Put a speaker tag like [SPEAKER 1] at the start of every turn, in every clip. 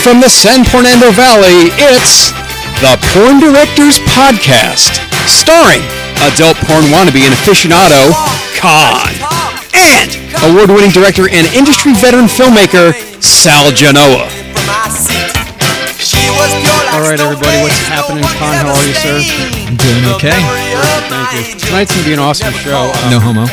[SPEAKER 1] from the San Fernando Valley, it's the Porn Directors Podcast, starring adult porn wannabe and aficionado, Khan, and award winning director and industry veteran filmmaker, Sal Genoa.
[SPEAKER 2] All right, everybody, what's happening? Con, how are you, sir?
[SPEAKER 3] I'm doing okay.
[SPEAKER 2] Thank you.
[SPEAKER 1] Tonight's going to be an awesome show. Uh,
[SPEAKER 3] No homo.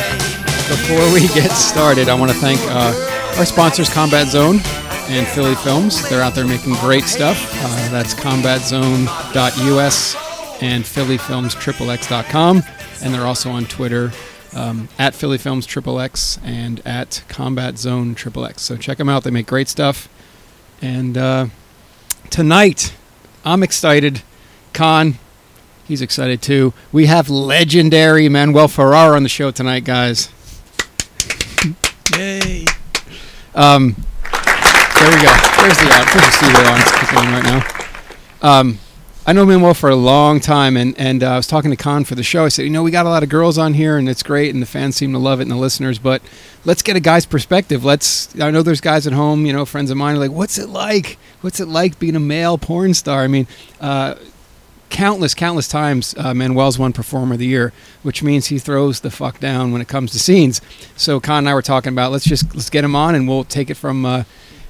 [SPEAKER 1] Before we get started, I want to thank uh, our sponsors, Combat Zone and Philly Films. They're out there making great stuff. Uh, that's combatzone.us and phillyfilmsxxx.com. And they're also on Twitter um, at phillyfilmsxxx and at combatzonexxx. So check them out. They make great stuff. And uh, tonight, I'm excited. Con, he's excited too. We have legendary Manuel Ferrar on the show tonight, guys.
[SPEAKER 3] Yay.
[SPEAKER 1] Um, there we go. There's the out. There's the studio audience kicking in right now. Um, I know Manuel for a long time, and and uh, I was talking to Con for the show. I said, you know, we got a lot of girls on here, and it's great, and the fans seem to love it, and the listeners. But let's get a guy's perspective. Let's. I know there's guys at home, you know, friends of mine are like, what's it like? What's it like being a male porn star? I mean, uh, countless, countless times uh, Manuel's won Performer of the Year, which means he throws the fuck down when it comes to scenes. So Con and I were talking about let's just let's get him on and we'll take it from uh,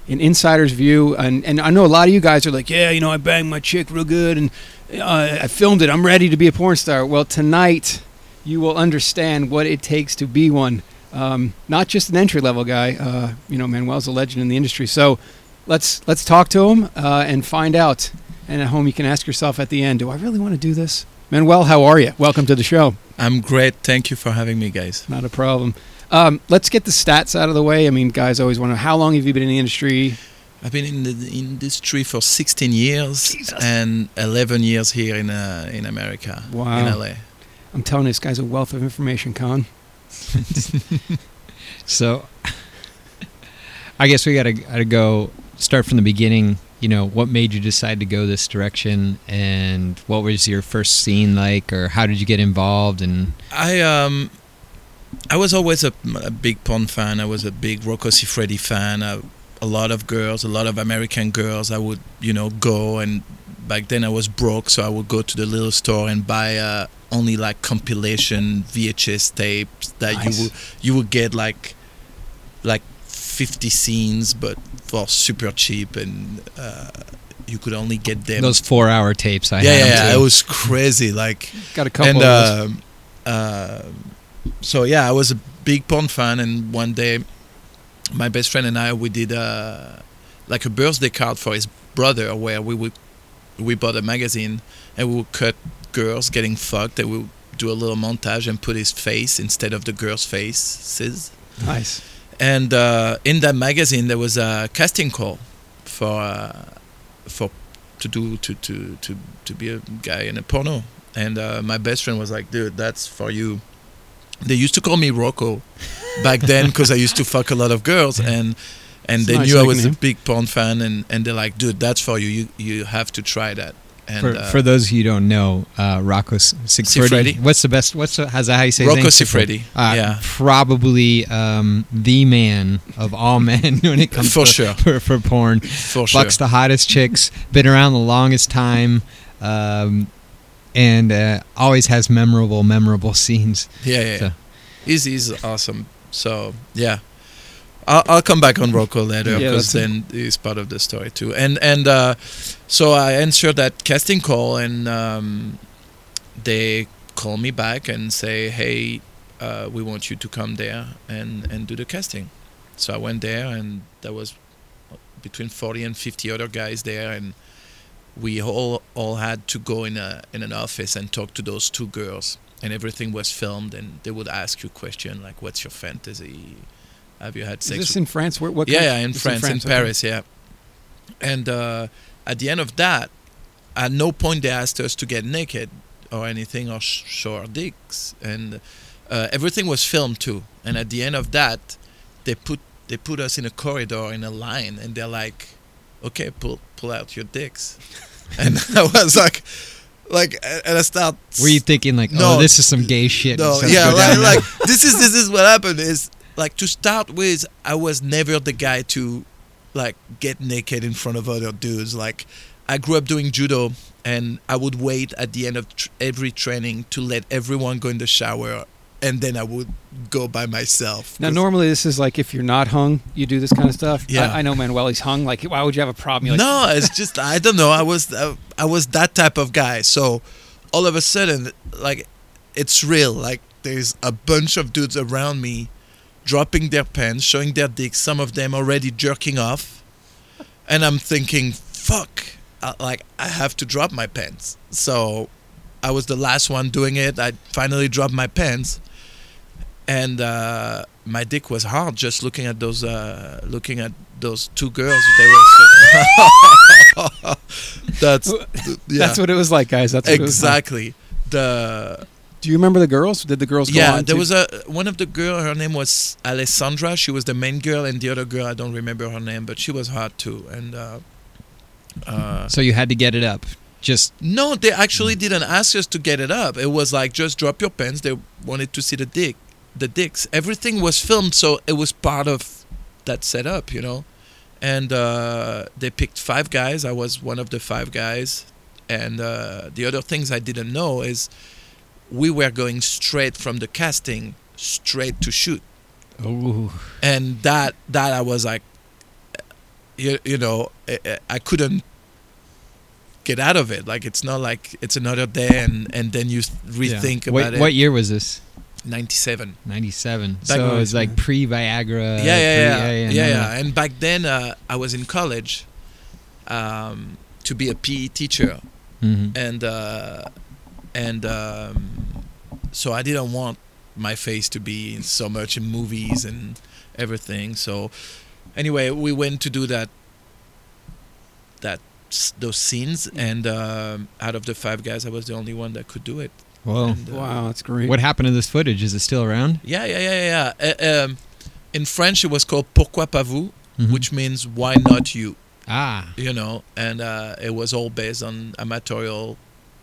[SPEAKER 1] an insider's view. And and I know a lot of you guys are like, yeah, you know, I banged my chick real good and uh, I filmed it. I'm ready to be a porn star. Well, tonight you will understand what it takes to be one. Um, not just an entry level guy. Uh, you know, Manuel's a legend in the industry. So let's let's talk to him uh, and find out. And at home, you can ask yourself at the end, do I really want to do this? Manuel, how are you? Welcome to the show.
[SPEAKER 3] I'm great. Thank you for having me, guys.
[SPEAKER 1] Not a problem. Um, let's get the stats out of the way. I mean, guys always want to. How long have you been in the industry?
[SPEAKER 3] I've been in the industry for 16 years and 11 years here in uh, in America,
[SPEAKER 1] Wow.
[SPEAKER 3] in LA.
[SPEAKER 1] I'm telling you, this guy's a wealth of information, Con.
[SPEAKER 4] So, I guess we gotta gotta go start from the beginning. You know, what made you decide to go this direction, and what was your first scene like, or how did you get involved? And
[SPEAKER 3] I um, I was always a, a big porn fan. I was a big Rocco Siffredi fan. I, a lot of girls, a lot of American girls. I would, you know, go and back then I was broke, so I would go to the little store and buy uh, only like compilation VHS tapes that
[SPEAKER 1] Nice.
[SPEAKER 3] you would you would get like like 50 scenes, but for super cheap, and uh, you could only get them.
[SPEAKER 4] those four-hour tapes I
[SPEAKER 3] yeah,
[SPEAKER 4] had.
[SPEAKER 3] yeah,
[SPEAKER 4] them
[SPEAKER 3] yeah,
[SPEAKER 4] too.
[SPEAKER 3] it was crazy. Like
[SPEAKER 1] Got a couple of
[SPEAKER 3] and
[SPEAKER 1] those.
[SPEAKER 3] um, um, so yeah, I was a big porn fan, and one day, my best friend and I we did uh, like a birthday card for his brother, where we would we bought a magazine and we would cut girls getting fucked, and we would do a little montage and put his face instead of the girls' faces.
[SPEAKER 1] Nice.
[SPEAKER 3] And uh, in that magazine, there was a casting call for uh, for to do to, to to to be a guy in a porno. And uh, my best friend was like, "Dude, that's for you." They used to call me Rocco back then because I used to fuck a lot of girls, and and
[SPEAKER 1] It's
[SPEAKER 3] they
[SPEAKER 1] nice
[SPEAKER 3] knew I
[SPEAKER 1] nickname.
[SPEAKER 3] was a big porn fan, and, and they're like, "Dude, that's for you. You you have to try that." And
[SPEAKER 4] for,
[SPEAKER 3] uh,
[SPEAKER 4] for those who don't know, uh, Rocco S- Siffredi.
[SPEAKER 3] Siffredi.
[SPEAKER 4] What's the best? What's the, how's that how you say his
[SPEAKER 3] Rocco
[SPEAKER 4] name?
[SPEAKER 3] Siffredi,
[SPEAKER 4] Uh,
[SPEAKER 3] yeah.
[SPEAKER 4] probably um, the man of all men when it comes
[SPEAKER 3] For
[SPEAKER 4] to,
[SPEAKER 3] sure.
[SPEAKER 4] for, for porn.
[SPEAKER 3] for sure,
[SPEAKER 4] Bucks the hottest chicks, been around the longest time, um, and uh, always has memorable, memorable scenes.
[SPEAKER 3] Yeah, yeah.
[SPEAKER 4] So-
[SPEAKER 3] He's, he's awesome. So, yeah. I'll, I'll come back on Rocco later
[SPEAKER 1] Yeah,
[SPEAKER 3] because
[SPEAKER 1] that's
[SPEAKER 3] then he's part of the story too. And and uh, so I answered that casting call and um, they call me back and say, hey, uh, we want you to come there and, and do the casting. So I went there and there was between 40 and 50 other guys there and we all all had to go in a in an office and talk to those two girls and everything was filmed and they would ask you question like what's your fantasy have you had
[SPEAKER 1] Is
[SPEAKER 3] sex
[SPEAKER 1] this
[SPEAKER 3] with
[SPEAKER 1] in France? Where, what
[SPEAKER 3] yeah,
[SPEAKER 1] country?
[SPEAKER 3] yeah, in
[SPEAKER 1] It's
[SPEAKER 3] France, in
[SPEAKER 1] okay.
[SPEAKER 3] Paris, yeah. And uh, at the end of that, at no point they asked us to get naked or anything or sh- show our dicks, and uh, everything was filmed too. And at the end of that, they put they put us in a corridor in a line, and they're like, "Okay, pull pull out your dicks," and I was like, like, and I start.
[SPEAKER 4] Were you thinking like,
[SPEAKER 3] No.
[SPEAKER 4] oh, this is some gay shit?
[SPEAKER 3] No,
[SPEAKER 4] Let's
[SPEAKER 3] yeah,
[SPEAKER 4] go down
[SPEAKER 3] like,
[SPEAKER 4] there.
[SPEAKER 3] like this is this is what happened is like to start with I was never the guy to like get naked in front of other dudes. Like I grew up doing judo, and I would wait at the end of tr- every training to let everyone go in the shower, and then I would go by myself.
[SPEAKER 1] Now,
[SPEAKER 3] 'Cause-
[SPEAKER 1] normally this is like if you're not hung, you do this kind of stuff.
[SPEAKER 3] Yeah.
[SPEAKER 1] I, I know Manuel, he's hung. Like, why would you have a problem? You're like,
[SPEAKER 3] no, it's just I don't know. I was uh, I was that type of guy. So all of a sudden, like it's real. Like there's a bunch of dudes around me, dropping their pants, showing their dicks. Some of them already jerking off, and I'm thinking, fuck. I, like I have to drop my pants. So I was the last one doing it. I finally dropped my pants. And uh, my dick was hard just looking at those, uh, looking at those two girls. They were so that's th- yeah,
[SPEAKER 1] That's what it was like, guys. That's what It was like.
[SPEAKER 3] exactly the
[SPEAKER 1] Do you remember the girls? Did the girls go
[SPEAKER 3] yeah.
[SPEAKER 1] on
[SPEAKER 3] There
[SPEAKER 1] to-
[SPEAKER 3] was a one of the girl. Her name was Alessandra. She was the main girl, and the other girl I don't remember her name, but she was hot too. And uh, uh,
[SPEAKER 4] So you had to get it up. Just
[SPEAKER 3] No, they
[SPEAKER 1] Mm.
[SPEAKER 3] actually didn't ask us to get it up. It was like just drop your pants. They wanted to see the dick, the dicks. Everything was filmed, so it was part of that setup, you know. And uh, they picked five guys. I was one of the five guys. And uh, the other things I didn't know is we were going straight from the casting straight to shoot
[SPEAKER 4] oh,
[SPEAKER 3] and that that I was like, eh, you, you know, I- I, I couldn't get out of it. Like it's not like it's another day, and and then you rethink
[SPEAKER 4] Wait,
[SPEAKER 3] about it.
[SPEAKER 4] What year was this?
[SPEAKER 3] Ninety seven.
[SPEAKER 4] Ninety-seven.
[SPEAKER 3] Back
[SPEAKER 4] so
[SPEAKER 3] when-
[SPEAKER 4] it was like pre Viagra.
[SPEAKER 3] yeah, yeah,
[SPEAKER 4] pre-
[SPEAKER 3] yeah, yeah,
[SPEAKER 4] no,
[SPEAKER 3] yeah,
[SPEAKER 4] no.
[SPEAKER 3] And back then, uh, I was in college um, to be a PE teacher,
[SPEAKER 4] Mhm.
[SPEAKER 3] and uh, and um, so I didn't want my face to be in so much in movies and everything. So anyway, we went to do that that s- those scenes, and um, out of the five guys, I was the only one that could do it.
[SPEAKER 4] Whoa.
[SPEAKER 3] And, uh,
[SPEAKER 1] Wow, that's great.
[SPEAKER 4] What happened to this footage? Is it still around?
[SPEAKER 3] Yeah, yeah, yeah, yeah. Uh, um, in French, it was called "Pourquoi pas vous,"
[SPEAKER 4] Mhm.
[SPEAKER 3] which means "Why not you?"
[SPEAKER 4] ah,
[SPEAKER 3] You know, and uh, it was all based on amatorial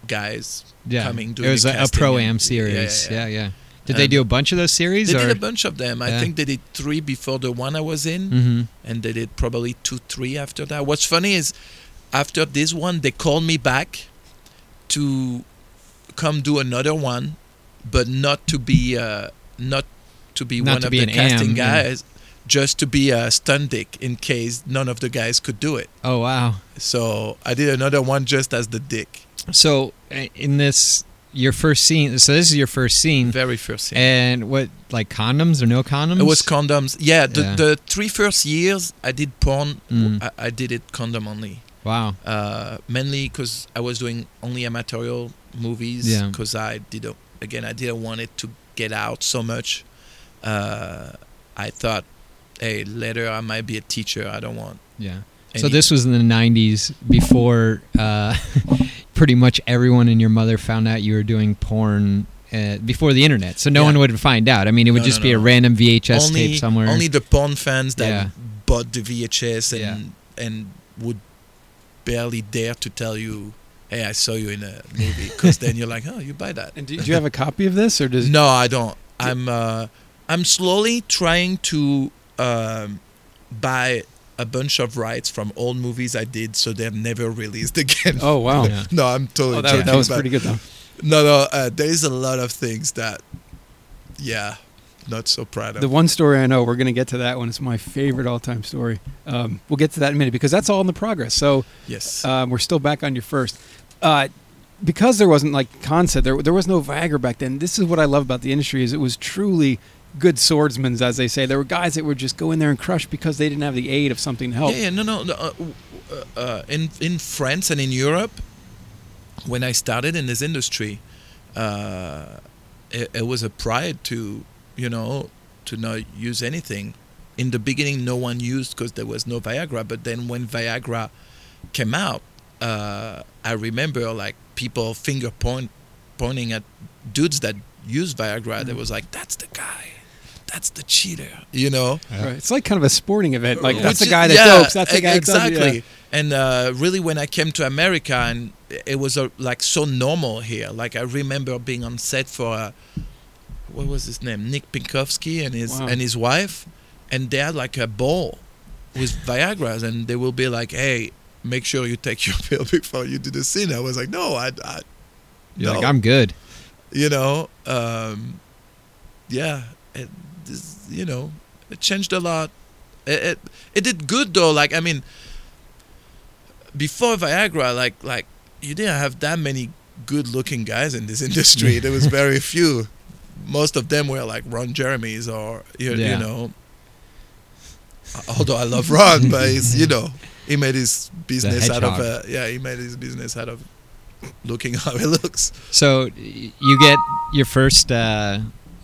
[SPEAKER 3] guys
[SPEAKER 4] yeah.
[SPEAKER 3] coming,
[SPEAKER 4] it
[SPEAKER 3] doing
[SPEAKER 4] was
[SPEAKER 3] the
[SPEAKER 4] a, a
[SPEAKER 3] casting
[SPEAKER 4] pro am
[SPEAKER 3] and- yeah, yeah,
[SPEAKER 4] series. Yeah, yeah.
[SPEAKER 3] yeah.
[SPEAKER 4] Did they
[SPEAKER 3] Um,
[SPEAKER 4] do a bunch of those series?
[SPEAKER 3] They
[SPEAKER 4] or?
[SPEAKER 3] did a bunch of them. I
[SPEAKER 4] Yeah.
[SPEAKER 3] think they did three before the one I was in,
[SPEAKER 4] hmm
[SPEAKER 3] and they did probably two, three after that. What's funny is, after this one, they called me back to come do another one, but not to be uh, not to be
[SPEAKER 4] Not
[SPEAKER 3] one
[SPEAKER 4] to
[SPEAKER 3] of
[SPEAKER 4] be
[SPEAKER 3] the
[SPEAKER 4] an
[SPEAKER 3] casting
[SPEAKER 4] am, yeah.
[SPEAKER 3] guys, just to be a stunt dick in case none of the guys could do it.
[SPEAKER 4] Oh wow.
[SPEAKER 3] So I did another one just as the dick.
[SPEAKER 4] So i- in this, your first scene. So this is your first scene,
[SPEAKER 3] Very first scene.
[SPEAKER 4] and what like condoms or no condoms?
[SPEAKER 3] It was condoms. Yeah, the,
[SPEAKER 4] Yeah.
[SPEAKER 3] the three first years I did porn.
[SPEAKER 4] Mm.
[SPEAKER 3] I, I did it condom only,
[SPEAKER 4] wow.
[SPEAKER 3] uh, mainly because I was doing only amatorial movies.
[SPEAKER 4] Yeah.
[SPEAKER 3] Because I did a, again, I didn't want it to get out so much. Uh, I thought, hey, later I might be a teacher. I don't want.
[SPEAKER 4] Yeah.
[SPEAKER 3] Any,
[SPEAKER 4] So this was in the '90s, before uh, pretty much everyone and your mother found out you were doing porn uh, before the internet. So no
[SPEAKER 3] Yeah.
[SPEAKER 4] one would find out. I mean, it would
[SPEAKER 3] No,
[SPEAKER 4] just
[SPEAKER 3] no,
[SPEAKER 4] be a
[SPEAKER 3] no.
[SPEAKER 4] random VHS tape somewhere.
[SPEAKER 3] Only the porn fans that
[SPEAKER 4] Yeah.
[SPEAKER 3] bought the VHS and and would barely dare to tell you, hey, I saw you in a movie. Because then you're like, oh, you buy that.
[SPEAKER 1] And do, do you have a copy of this, or does
[SPEAKER 3] No, I don't. I'm uh, I'm slowly trying to um, buy a bunch of rights from old movies I did, so they're never released again.
[SPEAKER 1] Oh wow,
[SPEAKER 4] Yeah.
[SPEAKER 3] No, I'm totally
[SPEAKER 1] oh, that, that
[SPEAKER 3] joking,
[SPEAKER 1] was
[SPEAKER 3] but-
[SPEAKER 1] pretty good though.
[SPEAKER 3] No, no, uh, there is a lot of things that, yeah, not so proud of.
[SPEAKER 1] The one story I know, we're going to get to that one. It's my favorite all-time story. Um, we'll get to that in a minute because that's all in the progress. So
[SPEAKER 3] yes.
[SPEAKER 1] um, we're still back on your first. Uh, because there wasn't like concept, there there was no Viagra back then. This is what I love about the industry is it was truly good swordsmen, as they say. There were guys that would just go in there and crush because they didn't have the aid of something to help.
[SPEAKER 3] Yeah, yeah, no, no. no uh, w- uh, uh, in in France and in Europe, when I started in this industry, uh, it, it was a pride to you know to not use anything. In the beginning, no one used because there was no Viagra. But then when Viagra came out, uh, I remember like people finger point pointing at dudes that used Viagra. They was like, "That's the guy." That's the cheater, you know.
[SPEAKER 1] Right. It's like kind of a sporting event. Like that's
[SPEAKER 3] Which
[SPEAKER 1] the
[SPEAKER 3] is-
[SPEAKER 1] guy that
[SPEAKER 3] yeah,
[SPEAKER 1] dopes. That's the
[SPEAKER 3] e-
[SPEAKER 1] guy
[SPEAKER 3] exactly.
[SPEAKER 1] That does, it, yeah.
[SPEAKER 3] And uh, really, when I came to America, and it was uh, like so normal here. Like I remember being on set for uh, what was his name, Nick Pinkowski, and his
[SPEAKER 1] Wow.
[SPEAKER 3] and his wife, and they had like a ball, with Viagra's, and they will be like, "Hey, make sure you take your pill before you do the scene." I was like, "No, I, I
[SPEAKER 4] You're
[SPEAKER 3] no.
[SPEAKER 4] like, I'm good.
[SPEAKER 3] you know, um, yeah, it, this, you know, it changed a lot. It, it it did good though. Like I mean, before Viagra, like like you didn't have that many good-looking guys in this industry. there was very few. Most of them were like Ron Jeremy's or you, you
[SPEAKER 4] Yeah.
[SPEAKER 3] know. Although I love Ron, but he's you know he made his business out of uh,
[SPEAKER 4] hedgehog.
[SPEAKER 3] yeah he made his business out of looking how he looks.
[SPEAKER 4] So y- you get your first uh,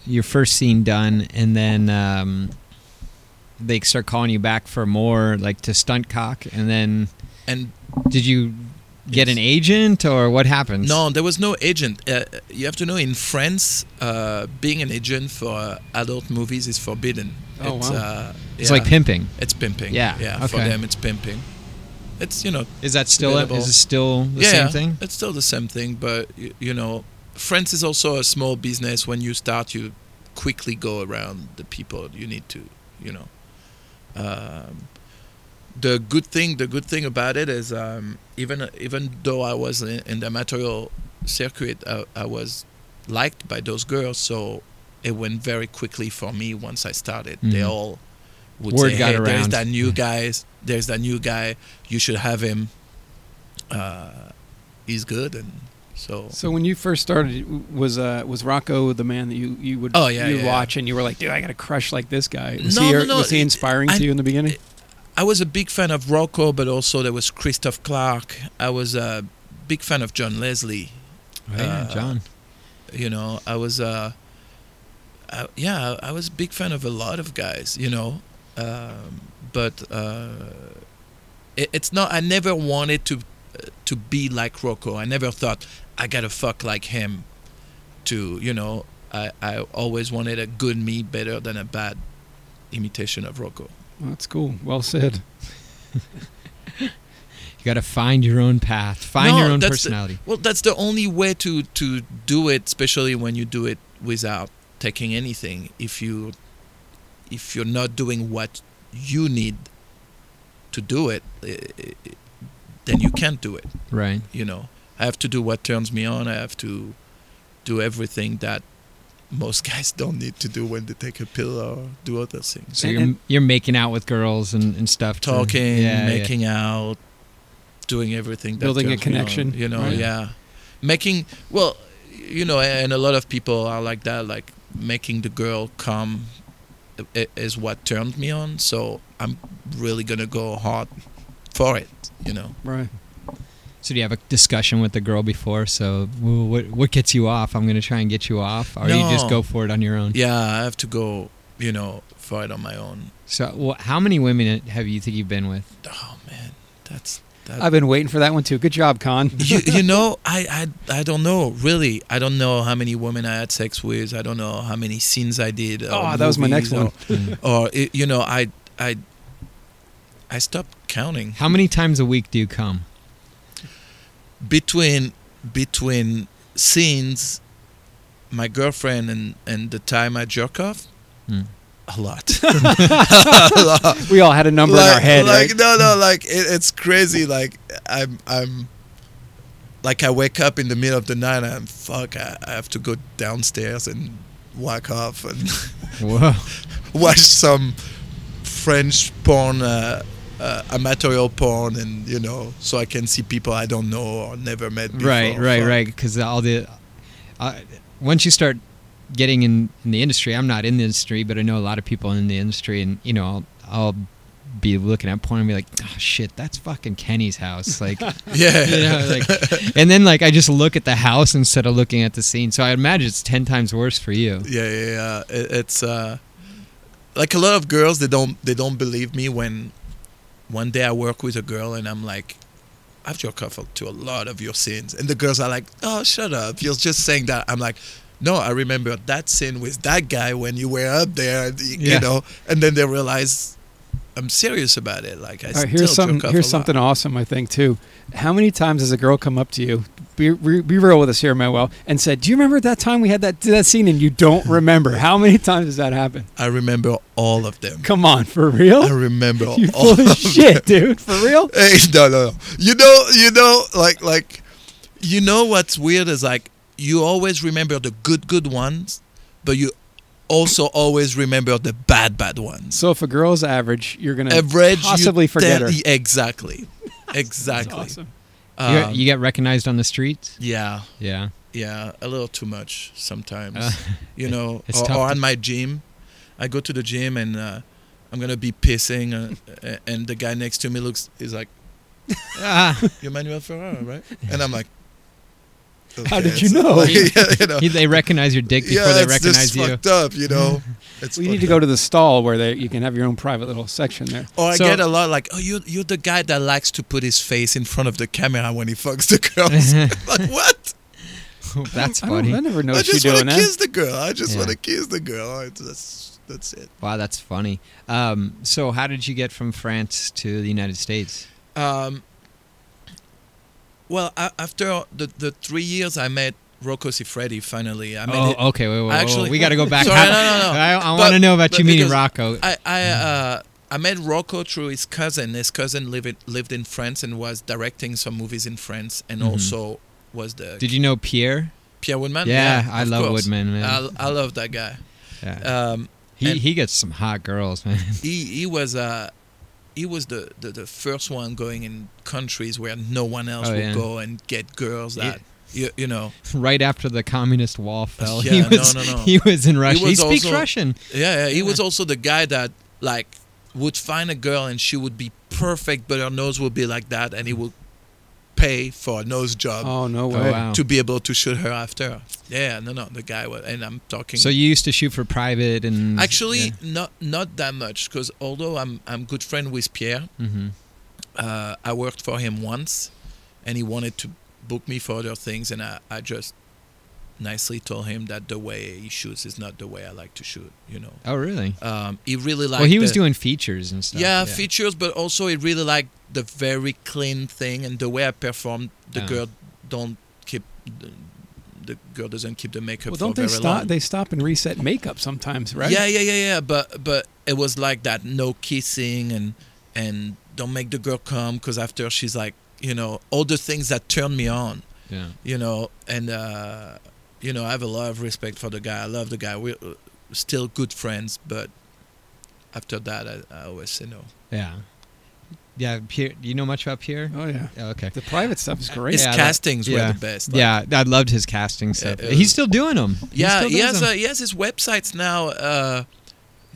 [SPEAKER 4] your first scene done, and then um, they start calling you back for more, like to stunt cock. And then
[SPEAKER 3] And
[SPEAKER 4] did you get
[SPEAKER 3] Yes.
[SPEAKER 4] an agent, or what happens?
[SPEAKER 3] No, there was no agent. Uh, you have to know in France, uh, being an agent for uh, adult movies is forbidden.
[SPEAKER 1] Oh,
[SPEAKER 3] it's,
[SPEAKER 1] wow.
[SPEAKER 3] Uh,
[SPEAKER 4] it's
[SPEAKER 3] yeah,
[SPEAKER 4] like pimping.
[SPEAKER 3] It's pimping.
[SPEAKER 4] Yeah,
[SPEAKER 3] yeah. For
[SPEAKER 4] okay.
[SPEAKER 3] them, it's pimping. It's you know
[SPEAKER 4] Is that still
[SPEAKER 3] Debatable.
[SPEAKER 4] is it still the
[SPEAKER 3] yeah,
[SPEAKER 4] same
[SPEAKER 3] yeah,
[SPEAKER 4] thing?
[SPEAKER 3] It's still the same thing, but you, you know, France is also a small business. When you start, you quickly go around the people you need to. You know, um, the good thing the good thing about it is um, even even though I was in, in the material circuit, I, I was liked by those girls, so it went very quickly for me once I started. They
[SPEAKER 4] Mhm.
[SPEAKER 3] all would
[SPEAKER 4] Word
[SPEAKER 3] say,
[SPEAKER 4] got
[SPEAKER 3] "Hey, there's
[SPEAKER 4] around."
[SPEAKER 3] that new guy. There's that new guy. You should have him. Uh, he's good." And so,
[SPEAKER 1] So when you first started, was uh, was Rocco the man that you you would
[SPEAKER 3] Oh, yeah,
[SPEAKER 1] you
[SPEAKER 3] yeah,
[SPEAKER 1] watch and you were like, dude, I got a crush like this guy. Was
[SPEAKER 3] No,
[SPEAKER 1] he
[SPEAKER 3] no, no,
[SPEAKER 1] was he
[SPEAKER 3] it-
[SPEAKER 1] inspiring
[SPEAKER 3] I-
[SPEAKER 1] to you in the beginning?
[SPEAKER 3] I was a big fan of Rocco, but also there was Christoph Clark. I was a big fan of John Leslie.
[SPEAKER 4] Oh, yeah,
[SPEAKER 3] Uh,
[SPEAKER 4] John.
[SPEAKER 3] You know, I was uh, I, yeah, I I was a big fan of a lot of guys. You know, um, but uh, it, it's not. I never wanted to to be like Rocco. I never thought I gotta fuck like him. To you know, I I always wanted a good me better than a bad imitation of Rocco.
[SPEAKER 1] Well, that's cool. Well said.
[SPEAKER 4] You got to find your own path. Find
[SPEAKER 3] No,
[SPEAKER 4] your own
[SPEAKER 3] that's the-
[SPEAKER 4] personality.
[SPEAKER 3] Well, that's the only way to to do it, especially when you do it without taking anything. If you if you're not doing what you need to do it, eh, eh, eh, then you can't do it.
[SPEAKER 4] right.
[SPEAKER 3] You know, I have to do what turns me on. I have to do everything that most guys don't need to do when they take a pill or do other things.
[SPEAKER 4] So
[SPEAKER 1] And-
[SPEAKER 4] you're
[SPEAKER 1] and-
[SPEAKER 4] you're making out with girls and, and stuff. to-
[SPEAKER 3] Talking,
[SPEAKER 4] yeah, yeah.
[SPEAKER 3] making out, doing everything, that
[SPEAKER 1] Building a
[SPEAKER 3] turns me on,
[SPEAKER 1] connection,
[SPEAKER 3] you know,
[SPEAKER 1] right?
[SPEAKER 3] yeah, making well, you know, and a lot of people are like that, like making the girl come i- is what turned me on. So I'm really gonna go hard for it, you know.
[SPEAKER 1] Right.
[SPEAKER 4] So do you have a discussion with the girl before? So "Well, what what gets you off? I'm going to try and get you off, or you just
[SPEAKER 3] No.
[SPEAKER 4] go for it on your own.
[SPEAKER 3] Yeah, I have to go, you know, for it on my own.
[SPEAKER 4] So wh- how many women have you think you've been with?
[SPEAKER 3] Oh man, that's that.
[SPEAKER 1] I've been waiting for that one too. Good job, Con.
[SPEAKER 3] you, you know, I, I I don't know really. I don't know how many women I had sex with. I don't know how many scenes I did. or
[SPEAKER 1] Oh, that was my
[SPEAKER 3] movies
[SPEAKER 1] next one.
[SPEAKER 4] Mm.
[SPEAKER 3] Or, or it, you know, I I I stopped counting
[SPEAKER 4] how many times a week do you come?
[SPEAKER 3] between between scenes. My girlfriend and and the time I jerk off.
[SPEAKER 1] Hmm.
[SPEAKER 4] Mm.
[SPEAKER 3] A lot. a lot.
[SPEAKER 1] We all had a number in our head.
[SPEAKER 3] oh. Like
[SPEAKER 1] right?
[SPEAKER 3] no, no, like it, it's crazy. Like I'm, I'm, like I wake up in the middle of the night. and I'm fuck. I, I have to go downstairs and whack off and
[SPEAKER 4] Whoa!
[SPEAKER 3] watch some French porn, uh, uh, amateur porn, and you know, so I can see people I don't know or never met. Before.
[SPEAKER 4] right, right,
[SPEAKER 3] Fuck.
[SPEAKER 4] right. Because all the uh, once you start getting in, in the industry, I'm not in the industry, but I know a lot of people in the industry, and you know, I'll, I'll be looking at porn and be like, "Oh shit, that's fucking Kenny's house." Like.
[SPEAKER 3] Yeah.
[SPEAKER 4] You know, like, and then like I just look at the house instead of looking at the scene. So I imagine it's ten times worse for you.
[SPEAKER 3] yeah yeah yeah it, it's uh like a lot of girls they don't they don't believe me when one day i work with a girl and i'm like i've jerked off to a lot of your sins and the girls are like oh shut up you're just saying that i'm like no i remember that scene with that guy when you were up there and, you, you
[SPEAKER 4] Yeah.
[SPEAKER 3] know and then they realize i'm serious about it like i
[SPEAKER 1] All right,
[SPEAKER 3] still
[SPEAKER 1] here's something.
[SPEAKER 3] jerk off
[SPEAKER 1] Here's
[SPEAKER 3] a lot.
[SPEAKER 1] something awesome. I think too. How many times has a girl come up to you be, re, be real with us here, Manuel, and said, "Do you remember that time we had that that scene?" And you don't remember. How many times does that happen?
[SPEAKER 3] I remember all of them.
[SPEAKER 1] Come on, for real?
[SPEAKER 3] I remember
[SPEAKER 1] you
[SPEAKER 3] all
[SPEAKER 1] full of shit, dude. For real?
[SPEAKER 3] Hey, no, no, no. You know, you know, like, like, you know what's weird is like you always remember the good, good ones, but you also always remember the bad, bad ones.
[SPEAKER 1] So if a girl's average, you're gonna
[SPEAKER 3] Average, you
[SPEAKER 1] possibly forget
[SPEAKER 3] tell-
[SPEAKER 1] her.
[SPEAKER 3] Exactly, exactly.
[SPEAKER 1] Awesome.
[SPEAKER 4] You got-
[SPEAKER 3] Um,
[SPEAKER 4] you got recognized on the streets?
[SPEAKER 3] yeah,
[SPEAKER 4] Yeah.
[SPEAKER 3] yeah, a little too much sometimes.
[SPEAKER 4] Uh,
[SPEAKER 3] you know,
[SPEAKER 4] it's
[SPEAKER 3] or,
[SPEAKER 4] tough
[SPEAKER 3] or
[SPEAKER 4] to-
[SPEAKER 3] on my gym, I go to the gym and uh, I'm gonna be pissing, uh, and the guy next to me looks is like.
[SPEAKER 4] Ah,
[SPEAKER 3] You're Manuel Ferrara, right? And I'm like,
[SPEAKER 1] How did
[SPEAKER 3] okay,
[SPEAKER 1] you
[SPEAKER 3] so-
[SPEAKER 1] know?
[SPEAKER 3] Like, yeah, you know,
[SPEAKER 4] he- they recognize your dick before
[SPEAKER 3] yeah,
[SPEAKER 4] they
[SPEAKER 3] it's
[SPEAKER 4] recognize
[SPEAKER 3] just
[SPEAKER 4] you.
[SPEAKER 3] fucked up, you know. It's
[SPEAKER 1] We need to
[SPEAKER 3] fucked
[SPEAKER 1] go to the stall where they, you can have your own private little section there.
[SPEAKER 3] up. Or I
[SPEAKER 4] So-
[SPEAKER 3] get a lot like, oh, you you're the guy that likes to put his face in front of the camera when he fucks the girls. like what?
[SPEAKER 4] That's
[SPEAKER 1] I, don't, I
[SPEAKER 4] funny.
[SPEAKER 1] never
[SPEAKER 3] I
[SPEAKER 1] noticed you
[SPEAKER 3] just want
[SPEAKER 1] doing eh?
[SPEAKER 3] to
[SPEAKER 1] that.
[SPEAKER 3] kiss the girl. I just
[SPEAKER 4] Yeah.
[SPEAKER 3] want to kiss the girl. It's- That's that's it.
[SPEAKER 4] Wow, that's funny. Um, so, how did you get from France to the United States?
[SPEAKER 3] Um, well, a after the, the three years, I met Rocco Siffredi finally. I met it-
[SPEAKER 4] Oh, okay. Wait, wait, wait,
[SPEAKER 3] Actually-
[SPEAKER 4] wait. we got to go back.
[SPEAKER 3] Sorry, no, no, no.
[SPEAKER 4] I, I
[SPEAKER 3] But-
[SPEAKER 4] want to know about
[SPEAKER 3] but
[SPEAKER 4] you meeting
[SPEAKER 3] because
[SPEAKER 4] Rocco.
[SPEAKER 3] I I uh, I met Rocco through his cousin. His cousin lived lived in France and was directing some movies in France, and
[SPEAKER 4] Mhm.
[SPEAKER 3] also was the
[SPEAKER 4] Did you know Pierre?
[SPEAKER 3] Pierre Woodman.
[SPEAKER 4] yeah, I
[SPEAKER 3] of
[SPEAKER 4] love
[SPEAKER 3] course.
[SPEAKER 4] Woodman, man.
[SPEAKER 3] I, I love that guy.
[SPEAKER 4] yeah.
[SPEAKER 3] Um,
[SPEAKER 4] he
[SPEAKER 3] and-
[SPEAKER 4] he gets some hot girls, man.
[SPEAKER 3] he he was uh, he was the, the, the first one going in countries where no one else
[SPEAKER 4] Oh,
[SPEAKER 3] would
[SPEAKER 4] yeah.
[SPEAKER 3] go and get girls
[SPEAKER 4] Yeah.
[SPEAKER 3] that you, you know
[SPEAKER 4] right after the communist wall fell,
[SPEAKER 3] Yeah,
[SPEAKER 4] he
[SPEAKER 3] no,
[SPEAKER 4] was
[SPEAKER 3] no, no.
[SPEAKER 4] he was in Russia. He,
[SPEAKER 3] was
[SPEAKER 4] speaks
[SPEAKER 3] also-
[SPEAKER 4] Russian.
[SPEAKER 3] Yeah, yeah. He was also the guy that like would find a girl and she would be perfect, but her nose would be like that, and he would pay for a nose job
[SPEAKER 1] Oh no way!
[SPEAKER 4] Oh, wow.
[SPEAKER 3] to be able to shoot her after. Yeah, no, no. The guy was, and I'm talking.
[SPEAKER 4] So you used to shoot for private and
[SPEAKER 3] actually not not that much because although I'm I'm good friend with Pierre,
[SPEAKER 4] hmm
[SPEAKER 3] uh, I worked for him once, and he wanted to book me for other things, and I I just nicely told him that the way he shoots is not the way I like to shoot. You know.
[SPEAKER 4] Oh, really?
[SPEAKER 3] Um, he really liked
[SPEAKER 4] well, he was
[SPEAKER 3] the-
[SPEAKER 4] doing features and stuff.
[SPEAKER 3] yeah, features, but also it really like the very clean thing and the way I perform. The
[SPEAKER 4] Yeah.
[SPEAKER 3] girl don't keep the, the girl doesn't keep the makeup
[SPEAKER 1] Well,
[SPEAKER 3] for
[SPEAKER 1] don't they
[SPEAKER 3] very
[SPEAKER 1] stop?
[SPEAKER 3] long.
[SPEAKER 1] They stop and reset makeup sometimes, right?
[SPEAKER 3] Yeah, yeah, yeah, yeah. But but it was like that. No kissing and and don't make the girl come because after she's like you know all the things that turn me on.
[SPEAKER 4] yeah.
[SPEAKER 3] You know and uh, you know I have a lot of respect for the guy. I love the guy. We're uh, still good friends, but after that I, I always say no.
[SPEAKER 4] Yeah. Yeah, Pierre, do you know much about Pierre?
[SPEAKER 1] Oh yeah.
[SPEAKER 4] Oh, okay.
[SPEAKER 1] The private stuff is great.
[SPEAKER 3] His
[SPEAKER 4] Yeah, that-
[SPEAKER 3] castings
[SPEAKER 4] yeah.
[SPEAKER 3] were the best. like,
[SPEAKER 4] yeah, I loved his casting stuff.
[SPEAKER 3] it was-
[SPEAKER 4] He's still doing them.
[SPEAKER 3] Yeah,
[SPEAKER 4] he
[SPEAKER 3] he has,
[SPEAKER 4] still does 'em.
[SPEAKER 3] uh, he has his websites now. Uh,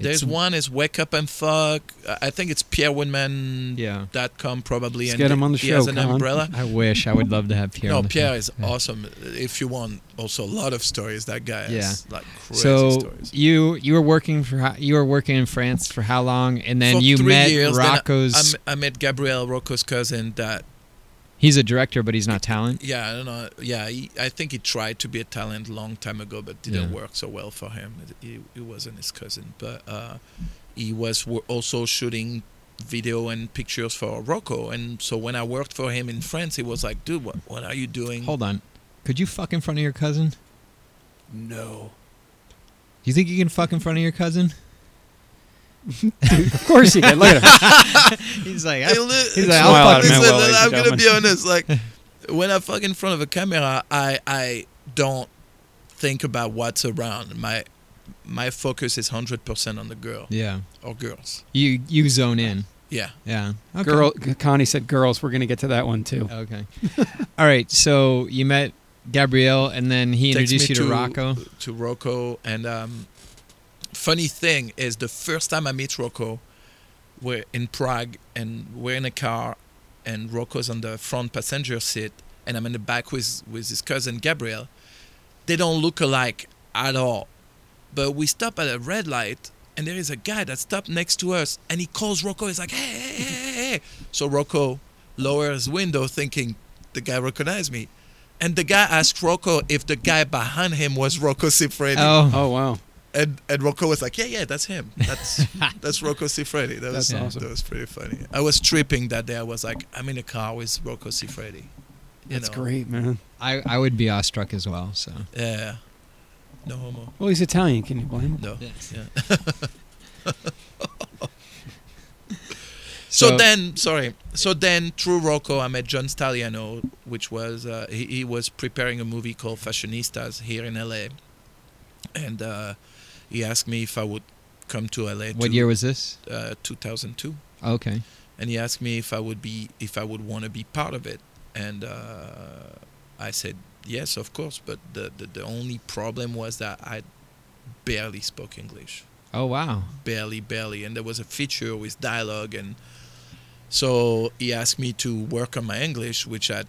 [SPEAKER 3] there's
[SPEAKER 4] It's-
[SPEAKER 3] one is Wake Up and Fuck. I I think it's pierrewinman.com
[SPEAKER 4] Yeah.
[SPEAKER 3] probably.
[SPEAKER 1] Let's
[SPEAKER 3] and
[SPEAKER 1] get him on the
[SPEAKER 3] he
[SPEAKER 1] show,
[SPEAKER 3] has an
[SPEAKER 1] come on.
[SPEAKER 3] umbrella.
[SPEAKER 4] I wish I would love to have Pierre.
[SPEAKER 3] no,
[SPEAKER 4] on the show.
[SPEAKER 3] Oh, Pierre is
[SPEAKER 4] Yeah.
[SPEAKER 3] awesome. If you want also a lot of stories, that guy has like crazy
[SPEAKER 4] So
[SPEAKER 3] stories.
[SPEAKER 4] you you were working for ho- you were working in France for how long, and then
[SPEAKER 3] For
[SPEAKER 4] you
[SPEAKER 3] three
[SPEAKER 4] met
[SPEAKER 3] years, then I-
[SPEAKER 4] Rocco's.
[SPEAKER 3] I, m- I met Gabriel Rocco's cousin. That
[SPEAKER 4] he's a director, but he's not talent.
[SPEAKER 3] yeah, I don't know. Yeah, he, I think he tried to be a talent long time ago, but didn't
[SPEAKER 4] Yeah.
[SPEAKER 3] work so well for him. It, it, it wasn't his cousin, but uh, he was wo- also shooting video and pictures for Rocco. And so when I worked for him in France, he was like, "Dude, what, what are you doing?"
[SPEAKER 4] Hold on, could you fuck in front of your cousin? Do
[SPEAKER 1] No.
[SPEAKER 4] you think you can fuck in front of your cousin?
[SPEAKER 1] Of course you can. Look at him.
[SPEAKER 4] He's like,
[SPEAKER 3] Hey, li-
[SPEAKER 4] he's like,
[SPEAKER 1] Smile
[SPEAKER 4] I'll
[SPEAKER 1] at him,
[SPEAKER 4] fuck in
[SPEAKER 1] man.
[SPEAKER 3] Listen,
[SPEAKER 1] well, ladies
[SPEAKER 3] I'm
[SPEAKER 1] and
[SPEAKER 3] gonna be
[SPEAKER 1] gentlemen.
[SPEAKER 3] honest. Like when I fuck in front of a camera, I I don't think about what's around. My my focus is hundred percent on the girl
[SPEAKER 4] Yeah,
[SPEAKER 3] or girls.
[SPEAKER 4] you you zone in.
[SPEAKER 3] Yeah.
[SPEAKER 4] Yeah, okay.
[SPEAKER 1] Girl, Connie said, "Girls, we're gonna get to that one too."
[SPEAKER 4] Okay. All right. So you met Gabrielle, and then he
[SPEAKER 3] Takes
[SPEAKER 4] introduced
[SPEAKER 3] me
[SPEAKER 4] you to, Rocco.
[SPEAKER 3] To Rocco, and um, funny thing is, the first time I meet Rocco, we're in Prague, and we're in a car, and Rocco's on the front passenger seat, and I'm in the back with with his cousin Gabriel. They don't look alike at all, but we stop at a red light. And there is a guy that stopped next to us, and he calls Rocco. He's like, "Hey, hey, hey, hey, hey!" So Rocco lowers his window, thinking the guy recognized me. And the guy asked Rocco if the guy behind him was Rocco Siffredi.
[SPEAKER 4] Oh,
[SPEAKER 1] Oh wow.
[SPEAKER 3] And, and Rocco was like, yeah, yeah, that's him. That's that's Rocco Siffredi. That was,
[SPEAKER 1] That's
[SPEAKER 3] that
[SPEAKER 1] awesome.
[SPEAKER 3] was pretty funny. I was tripping that day. I was like, I'm in a car with Rocco Siffredi. You
[SPEAKER 1] That's
[SPEAKER 3] know.
[SPEAKER 1] great, man.
[SPEAKER 4] I, I would be awestruck as well. So
[SPEAKER 3] Yeah. No homo.
[SPEAKER 1] Well, he's Italian. Can you blame him?
[SPEAKER 3] No. Yeah. So,
[SPEAKER 4] So-
[SPEAKER 3] then, sorry. So then, through Rocco, I met John Staliano, which was uh, he, he was preparing a movie called Fashionistas here in LA, and uh, he asked me if I would come to LA.
[SPEAKER 4] what
[SPEAKER 3] to,
[SPEAKER 4] year was this?
[SPEAKER 3] Uh, 2002,
[SPEAKER 4] Okay.
[SPEAKER 3] and he asked me if I would be if I would want to be part of it, and uh, I said yes, of course. But the, the the only problem was that I barely spoke English
[SPEAKER 4] Oh wow.
[SPEAKER 3] barely, barely. And there was a feature with dialogue, and so he asked me to work on my English, which I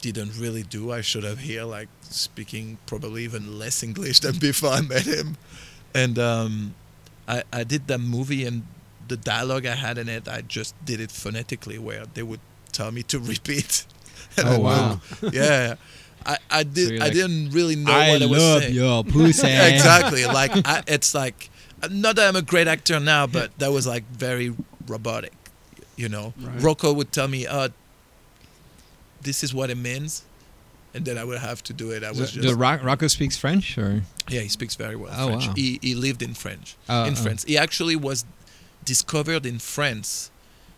[SPEAKER 3] didn't really do. I should have here like speaking probably even less English than before I met him. And um, I I did that movie, and the dialogue I had in it, I just did it phonetically, where they would tell me to repeat. And I
[SPEAKER 4] Oh, wow.
[SPEAKER 3] would- yeah. I, I did
[SPEAKER 4] you're
[SPEAKER 3] I
[SPEAKER 4] like,
[SPEAKER 3] didn't really know what I was saying.
[SPEAKER 4] your pussy.
[SPEAKER 3] Yeah, exactly. Like I, it's like not that I'm a great actor now, but that was like very robotic. You know,
[SPEAKER 1] Right.
[SPEAKER 3] Rocco would tell me, "Uh, this is what it means," and then I would have to do it. I was
[SPEAKER 4] So,
[SPEAKER 3] just
[SPEAKER 4] do Rock, Rocco speaks French or?
[SPEAKER 3] yeah. He speaks very well
[SPEAKER 4] Oh,
[SPEAKER 3] French.
[SPEAKER 4] wow.
[SPEAKER 3] He he lived in French.
[SPEAKER 4] Oh,
[SPEAKER 3] in
[SPEAKER 4] oh.
[SPEAKER 3] France, he actually was discovered in France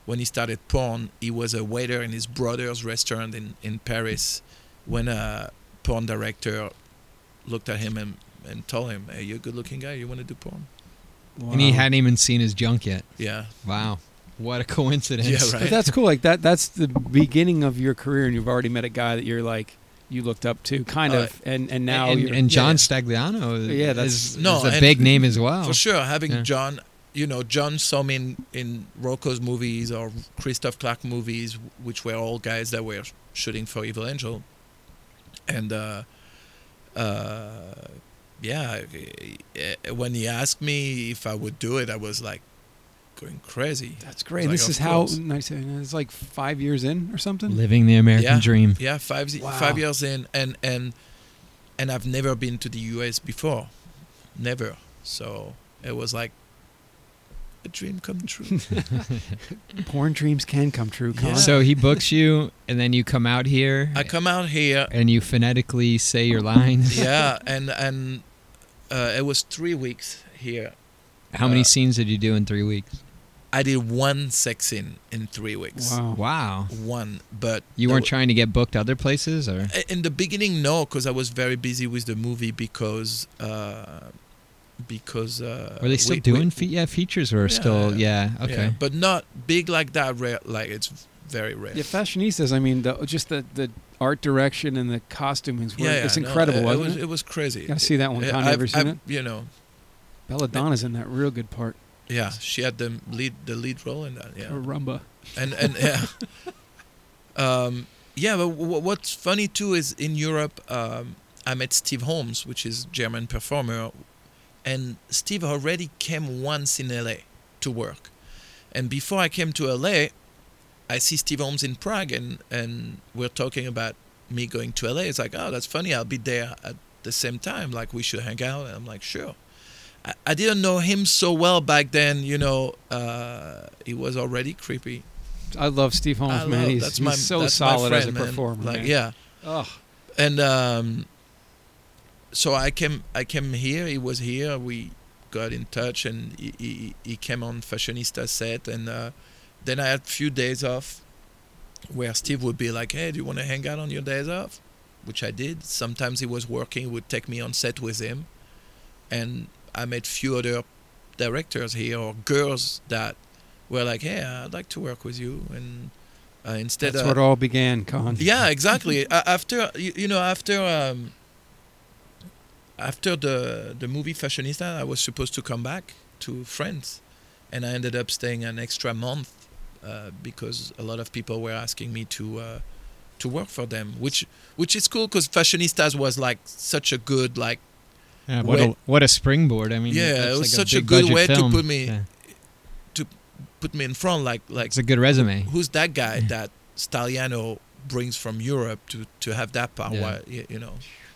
[SPEAKER 3] when he started porn. He was a waiter in his brother's restaurant in in Paris when a porn director looked at him and and told him, "Hey, you're a good-looking guy. You want to do porn?"
[SPEAKER 4] And he
[SPEAKER 1] Wow.
[SPEAKER 4] hadn't even seen his junk yet.
[SPEAKER 3] Yeah.
[SPEAKER 4] Wow. What a coincidence.
[SPEAKER 3] Yeah, right.
[SPEAKER 1] But that's cool. Like that. That's the beginning of your career, and you've already met a guy that you're like you looked up to, kind
[SPEAKER 3] Uh,
[SPEAKER 1] of. And and now
[SPEAKER 4] and,
[SPEAKER 1] you're,
[SPEAKER 4] and John
[SPEAKER 3] yeah.
[SPEAKER 4] Stagliano
[SPEAKER 1] Yeah, that's-
[SPEAKER 4] is,
[SPEAKER 3] No,
[SPEAKER 4] is a
[SPEAKER 3] and-
[SPEAKER 4] big name as well.
[SPEAKER 3] For sure, having
[SPEAKER 4] Oh. Yeah.
[SPEAKER 3] John, you know, John saw me in, in Rocco's movies or Christoph Clark movies, which were all guys that were shooting for Evil Angel. And, uh, uh, yeah, eh, when he asked me if I would do it, I was like going crazy.
[SPEAKER 1] that's great.
[SPEAKER 3] Like,
[SPEAKER 1] this
[SPEAKER 3] of
[SPEAKER 1] is how
[SPEAKER 3] course.
[SPEAKER 1] nice. It's like five years in or something.
[SPEAKER 4] Living the American
[SPEAKER 3] Yeah.
[SPEAKER 4] dream.
[SPEAKER 3] Yeah, five ze-
[SPEAKER 1] Wow.
[SPEAKER 3] five years in, and and and I've never been to the U.S. before, never. So it was like a dream come true.
[SPEAKER 1] Porn dreams can come true. Colin.
[SPEAKER 3] Yeah.
[SPEAKER 4] So he books you, and then you come out here,
[SPEAKER 3] I come out here,
[SPEAKER 4] and you phonetically say your lines.
[SPEAKER 3] yeah, and and uh, it was three weeks here.
[SPEAKER 4] How many
[SPEAKER 3] Uh,
[SPEAKER 4] scenes did you do in three weeks?
[SPEAKER 3] I did one sex scene in three weeks.
[SPEAKER 1] Wow.
[SPEAKER 4] Wow.
[SPEAKER 3] One, but
[SPEAKER 4] You
[SPEAKER 3] that
[SPEAKER 4] weren't
[SPEAKER 3] wa-
[SPEAKER 4] trying to get booked other places, or
[SPEAKER 3] I- in the beginning no because i was very busy with the movie because uh because uh
[SPEAKER 4] are they still
[SPEAKER 3] we- we-
[SPEAKER 4] doing? fe- yeah, features were still. Yeah.
[SPEAKER 3] yeah,
[SPEAKER 4] Okay.
[SPEAKER 3] but not big like that rare like it's very rare
[SPEAKER 1] Yeah, fashionistas. I mean, the, just the the art direction and the costumings. Were, it's
[SPEAKER 3] I know.
[SPEAKER 1] incredible.
[SPEAKER 3] it, it
[SPEAKER 1] wasn't
[SPEAKER 3] was
[SPEAKER 1] it?
[SPEAKER 3] it was crazy
[SPEAKER 1] Gotta see that one.
[SPEAKER 3] Yeah,
[SPEAKER 1] Con,
[SPEAKER 3] I've-
[SPEAKER 1] ever seen
[SPEAKER 3] I've-
[SPEAKER 1] it?
[SPEAKER 3] you know
[SPEAKER 1] Belladonna's in that real good part.
[SPEAKER 3] yeah she had the lead the lead role in that yeah
[SPEAKER 1] Or rumba.
[SPEAKER 3] and and yeah, um, yeah. But w- what's funny too is in Europe, um, I met Steve Holmes, which is German performer, and Steve already came once in LA to work, and before I came to LA, I see Steve Holmes in Prague, and and we're talking about me going to LA. It's like, oh, that's funny. I'll be there at the same time. Like we should hang out. And I'm like, sure. I, I didn't know him so well back then. You know, uh, he was already creepy.
[SPEAKER 1] I love Steve Holmes,
[SPEAKER 3] I
[SPEAKER 1] man.
[SPEAKER 3] love-
[SPEAKER 1] he's,
[SPEAKER 3] that's
[SPEAKER 1] he's
[SPEAKER 3] my-
[SPEAKER 1] so
[SPEAKER 3] that's my
[SPEAKER 1] solid as a
[SPEAKER 3] friend, man.
[SPEAKER 1] performer.
[SPEAKER 3] Like
[SPEAKER 1] man.
[SPEAKER 3] yeah,
[SPEAKER 1] Ugh.
[SPEAKER 3] and um, so I came I came here. He was here. We got in touch, and he he, he came on fashionista set, and uh, then I had few days off, where Steve would be like, "Hey, do you want to hang out on your days off?" Which I did. Sometimes he was working. He would take me on set with him, and I met few other directors here or girls that were like, "Hey, I'd like to work with you," and uh, instead
[SPEAKER 1] That's
[SPEAKER 3] uh,
[SPEAKER 1] where it all began, Con.
[SPEAKER 3] yeah, exactly. A- after you, you know, after um, after the the movie Fashionista, I was supposed to come back to France, and I ended up staying an extra month uh, because a lot of people were asking me to uh, to work for them, which which is cool because Fashionistas was like such a good like
[SPEAKER 4] Yeah, what, a,
[SPEAKER 3] Wait.
[SPEAKER 4] what a springboard! I mean,
[SPEAKER 3] Yeah,
[SPEAKER 4] that's
[SPEAKER 3] it was
[SPEAKER 4] like
[SPEAKER 3] such a
[SPEAKER 4] big
[SPEAKER 3] good
[SPEAKER 4] budget
[SPEAKER 3] way to
[SPEAKER 4] film.
[SPEAKER 3] put me-
[SPEAKER 4] Yeah.
[SPEAKER 3] put me in front like like
[SPEAKER 4] It's a Mm. good resume.
[SPEAKER 3] who's that guy
[SPEAKER 4] Yeah.
[SPEAKER 3] that Staliano brings from Europe to to have that power?
[SPEAKER 4] Yeah.
[SPEAKER 3] You, you know,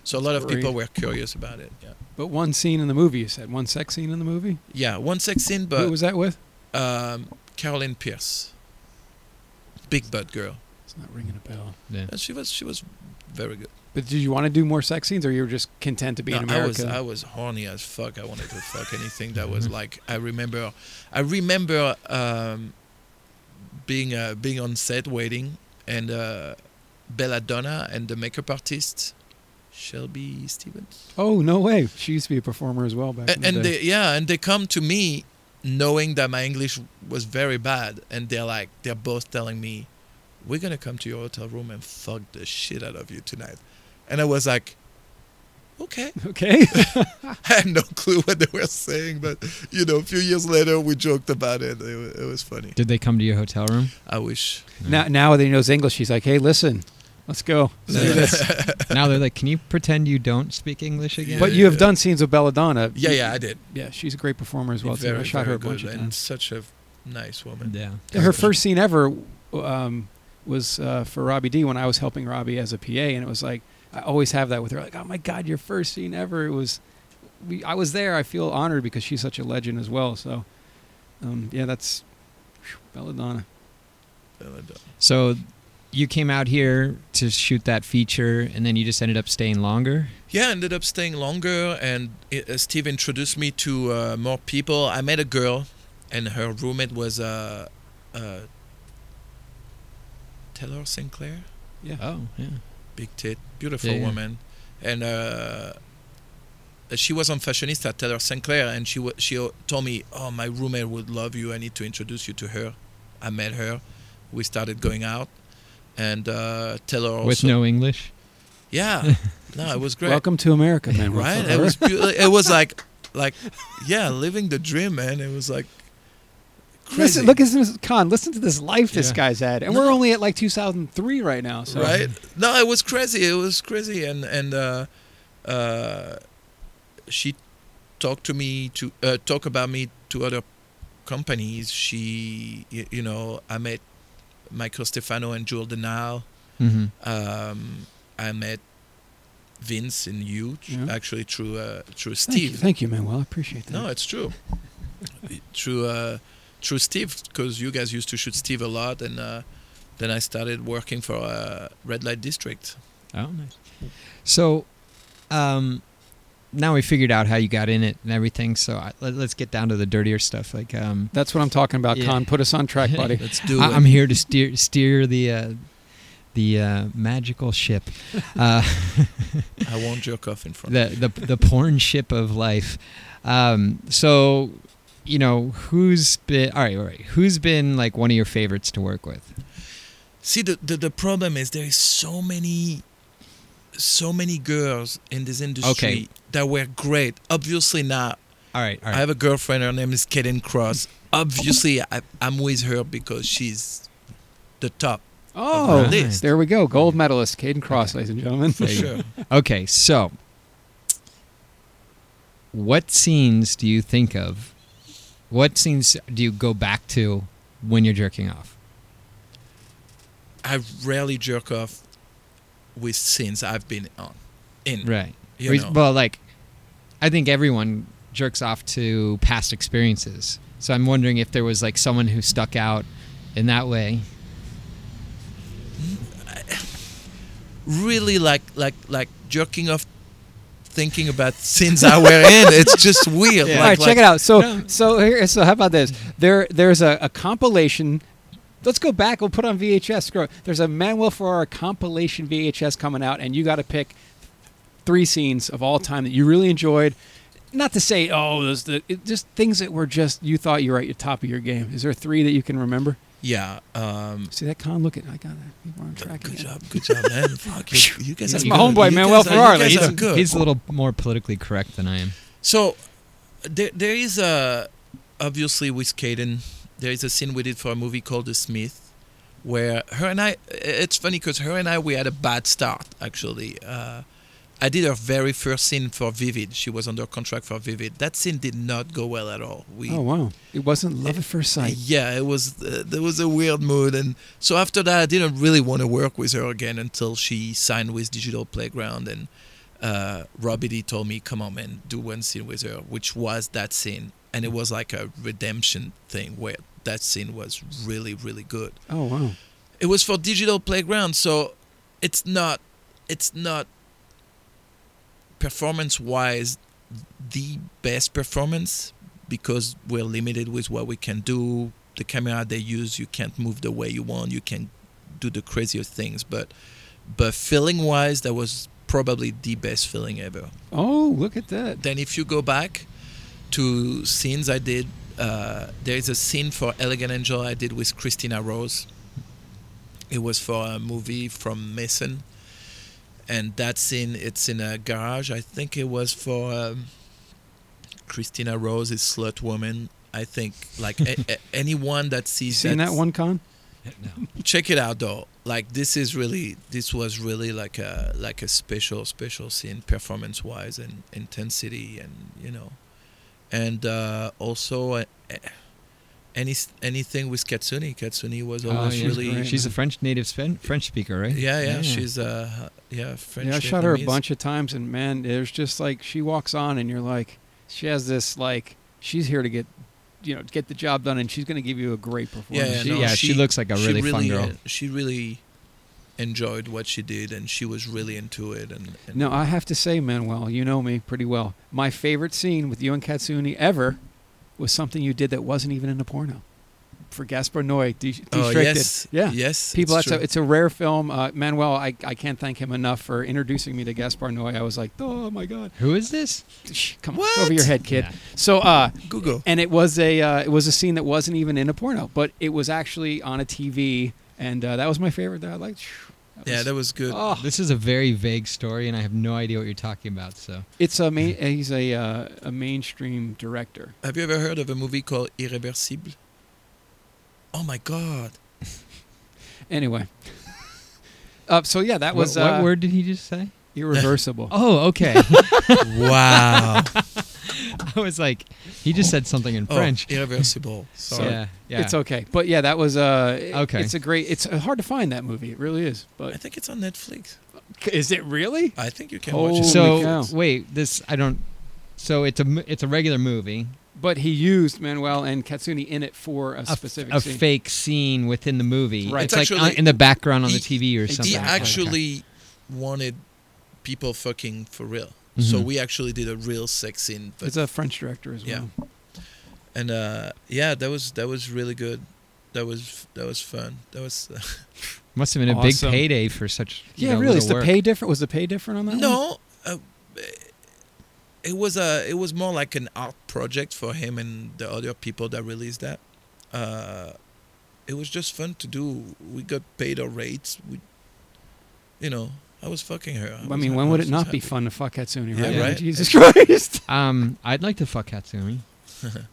[SPEAKER 3] so a lot of
[SPEAKER 1] Great.
[SPEAKER 3] people were curious about it. Yeah.
[SPEAKER 1] But one scene in the movie, you said. One sex scene in the movie?
[SPEAKER 3] Yeah, one sex scene,
[SPEAKER 1] Who
[SPEAKER 3] but
[SPEAKER 1] was that with?
[SPEAKER 3] um, Caroline Pierce, big butt girl.
[SPEAKER 1] It's not ringing a bell.
[SPEAKER 4] Yeah.
[SPEAKER 3] And she was she was very good.
[SPEAKER 1] But did you want to do more sex scenes, or you were just content to be in
[SPEAKER 3] No, I was
[SPEAKER 1] America?
[SPEAKER 3] I was horny as fuck. I wanted to fuck anything that was like I remember I remember um, being uh, being on set waiting and uh, Belladonna and the makeup artist Shelby Stevens.
[SPEAKER 1] oh no way! She used to be a performer as well back
[SPEAKER 3] and,
[SPEAKER 1] in the
[SPEAKER 3] and
[SPEAKER 1] day.
[SPEAKER 3] they yeah and they come to me knowing that my english was very bad and they're like they're both telling me we're gonna come to your hotel room and fuck the shit out of you tonight and i was like okay
[SPEAKER 1] okay.
[SPEAKER 3] i had no clue what they were saying but you know a few years later we joked about it it, wa- it was funny
[SPEAKER 4] Did they come to your hotel room?
[SPEAKER 3] i wish
[SPEAKER 1] now, now that he knows English, he's like, "Hey, listen, let's go." Let's do this.
[SPEAKER 4] now they're like, can you pretend you don't speak English again?
[SPEAKER 1] But
[SPEAKER 3] Yeah,
[SPEAKER 1] you have
[SPEAKER 3] yeah.
[SPEAKER 1] done scenes with Belladonna.
[SPEAKER 3] yeah yeah i did
[SPEAKER 1] yeah. She's a great performer as well. too. I shot her a bunch of
[SPEAKER 3] and
[SPEAKER 1] times.
[SPEAKER 3] such a nice woman
[SPEAKER 4] yeah.
[SPEAKER 1] Her first scene ever um, was uh, for Robbie D when I was helping Robbie as a PA, and it was like I always have that with her. Like, oh my God, your first scene ever. It was, we, I was there. I feel honored because she's such a legend as well. So, um, yeah, that's whew, Belladonna.
[SPEAKER 3] Belladonna.
[SPEAKER 4] So you came out here to shoot that feature, and then you just ended up staying longer.
[SPEAKER 3] yeah, I ended up staying longer, and uh, Steve introduced me to uh, more people. I met a girl, and her roommate was uh, uh, Taylor Sinclair,
[SPEAKER 4] Oh, yeah.
[SPEAKER 3] big tit, beautiful
[SPEAKER 4] Yeah, yeah.
[SPEAKER 3] woman, and uh, she was on Fashionista, Taylor Sinclair, and she wa she told me, "Oh, my roommate would love you. I need to introduce you to her." I met her, we started going out, and uh, Taylor also,
[SPEAKER 4] With no English.
[SPEAKER 3] yeah, no, it was great
[SPEAKER 1] Welcome to America, man.
[SPEAKER 3] right it was beau- it was like like yeah living the dream man it was like crazy
[SPEAKER 1] Listen, look at this, Con. Listen to this life this
[SPEAKER 4] Yeah.
[SPEAKER 1] guy's had, and we're only at like 2003 right now. So.
[SPEAKER 3] right no it was crazy it was crazy and and uh uh she talked to me to uh, talk about me to other companies she y- you know i met michael stefano and jewel denal
[SPEAKER 4] Mm-hmm.
[SPEAKER 3] um i met vince and you
[SPEAKER 1] Yeah.
[SPEAKER 3] actually through uh through
[SPEAKER 1] Thank you,
[SPEAKER 3] steve
[SPEAKER 1] thank you, Manuel. I appreciate that.
[SPEAKER 3] No, it's true. true, uh, true, Steve, because you guys used to shoot Steve a lot, and uh, then I started working for uh, Red Light District.
[SPEAKER 4] Oh, nice. So, um, now we figured out how you got in it and everything. So I, let, let's get down to the dirtier stuff. Like, um,
[SPEAKER 1] That's what I'm talking about,
[SPEAKER 4] Yeah.
[SPEAKER 1] Con. Put us on track, buddy.
[SPEAKER 3] Let's do
[SPEAKER 4] I,
[SPEAKER 3] it.
[SPEAKER 4] I'm here to steer steer the uh, the uh, magical ship, uh,
[SPEAKER 3] I won't jerk off in front.
[SPEAKER 4] the the the porn ship of life. Um, so, you know, who's been all right? All right, who's been like one of your favorites to work with?
[SPEAKER 3] See, the, the the problem is there is so many, so many girls in this industry
[SPEAKER 4] Okay.
[SPEAKER 3] that were great. Obviously, now
[SPEAKER 4] All right, all
[SPEAKER 3] I have a girlfriend. Her name is Kaden Cross. Obviously, I, I'm with her because she's the top.
[SPEAKER 1] Oh,
[SPEAKER 4] Right.
[SPEAKER 1] this. there we go. Gold medalist, Caden Cross, ladies and gentlemen.
[SPEAKER 3] For sure.
[SPEAKER 4] Okay, so what scenes do you think of? What scenes do you go back to when you're jerking off?
[SPEAKER 3] I rarely jerk off with scenes I've been on. In
[SPEAKER 4] Right.
[SPEAKER 3] you
[SPEAKER 4] Re-
[SPEAKER 3] know.
[SPEAKER 4] Well, like, I think everyone jerks off to past experiences. So I'm wondering if there was like someone who stuck out in that way.
[SPEAKER 3] really like like like jerking off, thinking about scenes I were in. It's just weird.
[SPEAKER 1] All right,
[SPEAKER 3] Like,
[SPEAKER 1] check it out. So, so here, so how about this? There, there's a, a compilation. Let's go back. We'll put on VHS. Scroll. There's a Manuel Ferrara compilation VHS coming out, and you got to pick three scenes of all time that you really enjoyed. Not to say, oh, those the it, just things that were just you thought you were at your top of your game. Is there three that you can remember?
[SPEAKER 3] Yeah. Um,
[SPEAKER 1] See that con? Look at I got that. We're on track.
[SPEAKER 3] good
[SPEAKER 1] again.
[SPEAKER 3] job. Good job, man. Fuck you. You guys
[SPEAKER 1] That's
[SPEAKER 3] are
[SPEAKER 1] my
[SPEAKER 3] good.
[SPEAKER 1] homeboy,
[SPEAKER 3] You
[SPEAKER 1] Manuel
[SPEAKER 3] guys are-
[SPEAKER 1] Ferrara.
[SPEAKER 3] You guys
[SPEAKER 1] He's-
[SPEAKER 3] are good.
[SPEAKER 4] He's a little more politically correct than I am.
[SPEAKER 3] So there, there is a obviously with Caden, there is a scene we did for a movie called The Smith, where her and I. It's funny because her and I we had a bad start actually. Uh, I did her very first scene for Vivid. She was under contract for Vivid. That scene did not go well at all. We
[SPEAKER 1] Oh wow! It wasn't love at first sight.
[SPEAKER 3] yeah, it was uh, there was a weird mood, and so after that, I didn't really want to work with her again until she signed with Digital Playground, and uh, Robbie D told me, "Come on, man, do one scene with her," which was that scene, and it was like a redemption thing where that scene was really, really good
[SPEAKER 1] Oh wow!
[SPEAKER 3] it was for digital playground so it's not it's not performance wise the best performance because we're limited with what we can do the camera they use you can't move the way you want you can do the craziest things but but feeling wise that was probably the best feeling ever
[SPEAKER 1] Oh, look at that.
[SPEAKER 3] then if you go back to scenes I did, uh, there is a scene for Elegant Angel I did with Christina Rose. It was for a movie from Mason, and that scene it's in a garage. I think it was for um, Christina Rose is Slut Woman. I think like a, a- anyone that
[SPEAKER 1] You
[SPEAKER 3] sees
[SPEAKER 1] seen that one, Con?
[SPEAKER 4] No.
[SPEAKER 3] check it out though like this is really this was really like a like a special special scene performance wise and intensity and you know and uh also uh, eh, any anything with katsuni katsuni was
[SPEAKER 1] Oh,
[SPEAKER 3] always
[SPEAKER 1] yeah,
[SPEAKER 3] really
[SPEAKER 1] great.
[SPEAKER 4] She's a French native Sven- French speaker, right?
[SPEAKER 3] yeah, yeah she's uh yeah french
[SPEAKER 1] yeah, I shot her a
[SPEAKER 3] Vietnamese.
[SPEAKER 1] bunch of times, and man, there's just like she walks on, and you're like, she has this like, she's here to get, you know, get the job done, and she's going to give you a great
[SPEAKER 3] yeah
[SPEAKER 1] performance.
[SPEAKER 3] yeah,
[SPEAKER 4] She-
[SPEAKER 3] no,
[SPEAKER 4] yeah, she looks like a
[SPEAKER 3] she
[SPEAKER 4] really fun girl.
[SPEAKER 3] uh, she really enjoyed what she did and she was really into it and, and
[SPEAKER 1] No, I have to say, Manuel, you know me pretty well. My favorite scene with you and Katsuni ever was something you did that wasn't even in a porno for Gaspar Noé. De-
[SPEAKER 3] oh
[SPEAKER 1] Destricted.
[SPEAKER 3] yes
[SPEAKER 1] yeah.
[SPEAKER 3] yes
[SPEAKER 1] People,
[SPEAKER 3] it's
[SPEAKER 1] that's a,
[SPEAKER 3] true.
[SPEAKER 1] it's a rare film. Uh, Manuel, I, I can't thank him enough for introducing me to Gaspar Noé. I was like, oh my god,
[SPEAKER 4] Who is this?
[SPEAKER 1] Shh, come on,
[SPEAKER 3] What?
[SPEAKER 1] it's over your head, kid.
[SPEAKER 4] Yeah.
[SPEAKER 1] So, uh,
[SPEAKER 3] google
[SPEAKER 1] and it was a uh, it was a scene that wasn't even in a porno, but it was actually on a TV, and uh, that was my favorite. That I liked. Phew, that
[SPEAKER 3] yeah
[SPEAKER 1] was-
[SPEAKER 3] that was good
[SPEAKER 1] Oh,
[SPEAKER 4] This is a very vague story, and I have no idea what you're talking about. So
[SPEAKER 1] it's a main, he's a uh, a mainstream director.
[SPEAKER 3] Have you ever heard of a movie called Irreversible? Oh my god.
[SPEAKER 1] Anyway, uh, so yeah, that was
[SPEAKER 4] what, what
[SPEAKER 1] uh,
[SPEAKER 4] word did he just say?
[SPEAKER 1] irreversible.
[SPEAKER 4] Oh, okay.
[SPEAKER 3] Wow.
[SPEAKER 4] I was like, he just said something in French.
[SPEAKER 3] Oh, irreversible. Sorry.
[SPEAKER 4] yeah, yeah.
[SPEAKER 1] It's okay, but yeah, that was uh,
[SPEAKER 4] Okay.
[SPEAKER 1] It's a great. It's hard to find that movie. It really is.
[SPEAKER 3] I
[SPEAKER 1] But
[SPEAKER 3] think it's on Netflix.
[SPEAKER 1] is it really?
[SPEAKER 3] I think you can
[SPEAKER 1] Oh.
[SPEAKER 3] watch it.
[SPEAKER 1] Holy
[SPEAKER 4] So
[SPEAKER 1] cow.
[SPEAKER 4] wait, this I don't. So it's a mo- it's a regular movie,
[SPEAKER 1] But he used Manuel and Katsuni in it for a,
[SPEAKER 4] a,
[SPEAKER 1] specific
[SPEAKER 4] a
[SPEAKER 1] scene.
[SPEAKER 4] fake scene within the movie.
[SPEAKER 1] Right.
[SPEAKER 4] It's,
[SPEAKER 3] It's
[SPEAKER 4] like
[SPEAKER 3] actually-
[SPEAKER 4] on- in the background on the
[SPEAKER 3] He-
[SPEAKER 4] TV or something.
[SPEAKER 3] He
[SPEAKER 1] Exactly.
[SPEAKER 3] actually wanted people fucking for real. So
[SPEAKER 4] Mhm.
[SPEAKER 3] we actually did a real sex scene. But,
[SPEAKER 1] It's a French director as well.
[SPEAKER 3] Yeah. and uh, yeah, that was that was really good. That was that was fun. That was uh,
[SPEAKER 4] Must have been a
[SPEAKER 1] Awesome.
[SPEAKER 4] big payday for such. you
[SPEAKER 1] Yeah,
[SPEAKER 4] know,
[SPEAKER 1] really. Is
[SPEAKER 4] little
[SPEAKER 1] the
[SPEAKER 4] work.
[SPEAKER 1] pay different? Was the pay different on that? one?
[SPEAKER 3] no. Uh, it was a. It was more like an art project for him and the other people that released that. Uh, it was just fun to do. We got paid our rates. We, you know, I was fucking her.
[SPEAKER 1] I mean,
[SPEAKER 3] was-
[SPEAKER 1] when
[SPEAKER 3] I
[SPEAKER 1] would
[SPEAKER 3] was
[SPEAKER 1] it not
[SPEAKER 3] happy.
[SPEAKER 1] be fun to fuck Katsuni,
[SPEAKER 3] Yeah,
[SPEAKER 1] right?
[SPEAKER 4] right.
[SPEAKER 1] Jesus Christ.
[SPEAKER 4] Um, I'd like to fuck Hatsumi.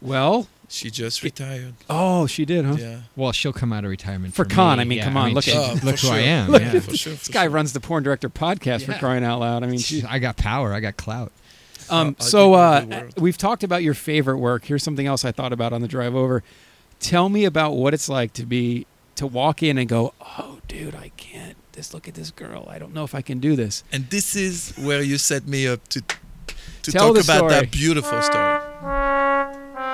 [SPEAKER 1] well,
[SPEAKER 3] She just retired.
[SPEAKER 1] oh, she did, huh?
[SPEAKER 3] Yeah.
[SPEAKER 4] Well, she'll come out of retirement
[SPEAKER 1] For
[SPEAKER 4] me.
[SPEAKER 1] Khan, I mean,
[SPEAKER 4] Yeah,
[SPEAKER 1] come on, look
[SPEAKER 4] she-
[SPEAKER 1] at-
[SPEAKER 3] Oh,
[SPEAKER 4] look
[SPEAKER 3] for
[SPEAKER 4] who I
[SPEAKER 3] sure.
[SPEAKER 4] am.
[SPEAKER 1] Look
[SPEAKER 4] yeah.
[SPEAKER 1] at
[SPEAKER 3] For sure.
[SPEAKER 1] This
[SPEAKER 3] for
[SPEAKER 1] guy
[SPEAKER 3] sure.
[SPEAKER 1] runs the Porn Director podcast for
[SPEAKER 4] Yeah.
[SPEAKER 1] crying out loud. I mean, geez.
[SPEAKER 4] I got power. I got clout.
[SPEAKER 1] um,
[SPEAKER 3] How
[SPEAKER 1] so
[SPEAKER 3] ugly
[SPEAKER 1] uh,
[SPEAKER 3] the world.
[SPEAKER 1] we've talked about your favorite work. Here's something else I thought about on the drive over. Tell me about what it's like to be to walk in and go, oh, dude, I can't. Just look at this girl. I don't know if I can do this.
[SPEAKER 3] And this is where you set me up to to
[SPEAKER 1] Tell
[SPEAKER 3] talk
[SPEAKER 1] the
[SPEAKER 3] about
[SPEAKER 1] story.
[SPEAKER 3] that beautiful story. oh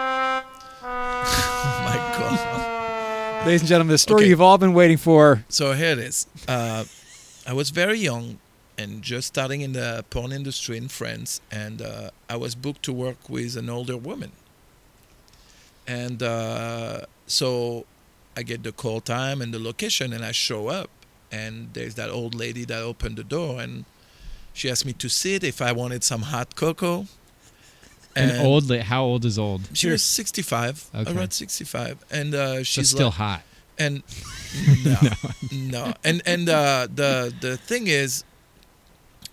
[SPEAKER 3] my god.
[SPEAKER 1] Ladies and gentlemen, the story
[SPEAKER 3] Okay.
[SPEAKER 1] you've all been waiting for.
[SPEAKER 3] So here it is. Uh, I was very young and just starting in the porn industry in France, and uh, I was booked to work with an older woman. And uh, so I get the call time and the location, and I show up, and there's that old lady that opened the door, and she asked me to sit if I wanted some hot cocoa.
[SPEAKER 4] An old. la- How old is old?
[SPEAKER 3] She was 65,
[SPEAKER 4] Okay.
[SPEAKER 3] around 65, and uh,
[SPEAKER 4] So
[SPEAKER 3] she's
[SPEAKER 4] still
[SPEAKER 3] like-
[SPEAKER 4] hot.
[SPEAKER 3] and no, no, and and uh, the the thing is,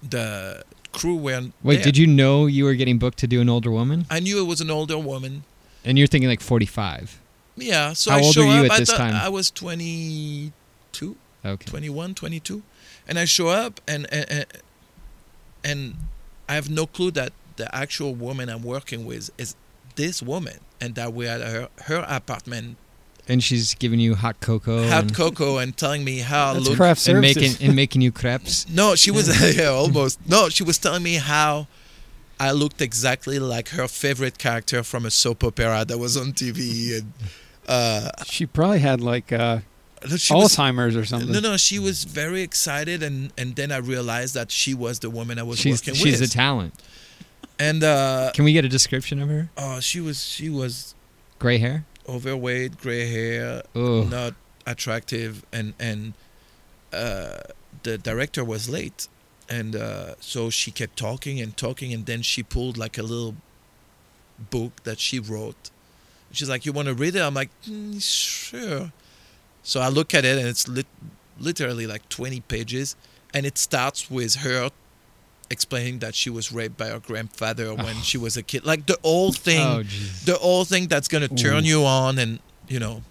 [SPEAKER 3] the crew were
[SPEAKER 4] Wait, did you know you were getting booked to do an older woman?
[SPEAKER 3] I knew it was an older woman.
[SPEAKER 4] And you're thinking like 45.
[SPEAKER 3] Yeah, so
[SPEAKER 4] How
[SPEAKER 3] I
[SPEAKER 4] old
[SPEAKER 3] show
[SPEAKER 4] were you
[SPEAKER 3] up.
[SPEAKER 4] at
[SPEAKER 3] I
[SPEAKER 4] this
[SPEAKER 3] thought
[SPEAKER 4] time?
[SPEAKER 3] I was 22,
[SPEAKER 4] Okay.
[SPEAKER 3] 21, 22, and I show up, and and and- and I have no clue that the actual woman I'm working with is this woman, and that we're at her her apartment,
[SPEAKER 4] And she's giving you hot cocoa.
[SPEAKER 3] had
[SPEAKER 4] and,
[SPEAKER 3] cocoa, and telling me how I
[SPEAKER 1] That's
[SPEAKER 3] look
[SPEAKER 1] craft
[SPEAKER 4] and
[SPEAKER 1] services.
[SPEAKER 4] making and making you crepes.
[SPEAKER 3] No, she was yeah, almost. No, she was telling me how I looked exactly like her favorite character from a soap opera that was on TV, and uh,
[SPEAKER 1] She probably had like uh,
[SPEAKER 3] no, she was-
[SPEAKER 1] Alzheimer's or something.
[SPEAKER 3] no, no, she was very excited, and and then I realized that she was the woman I was
[SPEAKER 4] She's
[SPEAKER 3] working
[SPEAKER 4] she's a
[SPEAKER 3] with.
[SPEAKER 4] talent.
[SPEAKER 3] and uh,
[SPEAKER 4] Can we get a description of her?
[SPEAKER 3] oh, she was she was
[SPEAKER 4] Gray hair.
[SPEAKER 3] overweight, gray hair,
[SPEAKER 4] Oh,
[SPEAKER 3] not attractive, and and uh, the director was late, and uh, so she kept talking and talking, and then she pulled like a little book that she wrote. She's like, "You want to read it?" I'm like, "Mm, "Sure." So I look at it, and it's lit- literally like 20 pages, and it starts with her explaining that she was raped by her grandfather when she was a kid, like the whole thing
[SPEAKER 4] oh, jeez.
[SPEAKER 3] the whole thing that's gonna turn you on and you know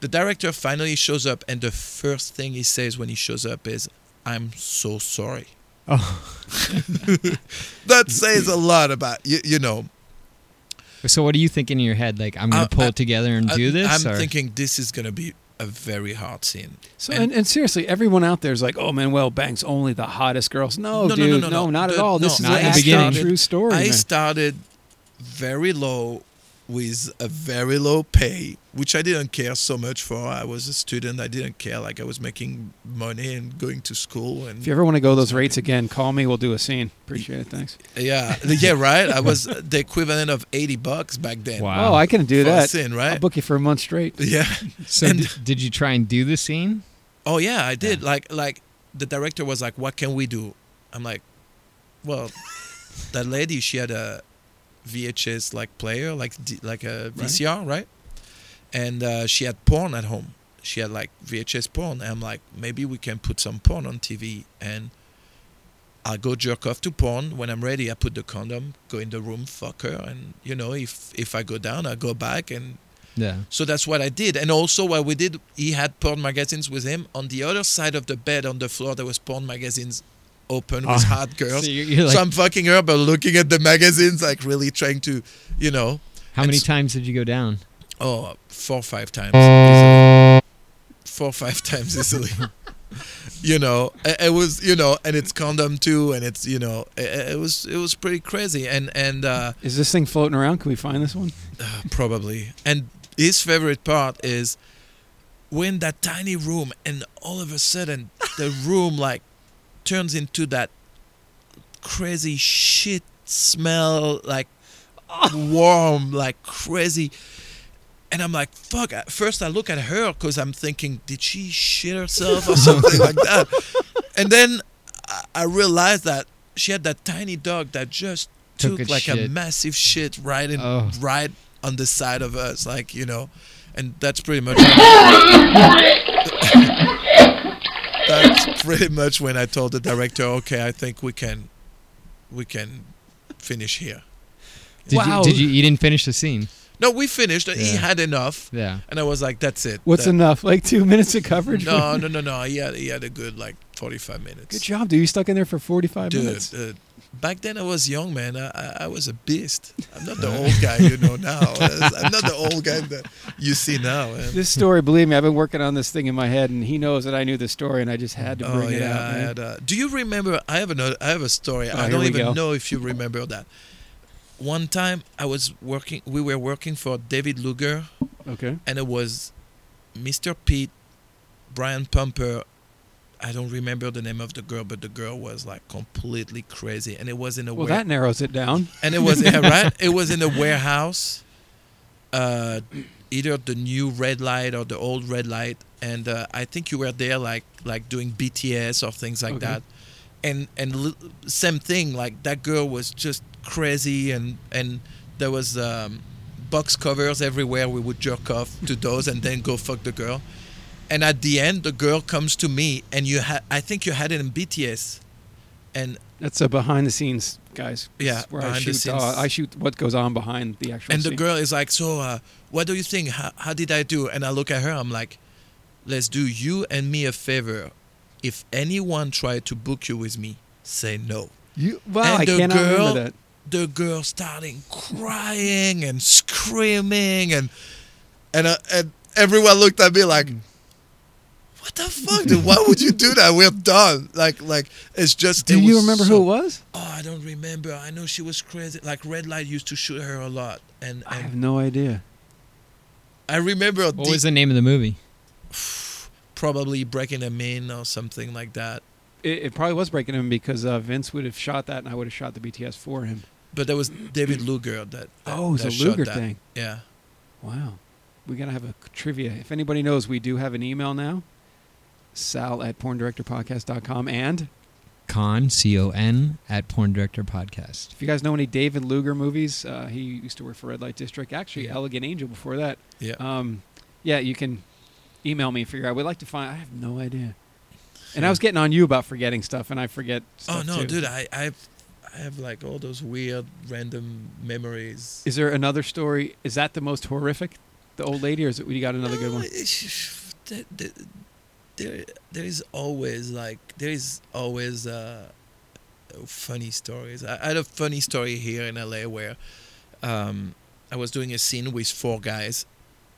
[SPEAKER 3] the director finally shows up and the first thing he says when he shows up is i'm so sorry
[SPEAKER 1] Oh.
[SPEAKER 3] that says a lot about you, you know
[SPEAKER 4] So, what do you think in your head? Like, I'm gonna
[SPEAKER 3] I-
[SPEAKER 4] pull
[SPEAKER 3] I-
[SPEAKER 4] it together and
[SPEAKER 3] I-
[SPEAKER 4] do this?
[SPEAKER 3] i'm
[SPEAKER 4] or-
[SPEAKER 3] thinking this is gonna be a very hard scene
[SPEAKER 1] So and, and seriously, everyone out there is like, "Oh, Manuel Banks only the hottest girls." No,
[SPEAKER 3] No, no,
[SPEAKER 1] dude,
[SPEAKER 3] no, no, no.
[SPEAKER 1] not at
[SPEAKER 3] The-
[SPEAKER 1] all. This
[SPEAKER 3] no,
[SPEAKER 1] is
[SPEAKER 4] not
[SPEAKER 1] an
[SPEAKER 4] at the
[SPEAKER 1] actual
[SPEAKER 4] beginning.
[SPEAKER 1] true story.
[SPEAKER 3] i
[SPEAKER 1] man.
[SPEAKER 3] started very low with a very low pay which i didn't care so much for i was a student i didn't care like i was making money and going to school and
[SPEAKER 1] if you ever want to go those rates again, call me. We'll do a scene. Appreciate it. Thanks.
[SPEAKER 3] Yeah, yeah, right. I was the equivalent of eighty bucks back then.
[SPEAKER 4] Wow.
[SPEAKER 1] Oh, I can do
[SPEAKER 3] for a
[SPEAKER 1] that.
[SPEAKER 3] scene,
[SPEAKER 1] I'll
[SPEAKER 3] right?
[SPEAKER 1] book you for a month straight.
[SPEAKER 3] Yeah.
[SPEAKER 4] so,
[SPEAKER 3] and-
[SPEAKER 4] d- did you try and do the scene?
[SPEAKER 3] Oh yeah, I did. Like like the director was like, "What can we do?" I'm like, "Well, that lady, she had a VHS like player, like D- like a VCR, right? And uh, she had porn at home. She had like VHS porn. And I'm like, maybe we can put some porn on TV and." I'll go jerk off to porn. When I'm ready, I put the condom, go in the room, fuck her, and you know, if if I go down, I go back, and
[SPEAKER 4] Yeah.
[SPEAKER 3] so that's what I did. And also, what we did, he had porn magazines with him. On the other side of the bed, on the floor, there was porn magazines open with
[SPEAKER 4] Ah.
[SPEAKER 3] hot girls.
[SPEAKER 4] So,
[SPEAKER 3] So,
[SPEAKER 4] you're, you're like,
[SPEAKER 3] I'm fucking her, but looking at the magazines, like really trying to, you know,
[SPEAKER 4] how many
[SPEAKER 3] it's-
[SPEAKER 4] times did you go down?
[SPEAKER 3] oh, four or five times. easily. Four or five times easily. you know, it, it was, you know, and it's condom too, and it's, you know, it, it was, it was pretty crazy. And and uh,
[SPEAKER 1] Is this thing floating around? Can we find this one?
[SPEAKER 3] probably. And his favorite part is we're in that tiny room, and all of a sudden, the room like turns into that crazy shit smell, like warm, like crazy. And I'm like, fuck. At first, I look at her because I'm thinking, did she shit herself or something like that? And then I- I realized that she had that tiny dog that just
[SPEAKER 4] Took
[SPEAKER 3] took,
[SPEAKER 4] a
[SPEAKER 3] like a
[SPEAKER 4] shit.
[SPEAKER 3] massive shit right in
[SPEAKER 4] Oh.
[SPEAKER 3] right on the side of us, like you know, and that's pretty much. that's pretty much when I told the director, okay, I think we can, we can finish here.
[SPEAKER 4] Did
[SPEAKER 1] Wow.
[SPEAKER 4] you did you you didn't finish the scene?
[SPEAKER 3] No, we finished. He
[SPEAKER 4] Yeah.
[SPEAKER 3] had enough,
[SPEAKER 4] Yeah.
[SPEAKER 3] and I was like, that's it.
[SPEAKER 1] What's
[SPEAKER 3] that,
[SPEAKER 1] enough? Like two minutes of coverage?
[SPEAKER 3] No, no, no, no. He had he had a good like forty five minutes.
[SPEAKER 1] Good job, dude. You stuck in there for 45
[SPEAKER 3] Dude,
[SPEAKER 1] minutes.
[SPEAKER 3] uh, back then I was young, man. I, I, I was a beast. I'm not the old guy you know now. I'm not the old guy that you see now. Man.
[SPEAKER 1] This story, believe me, I've been working on this thing in my head, and he knows that I knew the story, and I just had to bring
[SPEAKER 3] oh
[SPEAKER 1] it
[SPEAKER 3] yeah,
[SPEAKER 1] out.
[SPEAKER 3] I
[SPEAKER 1] man.
[SPEAKER 3] had a, do you remember? I have another. I have a story.
[SPEAKER 1] Oh,
[SPEAKER 3] I
[SPEAKER 1] here
[SPEAKER 3] don't
[SPEAKER 1] we
[SPEAKER 3] even
[SPEAKER 1] go.
[SPEAKER 3] know if you remember that. One time I was working. We were working for David Luger,
[SPEAKER 1] Okay.
[SPEAKER 3] and it was Mr. Pete, Brian Pumper. I don't remember the name of the girl, but the girl was like completely crazy, and it was in a
[SPEAKER 1] Well,
[SPEAKER 3] way.
[SPEAKER 1] that narrows it down.
[SPEAKER 3] and it was yeah, right. It was in the warehouse, uh, either the new red light or the old red light. And uh, I think you were there, like like doing BTS or things like
[SPEAKER 1] Okay.
[SPEAKER 3] that. And and li- same thing, like that girl was just crazy, and and there was um, box covers everywhere. We would jerk off to those, and then go fuck the girl. And at the end, the girl comes to me, and you had I think you had it in BTS, and
[SPEAKER 1] That's a behind the scenes, guys. This
[SPEAKER 3] Yeah,
[SPEAKER 1] is where I
[SPEAKER 3] behind the
[SPEAKER 1] shoot. uh,
[SPEAKER 3] scenes.
[SPEAKER 1] I shoot what goes on behind the actual.
[SPEAKER 3] and the
[SPEAKER 1] scene.
[SPEAKER 3] girl is like, "So, uh, what do you think? How, how did I do?" And I look at her. I'm like, "Let's do you and me a favor. If anyone tried to book you with me, say no."
[SPEAKER 1] You, wow,
[SPEAKER 3] and
[SPEAKER 1] I
[SPEAKER 3] the
[SPEAKER 1] cannot
[SPEAKER 3] girl-
[SPEAKER 1] remember that.
[SPEAKER 3] The girl starting crying and screaming, and and uh, and everyone looked at me like. What the fuck, dude? Why would you do that? We're done. Like, like it's just.
[SPEAKER 1] Do
[SPEAKER 3] it
[SPEAKER 1] you
[SPEAKER 3] was
[SPEAKER 1] remember
[SPEAKER 3] so-
[SPEAKER 1] who it was?
[SPEAKER 3] Oh, I don't remember. I know she was crazy. Like, red light used to shoot her a lot, and,
[SPEAKER 1] I have
[SPEAKER 3] and
[SPEAKER 1] no idea.
[SPEAKER 3] I remember.
[SPEAKER 4] What
[SPEAKER 3] the-
[SPEAKER 4] was the name of the movie?
[SPEAKER 3] probably breaking them in or something like that.
[SPEAKER 1] It, it probably was breaking him because uh, Vince would have shot that, and I would have shot the BTS for him.
[SPEAKER 3] But that was David Luger that. that
[SPEAKER 1] Mm. Oh, it's
[SPEAKER 3] that
[SPEAKER 1] a
[SPEAKER 3] shot
[SPEAKER 1] Luger
[SPEAKER 3] that.
[SPEAKER 1] thing.
[SPEAKER 3] Yeah.
[SPEAKER 1] Wow. We got to have a trivia. If anybody knows, we do have an email now sal at porndirectorpodcast.com. And
[SPEAKER 4] Con, C O N, at Porn Director Podcast.
[SPEAKER 1] if you guys know any David Luger movies, uh, he used to work for Red Light District, actually,
[SPEAKER 3] Yeah.
[SPEAKER 1] Elegant Angel before that.
[SPEAKER 3] Yeah.
[SPEAKER 1] Um, yeah, you can email me and figure out. We'd like to find. I have no idea. And I was getting on you about forgetting stuff, and I forget.
[SPEAKER 3] oh
[SPEAKER 1] Stuff
[SPEAKER 3] no,
[SPEAKER 1] too.
[SPEAKER 3] dude, I I've, I have like all those weird random memories.
[SPEAKER 1] Is there another story? Is that the most horrific? The old lady, or is it you got another good
[SPEAKER 3] No,
[SPEAKER 1] one?
[SPEAKER 3] it's- There, there- there, there is always like there is always uh, funny stories. I, I had a funny story here in LA where um, I was doing a scene with four guys.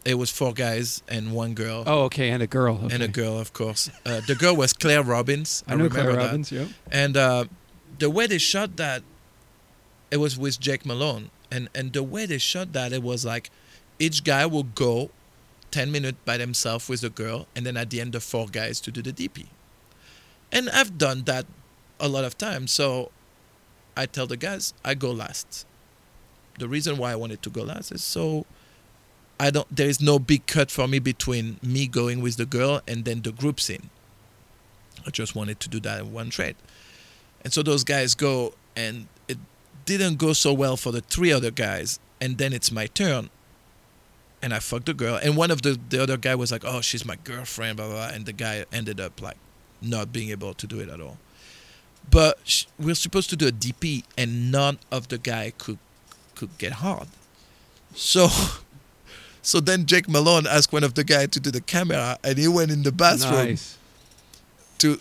[SPEAKER 3] It was four guys and one girl.
[SPEAKER 1] Oh, okay, and a girl. Okay.
[SPEAKER 3] And a girl, of course. Uh, the girl was Claire Robbins. I,
[SPEAKER 1] I know
[SPEAKER 3] remember
[SPEAKER 1] Claire
[SPEAKER 3] that.
[SPEAKER 1] Robbins. Yep.
[SPEAKER 3] And uh, the way they shot that, it was with Jake Malone. And and the way they shot that, it was like each guy will go ten minutes by themselves with the girl, and then at the end, the four guys to do the DP. And I've done that a lot of times. So I tell the guys I go last. The reason why I wanted to go last is so I don't. There is no big cut for me between me going with the girl and then the group scene. I just wanted to do that in one trade. And so those guys go, and it didn't go so well for the three other guys. And then it's my turn. And I fucked the girl. And one of the, the other guy was like, oh, she's my girlfriend, blah, blah, blah. And the guy ended up like not being able to do it at all. But sh- we're supposed to do a DP, and none of the guy could could get hard. So, so then Jake Malone asked one of the guy to do the camera, and he went in the bathroom
[SPEAKER 1] Nice.
[SPEAKER 3] to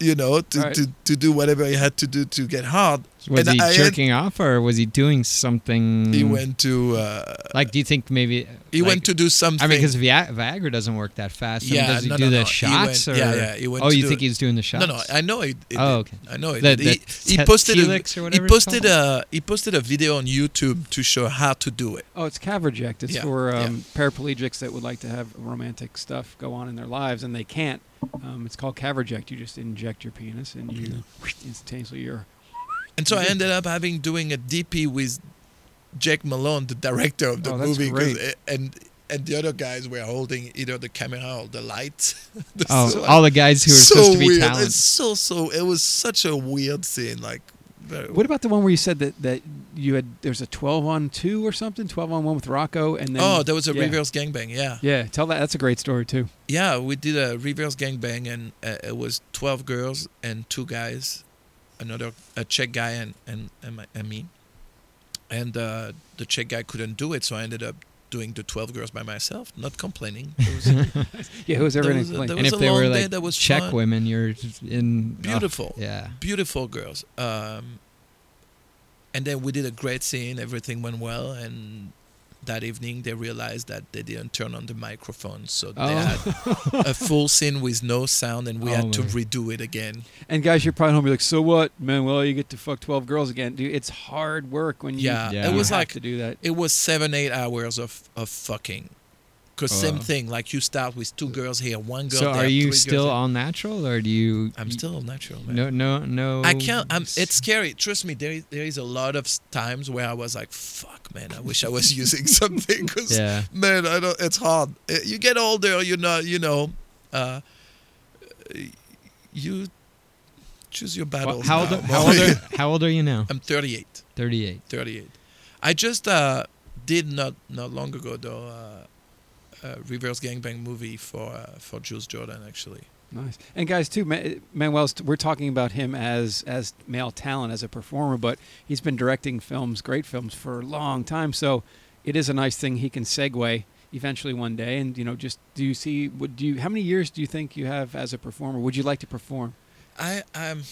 [SPEAKER 3] you know to,
[SPEAKER 1] Right.
[SPEAKER 3] to, to do whatever he had to do to get hard
[SPEAKER 4] Was
[SPEAKER 3] And
[SPEAKER 4] he
[SPEAKER 3] I had-
[SPEAKER 4] jerking off or was he doing something?
[SPEAKER 3] he went to uh,
[SPEAKER 4] Like, do you think maybe.
[SPEAKER 3] he
[SPEAKER 4] like-
[SPEAKER 3] went to do something
[SPEAKER 4] I mean, because Viagra doesn't work that fast. Yeah,
[SPEAKER 3] Yeah,
[SPEAKER 4] does he
[SPEAKER 3] no,
[SPEAKER 4] do
[SPEAKER 3] no,
[SPEAKER 4] the
[SPEAKER 3] no. He
[SPEAKER 4] shots?
[SPEAKER 3] went-
[SPEAKER 4] or,
[SPEAKER 3] yeah, yeah, he went
[SPEAKER 4] oh,
[SPEAKER 3] to
[SPEAKER 4] you
[SPEAKER 3] do
[SPEAKER 4] think
[SPEAKER 3] it.
[SPEAKER 4] he was doing the shots?
[SPEAKER 3] no no i know it, it
[SPEAKER 4] Oh, okay.
[SPEAKER 3] i know it,
[SPEAKER 4] The-
[SPEAKER 3] did. he,
[SPEAKER 4] the
[SPEAKER 3] he
[SPEAKER 4] te-
[SPEAKER 3] posted
[SPEAKER 4] Telix or
[SPEAKER 3] a, he
[SPEAKER 4] whatever it's
[SPEAKER 3] posted
[SPEAKER 4] called?
[SPEAKER 3] a he posted a video on youtube to show how to do it
[SPEAKER 1] Oh, it's Caverject. It's
[SPEAKER 3] Yeah,
[SPEAKER 1] for
[SPEAKER 3] yeah.
[SPEAKER 1] um, paraplegics that would like to have romantic stuff go on in their lives and they can't. Um, it's called Caverject. You just inject your penis and you instantaneously you're.
[SPEAKER 3] and so i
[SPEAKER 1] Mhm.
[SPEAKER 3] ended up having doing a dp with jake malone the director of the
[SPEAKER 1] Oh, that's
[SPEAKER 3] movie 'cause
[SPEAKER 1] great.
[SPEAKER 3] it- and and the other guys were holding either the camera or the light The
[SPEAKER 4] Oh,
[SPEAKER 3] sun.
[SPEAKER 4] all the guys who are supposed to be
[SPEAKER 3] weird.
[SPEAKER 4] talent.
[SPEAKER 3] It's so so. It was such a weird scene. Like, very,
[SPEAKER 1] What about the one where you said that, that you had there's a 12 on two or something, 12 on one with Rocco and then.
[SPEAKER 3] oh, there was a
[SPEAKER 1] yeah.
[SPEAKER 3] reverse gangbang. Yeah,
[SPEAKER 1] Yeah, tell that. That's a great story too.
[SPEAKER 3] yeah. We did a reverse gangbang, and uh, it was twelve girls and two guys, another a Czech guy and and and, my, and me, and uh, the Czech guy couldn't do it, so I ended up doing the twelve girls by myself, not complaining. It was
[SPEAKER 1] Yeah, who's ever
[SPEAKER 3] There
[SPEAKER 1] in
[SPEAKER 3] was a-
[SPEAKER 1] complaint?
[SPEAKER 3] there
[SPEAKER 4] and
[SPEAKER 3] was
[SPEAKER 4] if
[SPEAKER 3] a
[SPEAKER 4] they were
[SPEAKER 3] long day
[SPEAKER 4] like
[SPEAKER 3] that was
[SPEAKER 4] Czech
[SPEAKER 3] fun.
[SPEAKER 4] women, you're just in oh,
[SPEAKER 3] beautiful.
[SPEAKER 4] yeah.
[SPEAKER 3] beautiful girls. Um, and then we did a great scene. Everything went well, and that evening they realized that they didn't turn on the microphone, so they had a full scene with no sound, and we
[SPEAKER 4] Oh,
[SPEAKER 3] had to
[SPEAKER 4] Lord.
[SPEAKER 3] redo it again.
[SPEAKER 1] And guys, you're probably home. You're like, so what, man? Well, you get to fuck twelve girls again, dude. It's hard work when you.
[SPEAKER 3] Yeah,
[SPEAKER 4] Yeah.
[SPEAKER 3] it
[SPEAKER 1] you
[SPEAKER 3] was
[SPEAKER 1] have
[SPEAKER 3] like
[SPEAKER 1] to do that.
[SPEAKER 3] it was seven, eight hours of of fucking. Cause
[SPEAKER 4] Oh,
[SPEAKER 3] same
[SPEAKER 4] wow.
[SPEAKER 3] thing, like you start with two girls here, one girl.
[SPEAKER 4] So
[SPEAKER 3] there,
[SPEAKER 4] are
[SPEAKER 3] three
[SPEAKER 4] you
[SPEAKER 3] girls
[SPEAKER 4] still
[SPEAKER 3] there.
[SPEAKER 4] all natural or do you?
[SPEAKER 3] I'm still natural, man.
[SPEAKER 4] No, no, no.
[SPEAKER 3] I can't. I'm,
[SPEAKER 4] s-
[SPEAKER 3] it's scary. Trust me. There, is- there is a lot of s- times where I was like, "Fuck, man! I wish I was using something." 'cause
[SPEAKER 4] Yeah.
[SPEAKER 3] man, I don't. It's hard. Uh, You get older. You're not. You know, uh, you choose your
[SPEAKER 4] Well,
[SPEAKER 3] battles.
[SPEAKER 4] how old?
[SPEAKER 3] now,
[SPEAKER 4] How old,
[SPEAKER 3] Molly.
[SPEAKER 4] are, how old are you now?
[SPEAKER 3] I'm 38.
[SPEAKER 4] Thirty-eight.
[SPEAKER 3] 38. I just uh, did not not long ago though. Uh, a reverse gangbang movie for uh, for Jules Jordan actually.
[SPEAKER 1] Nice. And guys, too, Ma- Manuel's. We're talking about him as as male talent as a performer, but he's been directing films, great films, for a long time. So it is a nice thing he can segue eventually one day. And you know, just do you see? Would do you? How many years do you think you have as a performer? Would you like to perform?
[SPEAKER 3] I I'm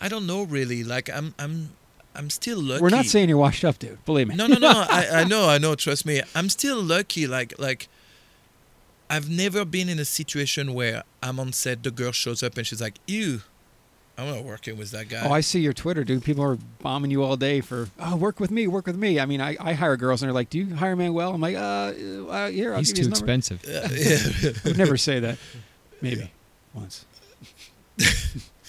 [SPEAKER 3] I don't know really. Like I'm I'm I'm still lucky.
[SPEAKER 1] We're not saying you're washed up, dude. Believe me.
[SPEAKER 3] No, no, no. I, I know, I know. Trust me. I'm still lucky. Like, like, I've never been in a situation where I'm on set, the girl shows up and she's like, "Ew, I'm not working with that guy.
[SPEAKER 1] Oh, I see your Twitter, dude. People are bombing you all day for oh, work with me, work with me. I mean, I, I hire girls and they're like, "Do you hire Manuel?" I'm like, "Uh, uh here, I'll
[SPEAKER 4] He's
[SPEAKER 1] give you
[SPEAKER 4] too
[SPEAKER 1] his number."
[SPEAKER 4] expensive.
[SPEAKER 3] Uh, Yeah, yeah.
[SPEAKER 1] I would never say that. Maybe once.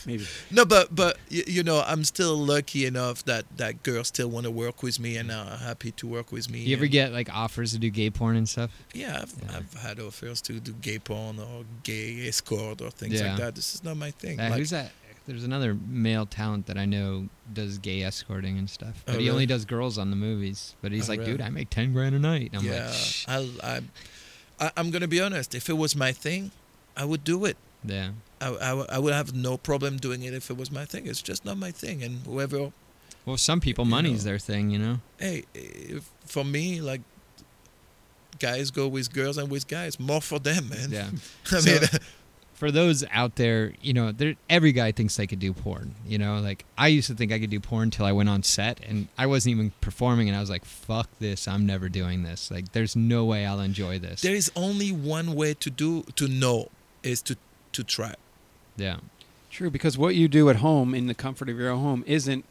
[SPEAKER 1] Maybe.
[SPEAKER 3] no, but but y- you know, I'm still lucky enough that that girls still want to work with me and are happy to work with me.
[SPEAKER 4] You ever
[SPEAKER 3] and-
[SPEAKER 4] get like offers to do gay porn and stuff?
[SPEAKER 3] Yeah, I've,
[SPEAKER 4] Yeah.
[SPEAKER 3] I've had offers to do gay porn or gay escort or things
[SPEAKER 4] Yeah.
[SPEAKER 3] like that. This is not my thing.
[SPEAKER 4] Uh,
[SPEAKER 3] Like,
[SPEAKER 4] who's that? There's another male talent that I know does gay escorting and stuff,
[SPEAKER 3] Oh,
[SPEAKER 4] but he
[SPEAKER 3] really?
[SPEAKER 4] only does girls on the movies. But he's
[SPEAKER 3] Oh,
[SPEAKER 4] like,
[SPEAKER 3] really?
[SPEAKER 4] dude, I make ten grand a night. And I'm
[SPEAKER 3] yeah,
[SPEAKER 4] like, Shh.
[SPEAKER 3] I'll, I, I, I'm gonna be honest. If it was my thing, I would do it.
[SPEAKER 4] yeah,
[SPEAKER 3] I, I, I would have no problem doing it if it was my thing. It's just not my thing. And whoever,
[SPEAKER 4] Well, some people,
[SPEAKER 3] You
[SPEAKER 4] money's
[SPEAKER 3] know.
[SPEAKER 4] their thing, you know.
[SPEAKER 3] hey, if, for me, like, guys go with girls and with guys. More for them, man.
[SPEAKER 4] Yeah.
[SPEAKER 3] I
[SPEAKER 4] So-
[SPEAKER 3] mean,
[SPEAKER 4] For those out there, you know, there every guy thinks they could do porn. You know, like I used to think I could do porn until I went on set and I wasn't even performing, and I was like, "Fuck this! I'm never doing this. Like, there's no way I'll enjoy this."
[SPEAKER 3] there is only one way to do to know is to to try.
[SPEAKER 4] yeah,
[SPEAKER 1] True, because what you do at home in the comfort of your own home isn't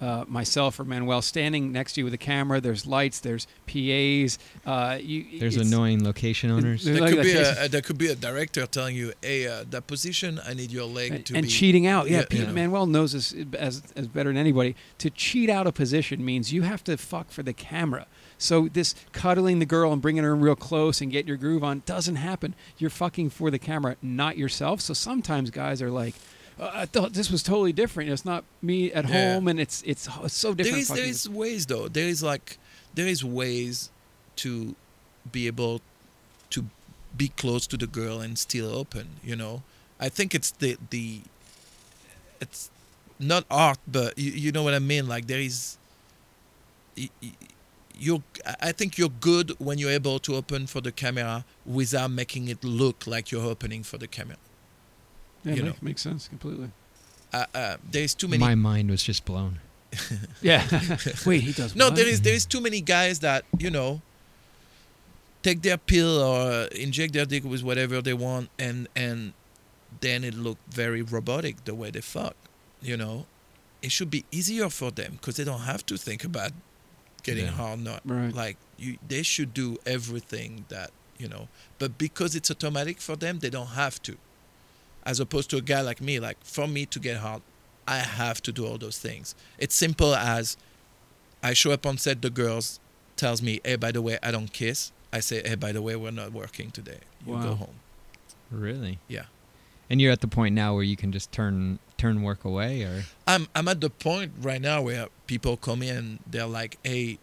[SPEAKER 1] uh, myself or Manuel standing next to you with a camera. There's lights. There's PAs. Uh, you,
[SPEAKER 4] there's
[SPEAKER 1] it's-
[SPEAKER 4] annoying location owners.
[SPEAKER 1] There's
[SPEAKER 3] There
[SPEAKER 1] like
[SPEAKER 3] could
[SPEAKER 1] that
[SPEAKER 3] be
[SPEAKER 1] case-
[SPEAKER 3] a, there could be a director telling you, "Hey, uh, that position, I need your leg
[SPEAKER 1] and,
[SPEAKER 3] to
[SPEAKER 1] and
[SPEAKER 3] be."
[SPEAKER 1] cheating out. Yeah,
[SPEAKER 3] Yeah,
[SPEAKER 1] Pete
[SPEAKER 3] yeah.
[SPEAKER 1] Manuel knows this as as better than anybody. To cheat out a position means you have to fuck for the camera. So this cuddling the girl and bringing her in real close and getting your groove on doesn't happen. You're fucking for the camera, not yourself. So sometimes guys are like. Uh, I thought this was totally different. It's not me at
[SPEAKER 3] Yeah.
[SPEAKER 1] home, and it's it's, it's so different.
[SPEAKER 3] There is there
[SPEAKER 1] fucking-
[SPEAKER 3] is ways though. There is like there is ways to be able to be close to the girl and still open. You know, I think it's the the it's not art, but you, you know what I mean. Like there is y- y- you're I I think you're good when you're able to open for the camera without making it look like you're opening for the camera.
[SPEAKER 1] Yeah,
[SPEAKER 3] you
[SPEAKER 1] make- makes sense completely.
[SPEAKER 3] Uh, uh, there's too many
[SPEAKER 4] My mind was just blown.
[SPEAKER 1] Yeah. Wait, he does.
[SPEAKER 3] No,
[SPEAKER 1] what?
[SPEAKER 3] there is there is too many guys that you know take their pill or inject their dick with whatever they want, and and then it looked very robotic the way they fuck. You know, it should be easier for them because they don't have to think about getting
[SPEAKER 4] Yeah.
[SPEAKER 3] hard. Not
[SPEAKER 1] Right.
[SPEAKER 3] like you, they should do everything that you know. But because it's automatic for them, they don't have to. As opposed to a guy like me, like for me to get hard, I have to do all those things. It's simple as I show up on set, the girls tells me, "Hey, by the way, I don't kiss." I say, "Hey, by the way, we're not working today. You
[SPEAKER 1] Wow.
[SPEAKER 3] go home."
[SPEAKER 4] Really?
[SPEAKER 3] Yeah.
[SPEAKER 4] And you're at the point now where you can just turn turn work away, or
[SPEAKER 3] I'm I'm at the point right now where people come in and they're like, "Hey,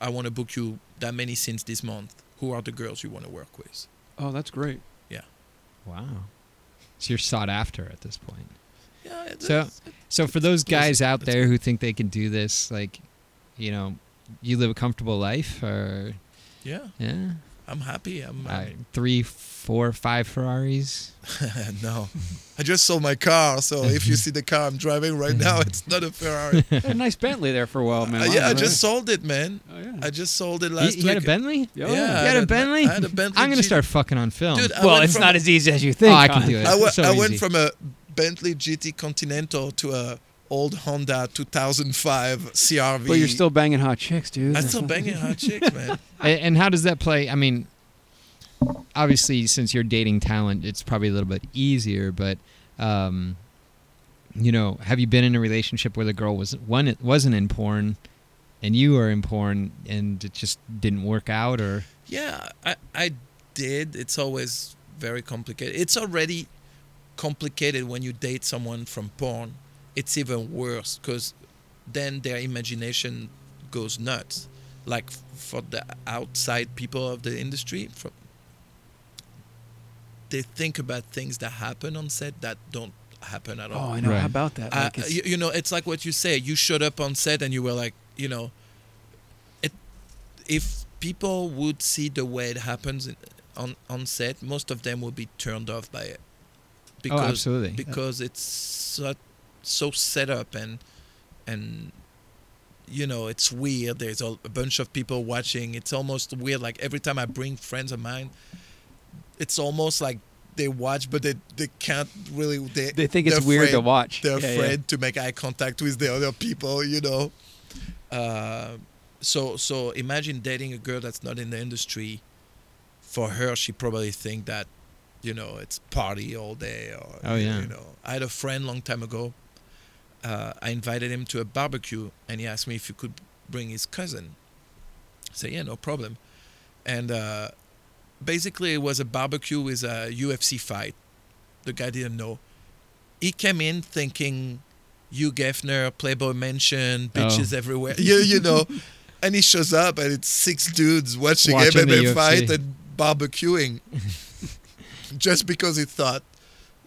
[SPEAKER 3] I want to book you that many scenes this month. Who are the girls you want to work with?"
[SPEAKER 1] Oh, that's great.
[SPEAKER 4] wow. So you're sought after at this point.
[SPEAKER 3] Yeah. It's,
[SPEAKER 4] So- So for those guys out
[SPEAKER 3] That's
[SPEAKER 4] there who think they can do this, like, you know, you live a comfortable life, or
[SPEAKER 3] yeah,
[SPEAKER 4] yeah,
[SPEAKER 3] I'm happy. I'm
[SPEAKER 4] I, three, four, five Ferraris.
[SPEAKER 3] no. I just sold my car, so if you see the car I'm driving right now, it's not a Ferrari.
[SPEAKER 1] Had a nice Bentley there for a while, man.
[SPEAKER 3] Uh, yeah, I just sold it, man.
[SPEAKER 1] Oh yeah.
[SPEAKER 3] I just sold it
[SPEAKER 4] You,
[SPEAKER 3] last
[SPEAKER 4] you had a
[SPEAKER 3] week.
[SPEAKER 4] Bentley?
[SPEAKER 1] Yeah.
[SPEAKER 3] yeah,
[SPEAKER 4] You
[SPEAKER 3] I
[SPEAKER 4] had
[SPEAKER 3] had
[SPEAKER 4] a
[SPEAKER 3] a-
[SPEAKER 4] Bentley?
[SPEAKER 3] I had a Bentley
[SPEAKER 4] I'm gonna
[SPEAKER 3] G-
[SPEAKER 4] start fucking on film.
[SPEAKER 3] Dude, I
[SPEAKER 1] well,
[SPEAKER 3] went
[SPEAKER 1] it's
[SPEAKER 3] from-
[SPEAKER 1] not as easy as you
[SPEAKER 4] oh,
[SPEAKER 1] think.
[SPEAKER 4] I can
[SPEAKER 1] Con.
[SPEAKER 4] do it.
[SPEAKER 3] I went,
[SPEAKER 4] so
[SPEAKER 3] I went
[SPEAKER 4] easy.
[SPEAKER 3] from a Bentley GT Continental to a old Honda 2005 CRV.
[SPEAKER 1] But you're still banging hot chicks, dude.
[SPEAKER 3] I'm still banging hot chicks, man.
[SPEAKER 4] A- And how does that play? I mean, obviously, since you're dating talent, it's probably a little bit easier. But, um, you know, have you been in a relationship where the girl was one wasn't in porn, and you are in porn, and it just didn't work out? Or
[SPEAKER 3] Yeah, I, I did. It's always very complicated. It's already complicated when you date someone from porn. It's even worse because then their imagination goes nuts. Like f- for the outside people of the industry, from, they think about things that happen on set that don't happen at all.
[SPEAKER 1] Oh, I know.
[SPEAKER 4] Right.
[SPEAKER 1] How about that?
[SPEAKER 3] Uh,
[SPEAKER 1] Like, it's-
[SPEAKER 3] you, you know, it's like what you say. You showed up on set and you were like, you know, it, if people would see the way it happens in- on on set, most of them would be turned off by it
[SPEAKER 4] oh, absolutely.
[SPEAKER 3] because it's so, so set up and and you know it's weird there's a, a bunch of people watching it's almost weird like every time i bring friends of mine it's almost like they watch, but they they can't really. They
[SPEAKER 1] They think it's
[SPEAKER 3] they're
[SPEAKER 1] weird to
[SPEAKER 3] afraid-
[SPEAKER 1] watch.
[SPEAKER 3] They're
[SPEAKER 1] Yeah, yeah.
[SPEAKER 3] afraid to make eye contact with the other people, you know. Uh, so so imagine dating a girl that's not in the industry. For her, she probably think that, you know, it's party all day or
[SPEAKER 4] Oh, yeah.
[SPEAKER 3] you know. I had a friend long time ago. Uh, I invited him to a barbecue, and he asked me if he could bring his cousin. I said, yeah, no problem. And uh, basically, it was a barbecue with a UFC fight. The guy didn't know. He came in thinking Hugh Geffner, Playboy Mansion,
[SPEAKER 4] Oh.
[SPEAKER 3] bitches everywhere. You, you know. and he shows up, and it's six dudes watching,
[SPEAKER 4] Watching the
[SPEAKER 3] MMA
[SPEAKER 4] UFC.
[SPEAKER 3] fight and barbecuing just because he thought.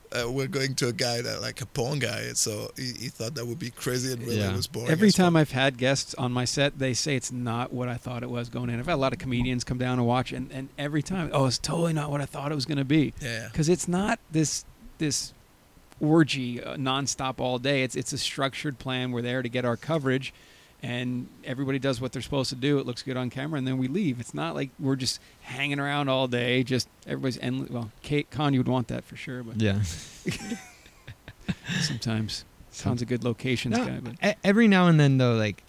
[SPEAKER 3] Uh, we're going to a guy that like a porn guy, so he, he thought that would be crazy and really
[SPEAKER 4] Yeah.
[SPEAKER 3] was boring.
[SPEAKER 1] Every
[SPEAKER 3] as fuck.
[SPEAKER 1] time I've had guests on my set, they say it's not what I thought it was going in. I've had a lot of comedians come down and watch, and, and every time, oh, it's totally not what I thought it was going to be.
[SPEAKER 3] yeah,
[SPEAKER 1] Because it's not this this orgy uh, nonstop all day. It's it's a structured plan. We're there to get our coverage, and everybody does what they're supposed to do. It looks good on camera, and then we leave. It's not like we're just hanging around all day. Just everybody's endless. Well, Kate Con, you would want that for sure, but
[SPEAKER 4] Yeah.
[SPEAKER 1] sometimes. Sounds a good locations
[SPEAKER 4] No,
[SPEAKER 1] guy, but
[SPEAKER 4] e- every now and then though, like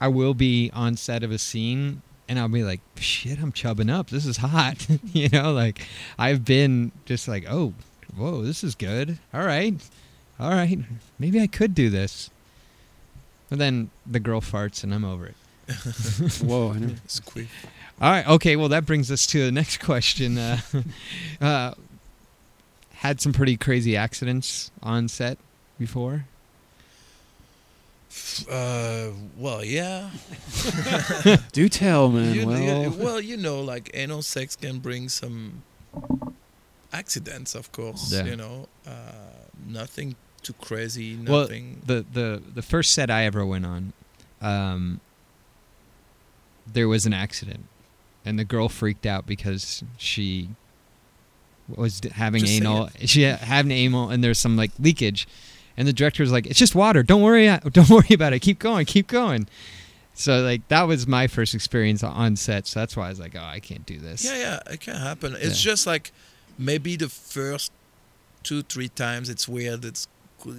[SPEAKER 4] I will be on set of a scene and I'll be like, shit, I'm chubbing up. This is hot. you know, like I've been just like, oh, whoa, this is good. All right. All right. Maybe I could do this. But then the girl farts and I'm over it.
[SPEAKER 1] whoa, I never,
[SPEAKER 3] it's quick.
[SPEAKER 4] All right. Okay. Well, that brings us to the next question. Uh, uh, had some pretty crazy accidents on set before.
[SPEAKER 3] Uh, well, yeah.
[SPEAKER 1] do tell, man.
[SPEAKER 3] You,
[SPEAKER 1] well,
[SPEAKER 3] you- well, you know, like anal sex can bring some accidents, of course.
[SPEAKER 4] Yeah.
[SPEAKER 3] You know, uh, nothing too crazy.
[SPEAKER 4] Well,
[SPEAKER 3] Nothing.
[SPEAKER 4] the the the first set I ever went on, um, there was an accident, and the girl freaked out because she was d- having
[SPEAKER 3] Just say
[SPEAKER 4] anal. She had having anal, and there's some like leakage, and the director was like, "It's just water. Don't worry. uh, Don't worry about it. Keep going. Keep going." So like that was my first experience on set. So that's why I was like, "Oh, I can't do this."
[SPEAKER 3] yeah, yeah, it can happen. It's
[SPEAKER 4] Yeah.
[SPEAKER 3] just like maybe the first two, three times it's weird. It's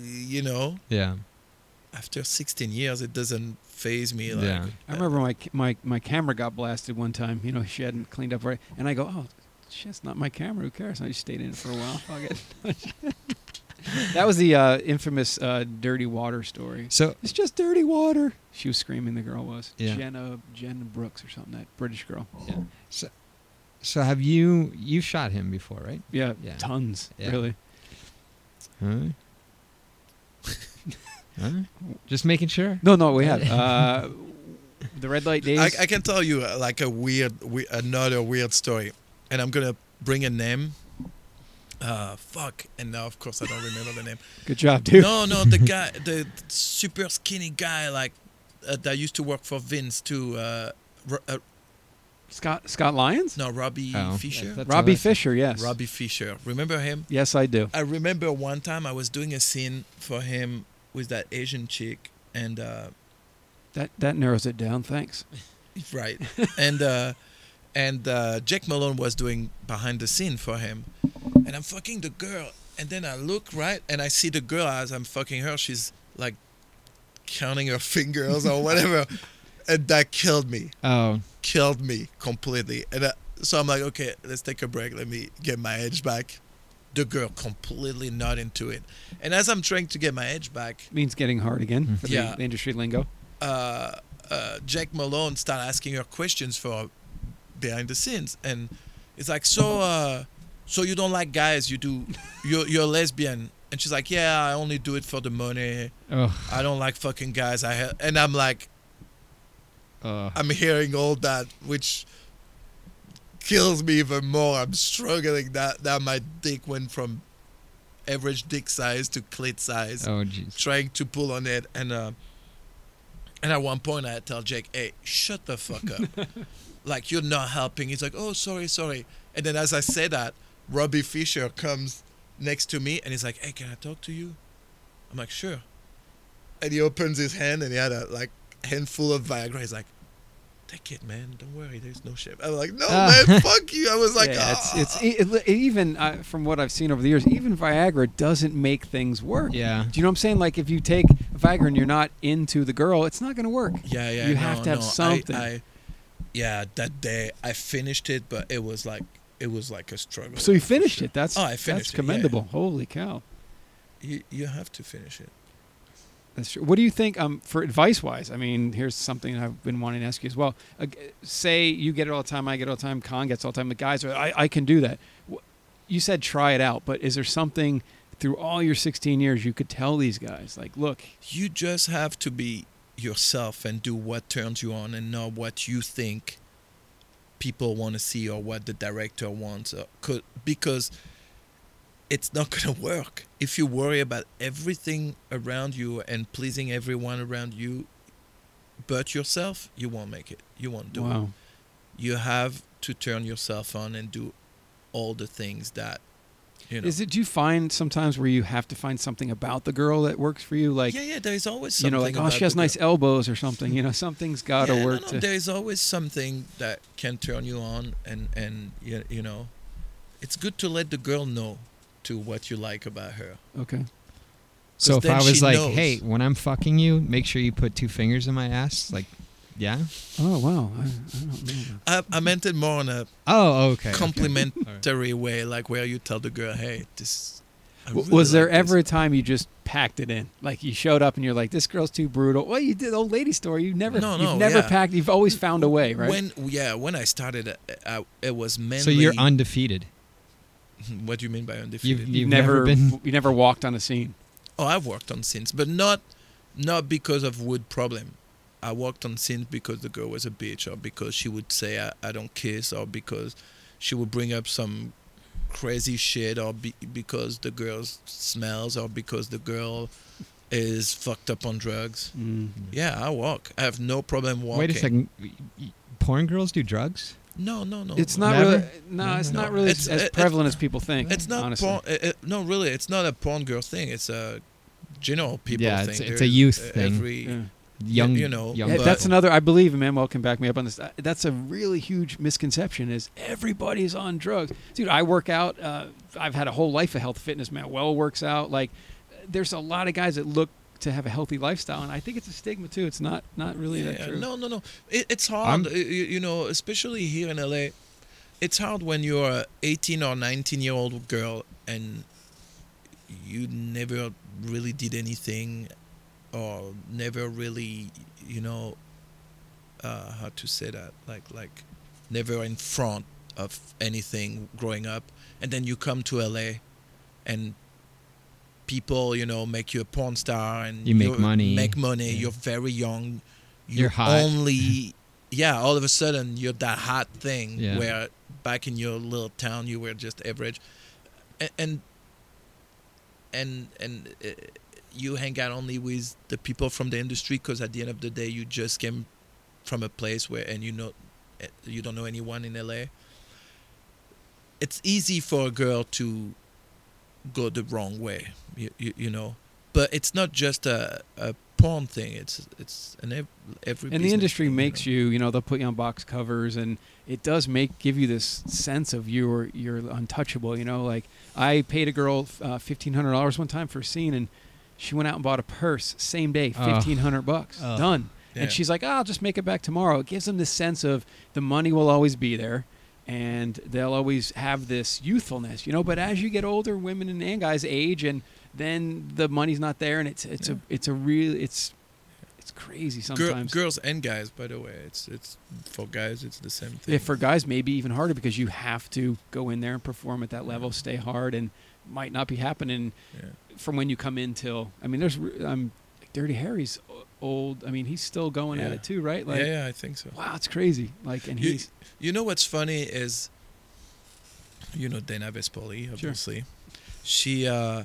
[SPEAKER 3] you know,
[SPEAKER 4] Yeah.
[SPEAKER 3] after 16 years, it doesn't phase me. Like,
[SPEAKER 4] Yeah.
[SPEAKER 1] I remember my my my camera got blasted one time. You know, she hadn't cleaned up right, and I go, "Oh, shit, it's not my camera. Who cares?" And I just stayed in it for a while. Fuck it. that was the uh, infamous uh, dirty water story.
[SPEAKER 4] So
[SPEAKER 1] It's just dirty water. She was screaming. The girl was
[SPEAKER 4] Yeah. Oh,
[SPEAKER 1] Jenna Jenna Brooks or something. That British girl.
[SPEAKER 4] so have you you shot him before, right?
[SPEAKER 1] Yeah,
[SPEAKER 4] Yeah.
[SPEAKER 1] tons.
[SPEAKER 4] Yeah.
[SPEAKER 1] Really.
[SPEAKER 4] Huh? Huh? Just making sure.
[SPEAKER 1] No, no, we had uh, the red light days.
[SPEAKER 3] I, I can tell you uh, like a weird, we, another weird story, and I'm gonna bring a name. Uh, fuck, and now of course I don't remember the name.
[SPEAKER 1] Good job, dude.
[SPEAKER 3] No, no, the guy, the super skinny guy, like uh, that used to work for Vince too. Uh, Ro- uh,
[SPEAKER 1] Scott Scott Lyons.
[SPEAKER 3] no, Robbie
[SPEAKER 4] Oh.
[SPEAKER 3] Fisher.
[SPEAKER 4] That's
[SPEAKER 1] Robbie
[SPEAKER 4] all I-
[SPEAKER 1] Fisher. Yes.
[SPEAKER 3] Robbie Fisher. Remember him?
[SPEAKER 1] Yes, I do.
[SPEAKER 3] I remember one time I was doing a scene for him with that Asian chick, and uh,
[SPEAKER 1] That that narrows it down. Thanks.
[SPEAKER 3] right, and uh, and uh, Jack Malone was doing behind the scene for him, and I'm fucking the girl, and then I look right, and I see the girl as I'm fucking her. She's like counting her fingers or whatever, and that killed me.
[SPEAKER 4] Oh,
[SPEAKER 3] killed me completely. And uh, so I'm like, okay, let's take a break. Let me get my edge back. The girl completely not into it. And as I'm trying to get my edge back,
[SPEAKER 1] means getting hard again for the
[SPEAKER 3] Yeah.
[SPEAKER 1] industry lingo.
[SPEAKER 3] uh, uh, Jack Malone start asking her questions for behind the scenes, and it's like, so, uh, so you don't like guys? You do? You're you're a lesbian? And she's like, yeah, I only do it for the money.
[SPEAKER 4] oh,
[SPEAKER 3] I don't like fucking guys. I ha-. and I'm like,
[SPEAKER 4] oh.
[SPEAKER 3] I'm hearing all that, which kills me even more. I'm struggling that that my dick went from average dick size to clit size,
[SPEAKER 4] Oh, jeez.
[SPEAKER 3] trying to pull on it, and uh, and at one point I tell Jake, "Hey, shut the fuck up! like you're not helping." He's like, "Oh, sorry, sorry." And then as I say that, Robbie Fisher comes next to me and he's like, "Hey, can I talk to you?" I'm like, "Sure." And he opens his hand and he had a like handful of Viagra. He's like, take it, man. Don't worry. There's no shit. I was like, no,
[SPEAKER 1] Ah.
[SPEAKER 3] man, fuck you. I was like,
[SPEAKER 1] yeah, it's,
[SPEAKER 3] "Ah."
[SPEAKER 1] it's e, it, it, even uh, from what I've seen over the years, even Viagra doesn't make things work.
[SPEAKER 4] Yeah.
[SPEAKER 1] Do you know what I'm saying? Like if you take Viagra and you're not into the girl, it's not going to work.
[SPEAKER 3] yeah, yeah.
[SPEAKER 1] you
[SPEAKER 3] no,
[SPEAKER 1] have to have
[SPEAKER 3] no, I-
[SPEAKER 1] something.
[SPEAKER 3] I- yeah, that day I finished it, but it was like it was like a struggle.
[SPEAKER 1] So you
[SPEAKER 3] for
[SPEAKER 1] finished
[SPEAKER 3] sure.
[SPEAKER 1] it. That's
[SPEAKER 3] Oh, I
[SPEAKER 1] that's
[SPEAKER 3] finished it, yeah.
[SPEAKER 1] commendable. Holy cow.
[SPEAKER 3] You, you have to finish it.
[SPEAKER 1] That's true. What do you think um, for advice wise? I mean, here's something I've been wanting to ask you as well. Uh, g- say you get it all the time, I get it all the time, Khan gets it all the time. The guys are, I, I can do that. Wh- You said try it out, but is there something through all your 16 years you could tell these guys? Like, look,
[SPEAKER 3] you just have to be yourself and do what turns you on and not what you think people want to see or what the director wants or could, because it's not going to work if you worry about everything around you and pleasing everyone around you but yourself you won't make it you won't do it
[SPEAKER 1] wow.
[SPEAKER 3] you have to turn yourself on and do all the things that you know
[SPEAKER 1] Is it, do you find sometimes where you have to find something about the girl that works for you? Like,
[SPEAKER 3] yeah yeah there's always
[SPEAKER 1] you
[SPEAKER 3] something
[SPEAKER 1] know, like, oh,
[SPEAKER 3] about
[SPEAKER 1] she has
[SPEAKER 3] the girl.
[SPEAKER 1] nice elbows or something. You know, something's got
[SPEAKER 3] Yeah,
[SPEAKER 1] to
[SPEAKER 3] no,
[SPEAKER 1] work
[SPEAKER 3] no,
[SPEAKER 1] to.
[SPEAKER 3] There's always something that can turn you on, and and you, you know, it's good to let the girl know to what you like about her.
[SPEAKER 1] Okay.
[SPEAKER 4] So if
[SPEAKER 3] then
[SPEAKER 4] I was
[SPEAKER 3] she
[SPEAKER 4] like,
[SPEAKER 3] knows.
[SPEAKER 4] hey, when I'm fucking you, make sure you put two fingers in my ass. Like, yeah.
[SPEAKER 1] Oh, wow. I, I don't know. that.
[SPEAKER 3] I, I meant it more in a
[SPEAKER 4] Oh, okay. okay.
[SPEAKER 3] complimentary way, like where you tell the girl, "Hey, this." I
[SPEAKER 1] W-
[SPEAKER 3] really
[SPEAKER 1] was there
[SPEAKER 3] like this."
[SPEAKER 1] ever a time you just packed it in? Like you showed up and you're like, "This girl's too brutal." Well, you did old lady story. You never,
[SPEAKER 3] No,
[SPEAKER 1] you've
[SPEAKER 3] no,
[SPEAKER 1] never
[SPEAKER 3] yeah.
[SPEAKER 1] packed. You've always found a way, right?
[SPEAKER 3] When yeah, when I started, uh, I, it was mainly.
[SPEAKER 4] So you're undefeated.
[SPEAKER 3] What do you mean by undefeated?
[SPEAKER 4] You've never been-
[SPEAKER 1] you never walked on a scene.
[SPEAKER 3] oh, I've worked on scenes, but not not because of wood problem. I worked on scenes because the girl was a bitch, or because she would say I, I don't kiss, or because she would bring up some crazy shit, or be, because the girl smells, or because the girl is fucked up on drugs. Yeah, I walk. I have no problem walking.
[SPEAKER 4] Wait a second. Porn girls do drugs?
[SPEAKER 3] No, no, no.
[SPEAKER 1] It's
[SPEAKER 3] no.
[SPEAKER 1] not
[SPEAKER 4] Never?
[SPEAKER 1] really. No, it's
[SPEAKER 4] No.
[SPEAKER 1] not really
[SPEAKER 3] It's-
[SPEAKER 1] as
[SPEAKER 3] it-
[SPEAKER 1] prevalent as people think.
[SPEAKER 3] It's not
[SPEAKER 1] honestly.
[SPEAKER 3] porn. It, it- no, really, it's not a porn girl thing. It's a general people
[SPEAKER 4] Yeah,
[SPEAKER 3] thing.
[SPEAKER 4] it's- it's a
[SPEAKER 3] There's,
[SPEAKER 4] youth
[SPEAKER 3] uh,
[SPEAKER 4] thing.
[SPEAKER 3] every-
[SPEAKER 1] Yeah.
[SPEAKER 4] Young,
[SPEAKER 3] you know,
[SPEAKER 4] young
[SPEAKER 1] Yeah,
[SPEAKER 3] but-
[SPEAKER 1] that's another. I believe Manuel can back me up on this. Uh, That's a really huge misconception. Is everybody's on drugs, dude? I work out. Uh, I've had a whole life of health fitness. Manuel works out. Like, there's a lot of guys that look to have a healthy lifestyle, and I think it's a stigma too. It's not not really that
[SPEAKER 3] Yeah,
[SPEAKER 1] true.
[SPEAKER 3] No, no, no. It, it's hard,
[SPEAKER 4] I'm-
[SPEAKER 3] uh, you, you know, especially here in LA. It's hard when you're a 18 or 19 year old girl and you never really did anything or never really, you know, uh, how to say that? Like, like, never in front of anything growing up. And then you come to LA and people, you know, make you a porn star and
[SPEAKER 4] You make
[SPEAKER 3] you're-
[SPEAKER 4] money.
[SPEAKER 3] Make money.
[SPEAKER 4] Yeah.
[SPEAKER 3] You're very young you
[SPEAKER 4] You're hot.
[SPEAKER 3] only yeah all of a sudden you're that hot thing
[SPEAKER 4] Yeah.
[SPEAKER 3] where back in your little town you were just average A- and and and uh, you hang out only with the people from the industry because at the end of the day you just came from a place where and you know eh, you don't know anyone in LA it's easy for a girl to go the wrong way you, you, you know but it's not just a, a porn thing it's it's an ev- every
[SPEAKER 1] and the
[SPEAKER 3] business
[SPEAKER 1] industry
[SPEAKER 3] thing, you
[SPEAKER 1] makes
[SPEAKER 3] know.
[SPEAKER 1] you, you know, they'll put you on box covers, and it does make give you this sense of you're you're untouchable. You know, like I paid a girl uh, fifteen hundred dollars one time for a scene, and she went out and bought a purse same day,
[SPEAKER 4] Ugh.
[SPEAKER 1] fifteen hundred bucks,
[SPEAKER 4] Ugh.
[SPEAKER 1] done.
[SPEAKER 3] Yeah.
[SPEAKER 1] And she's like, oh, "I'll just make it back tomorrow." It gives them this sense of the money will always be there, and they'll always have this youthfulness, you know. But as you get older, women and, and guys age, and then the money's not there, and it's it's
[SPEAKER 3] Yeah.
[SPEAKER 1] a it's a real it's it's crazy
[SPEAKER 3] Girl-
[SPEAKER 1] sometimes.
[SPEAKER 3] girls and guys by the way it's it's for guys it's the same thing
[SPEAKER 1] Yeah, for guys, maybe even harder because you have to go in there and perform at that level, stay hard, and might not be happening
[SPEAKER 3] yeah.
[SPEAKER 1] from when you come in till. I mean, there's re- um, Dirty Harry's o- old. I mean, he's still going at
[SPEAKER 3] Yeah.
[SPEAKER 1] it too, right? Like,
[SPEAKER 3] yeah yeah i think so
[SPEAKER 1] wow, it's crazy. Like, and
[SPEAKER 3] You-
[SPEAKER 1] he's
[SPEAKER 3] You know what's funny is, you know Dana Vespoli, obviously. She uh,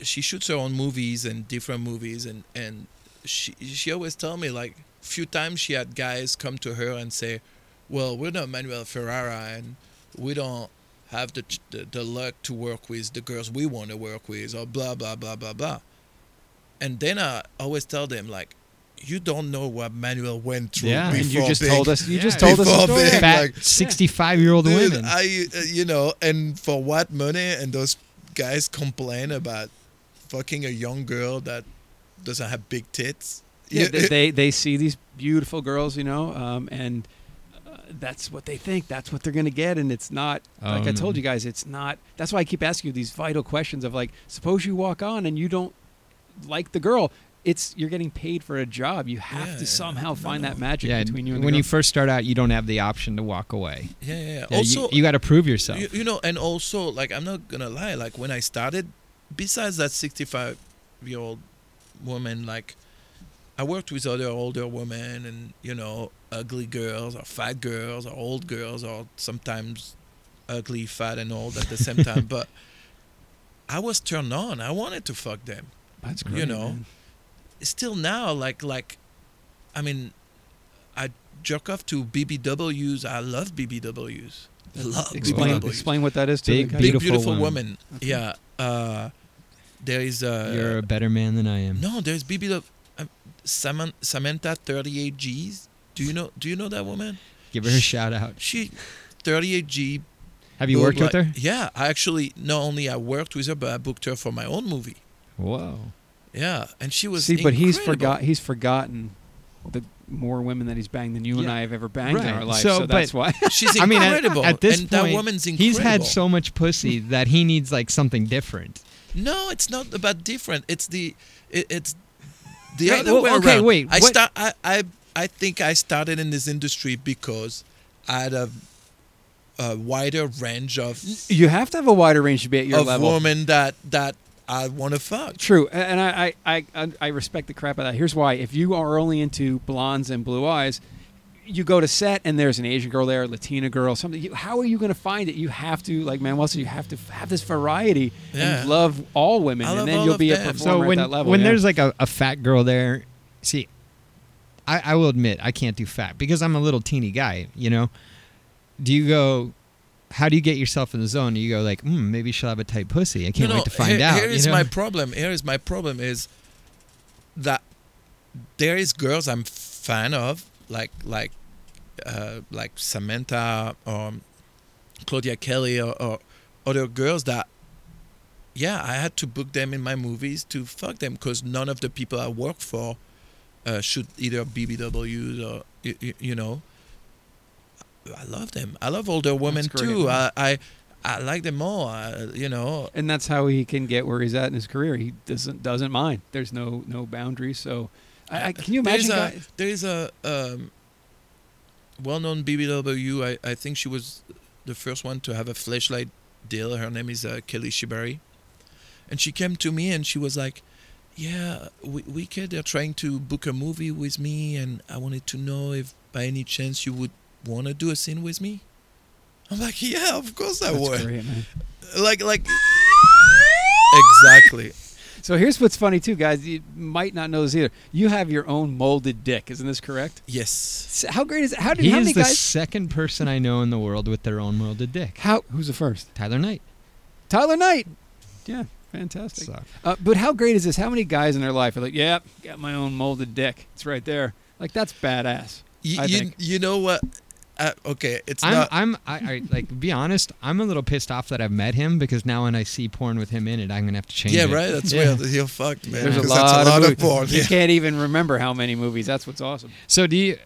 [SPEAKER 3] she shoots her own movies and different movies, and and she she always tell me like few times she had guys come to her and say, "Well, we're not Manuel Ferrara, and we don't." Have the, ch- the the luck to work with the girls we want to work with, or blah blah blah blah blah. And Dana always tell them like, you don't know what Manuel went through.
[SPEAKER 4] Yeah,
[SPEAKER 1] and you
[SPEAKER 3] before
[SPEAKER 1] just
[SPEAKER 3] Big.
[SPEAKER 1] told us. You
[SPEAKER 4] Yeah.
[SPEAKER 1] just told us a
[SPEAKER 3] Before
[SPEAKER 1] story.
[SPEAKER 3] Big.
[SPEAKER 4] Fat
[SPEAKER 3] like-
[SPEAKER 4] 65 year old
[SPEAKER 3] Dude,
[SPEAKER 4] women.
[SPEAKER 3] I, uh, you know, and for what money? And those guys complain about fucking a young girl that doesn't have big tits.
[SPEAKER 1] Yeah,
[SPEAKER 3] You-
[SPEAKER 1] they, they they see these beautiful girls, you know, um, and uh, that's what they think. That's what they're gonna get, and it's not like I
[SPEAKER 4] Um,
[SPEAKER 1] told you guys. It's not. That's why I keep asking you these vital questions of like, suppose you walk on and you don't like the girl. It's you're getting paid for a job. You have
[SPEAKER 3] Yeah,
[SPEAKER 1] to somehow find that magic
[SPEAKER 4] yeah,
[SPEAKER 1] between you and the
[SPEAKER 4] when you
[SPEAKER 1] girl.
[SPEAKER 4] first start out, you don't have the option to walk away.
[SPEAKER 3] yeah, yeah, yeah.
[SPEAKER 4] Yeah,
[SPEAKER 3] Also,
[SPEAKER 4] you, you got to prove yourself.
[SPEAKER 3] you, you know and also like i'm not gonna lie like when i started besides that 65 year old woman like i worked with other older women and you know ugly girls or fat girls or old girls or sometimes ugly fat and old at the same time but i was turned on i wanted to fuck them
[SPEAKER 1] that's
[SPEAKER 3] you know, still now like like i mean i jerk off to bbws i love bbws love
[SPEAKER 1] Explain
[SPEAKER 3] BBWs
[SPEAKER 1] explain what that is to
[SPEAKER 4] Big
[SPEAKER 1] the guy.
[SPEAKER 4] beat
[SPEAKER 3] big
[SPEAKER 4] Beautiful
[SPEAKER 3] beautiful
[SPEAKER 4] woman.
[SPEAKER 3] woman. Yeah. Uh, there is uh,
[SPEAKER 4] You're a better man than I am.
[SPEAKER 3] no. There's BB the um, Saman, Samantha 38 G's. Do you know? Do you know that woman?
[SPEAKER 4] Give her a shout out.
[SPEAKER 3] She 38 G.
[SPEAKER 4] Have you worked with her?
[SPEAKER 3] Yeah. I actually not only I worked with her, but I booked her for my own movie.
[SPEAKER 4] Whoa.
[SPEAKER 3] Yeah, and she was.
[SPEAKER 1] See, but he's
[SPEAKER 3] incredible.
[SPEAKER 1] forgot. He's forgotten the more women that he's banged than you and
[SPEAKER 4] Yeah.
[SPEAKER 1] I have ever banged in
[SPEAKER 4] Right.
[SPEAKER 1] our life. So,
[SPEAKER 4] So,
[SPEAKER 1] that's
[SPEAKER 4] but-
[SPEAKER 1] why.
[SPEAKER 3] She's
[SPEAKER 4] I mean, at-
[SPEAKER 3] incredible.
[SPEAKER 4] at, this
[SPEAKER 3] and
[SPEAKER 4] point,
[SPEAKER 3] that woman's incredible.
[SPEAKER 4] he's had so much pussy that he needs like something different.
[SPEAKER 3] No, it's not about different. It's the it, it's the
[SPEAKER 4] Right,
[SPEAKER 3] other
[SPEAKER 4] well,
[SPEAKER 3] way
[SPEAKER 4] okay,
[SPEAKER 3] around.
[SPEAKER 4] wait,
[SPEAKER 3] I
[SPEAKER 4] what-
[SPEAKER 3] start. I, I I think I started in this industry because I had a, a wider range of
[SPEAKER 1] You have to have a wider range to be at your
[SPEAKER 3] of
[SPEAKER 1] level.
[SPEAKER 3] women that that I want to fuck.
[SPEAKER 1] True, a- and I, I, I, I respect the crap out of that. Here's why: if you are only into blondes and blue eyes, you go to set and there's an Asian girl there, a Latina girl, something. You, how are you going to find it? You have to, like Manuel said, you have to f- have this variety
[SPEAKER 3] Yeah.
[SPEAKER 1] and love all women,
[SPEAKER 3] I
[SPEAKER 1] and
[SPEAKER 3] love
[SPEAKER 1] then
[SPEAKER 3] all
[SPEAKER 1] you'll
[SPEAKER 3] of
[SPEAKER 1] be a
[SPEAKER 3] them.
[SPEAKER 1] performer
[SPEAKER 3] So
[SPEAKER 4] So when
[SPEAKER 1] at that level.
[SPEAKER 4] when
[SPEAKER 1] yeah.
[SPEAKER 4] there's like a, a fat girl there, see, I, I will admit I can't do fat because I'm a little teeny guy. You know, do you go? How do you get yourself in the zone? You go like, hmm, maybe she'll have a tight pussy. I can't
[SPEAKER 3] No, no,
[SPEAKER 4] wait to find
[SPEAKER 3] here-
[SPEAKER 4] out.
[SPEAKER 3] Here
[SPEAKER 4] you
[SPEAKER 3] is
[SPEAKER 4] know?
[SPEAKER 3] my problem. Here is my problem is that there is girls I'm fan of, like like uh, like Samantha or Claudia Kelly or, or other girls that yeah I had to book them in my movies to fuck them because none of the people I work for uh, should either BBWs or you, you, you know. I love them. I love older women
[SPEAKER 1] great.
[SPEAKER 3] too. I, I I like them all. I, you know,
[SPEAKER 1] and that's how he can get where he's at in his career. He doesn't doesn't mind. There's no no boundaries. So, I, I, can you imagine?
[SPEAKER 3] There's
[SPEAKER 1] guy-
[SPEAKER 3] a, there is a um, well-known BBW. I, I think she was the first one to have a flashlight deal. Her name is uh, Kelly Shibari, and she came to me and she was like, "Yeah, we Wicked are trying to book a movie with me, and I wanted to know if by any chance you would want to do a scene with me." I'm like, "Yeah, of course I
[SPEAKER 1] that's
[SPEAKER 3] would."
[SPEAKER 1] great, man.
[SPEAKER 3] Like, like. Exactly.
[SPEAKER 1] So here's what's funny too, guys. You might not know this either. You have your own molded dick, isn't this correct?
[SPEAKER 3] Yes.
[SPEAKER 1] S- How great is how did
[SPEAKER 4] He
[SPEAKER 1] how
[SPEAKER 4] is
[SPEAKER 1] many
[SPEAKER 4] the
[SPEAKER 1] guys?
[SPEAKER 4] second person I know in the world with their own molded dick.
[SPEAKER 1] how who's the first?
[SPEAKER 4] Tyler Knight.
[SPEAKER 1] Tyler Knight. Yeah, fantastic.
[SPEAKER 4] So,
[SPEAKER 1] Uh, but how great is this? How many guys in their life are like, "Yep, got my own molded dick. It's right there." Like that's badass.
[SPEAKER 3] You,
[SPEAKER 1] I
[SPEAKER 3] you,
[SPEAKER 1] think.
[SPEAKER 3] you know what? Uh, okay, it's
[SPEAKER 4] I'm,
[SPEAKER 3] not.
[SPEAKER 4] I'm, I, I like, be honest. I'm a little pissed off that I've met him because now when I see porn with him in it, I'm gonna have to change
[SPEAKER 3] Yeah,
[SPEAKER 4] it.
[SPEAKER 3] right. That's
[SPEAKER 4] Yeah.
[SPEAKER 3] weird. You're fucked, man.
[SPEAKER 1] There's a
[SPEAKER 3] 'cause
[SPEAKER 1] lot,
[SPEAKER 3] that's a
[SPEAKER 1] of,
[SPEAKER 3] lot of,
[SPEAKER 1] movies.
[SPEAKER 3] porn.
[SPEAKER 1] You
[SPEAKER 3] Yeah.
[SPEAKER 1] can't even remember how many movies. That's what's awesome.
[SPEAKER 4] So do you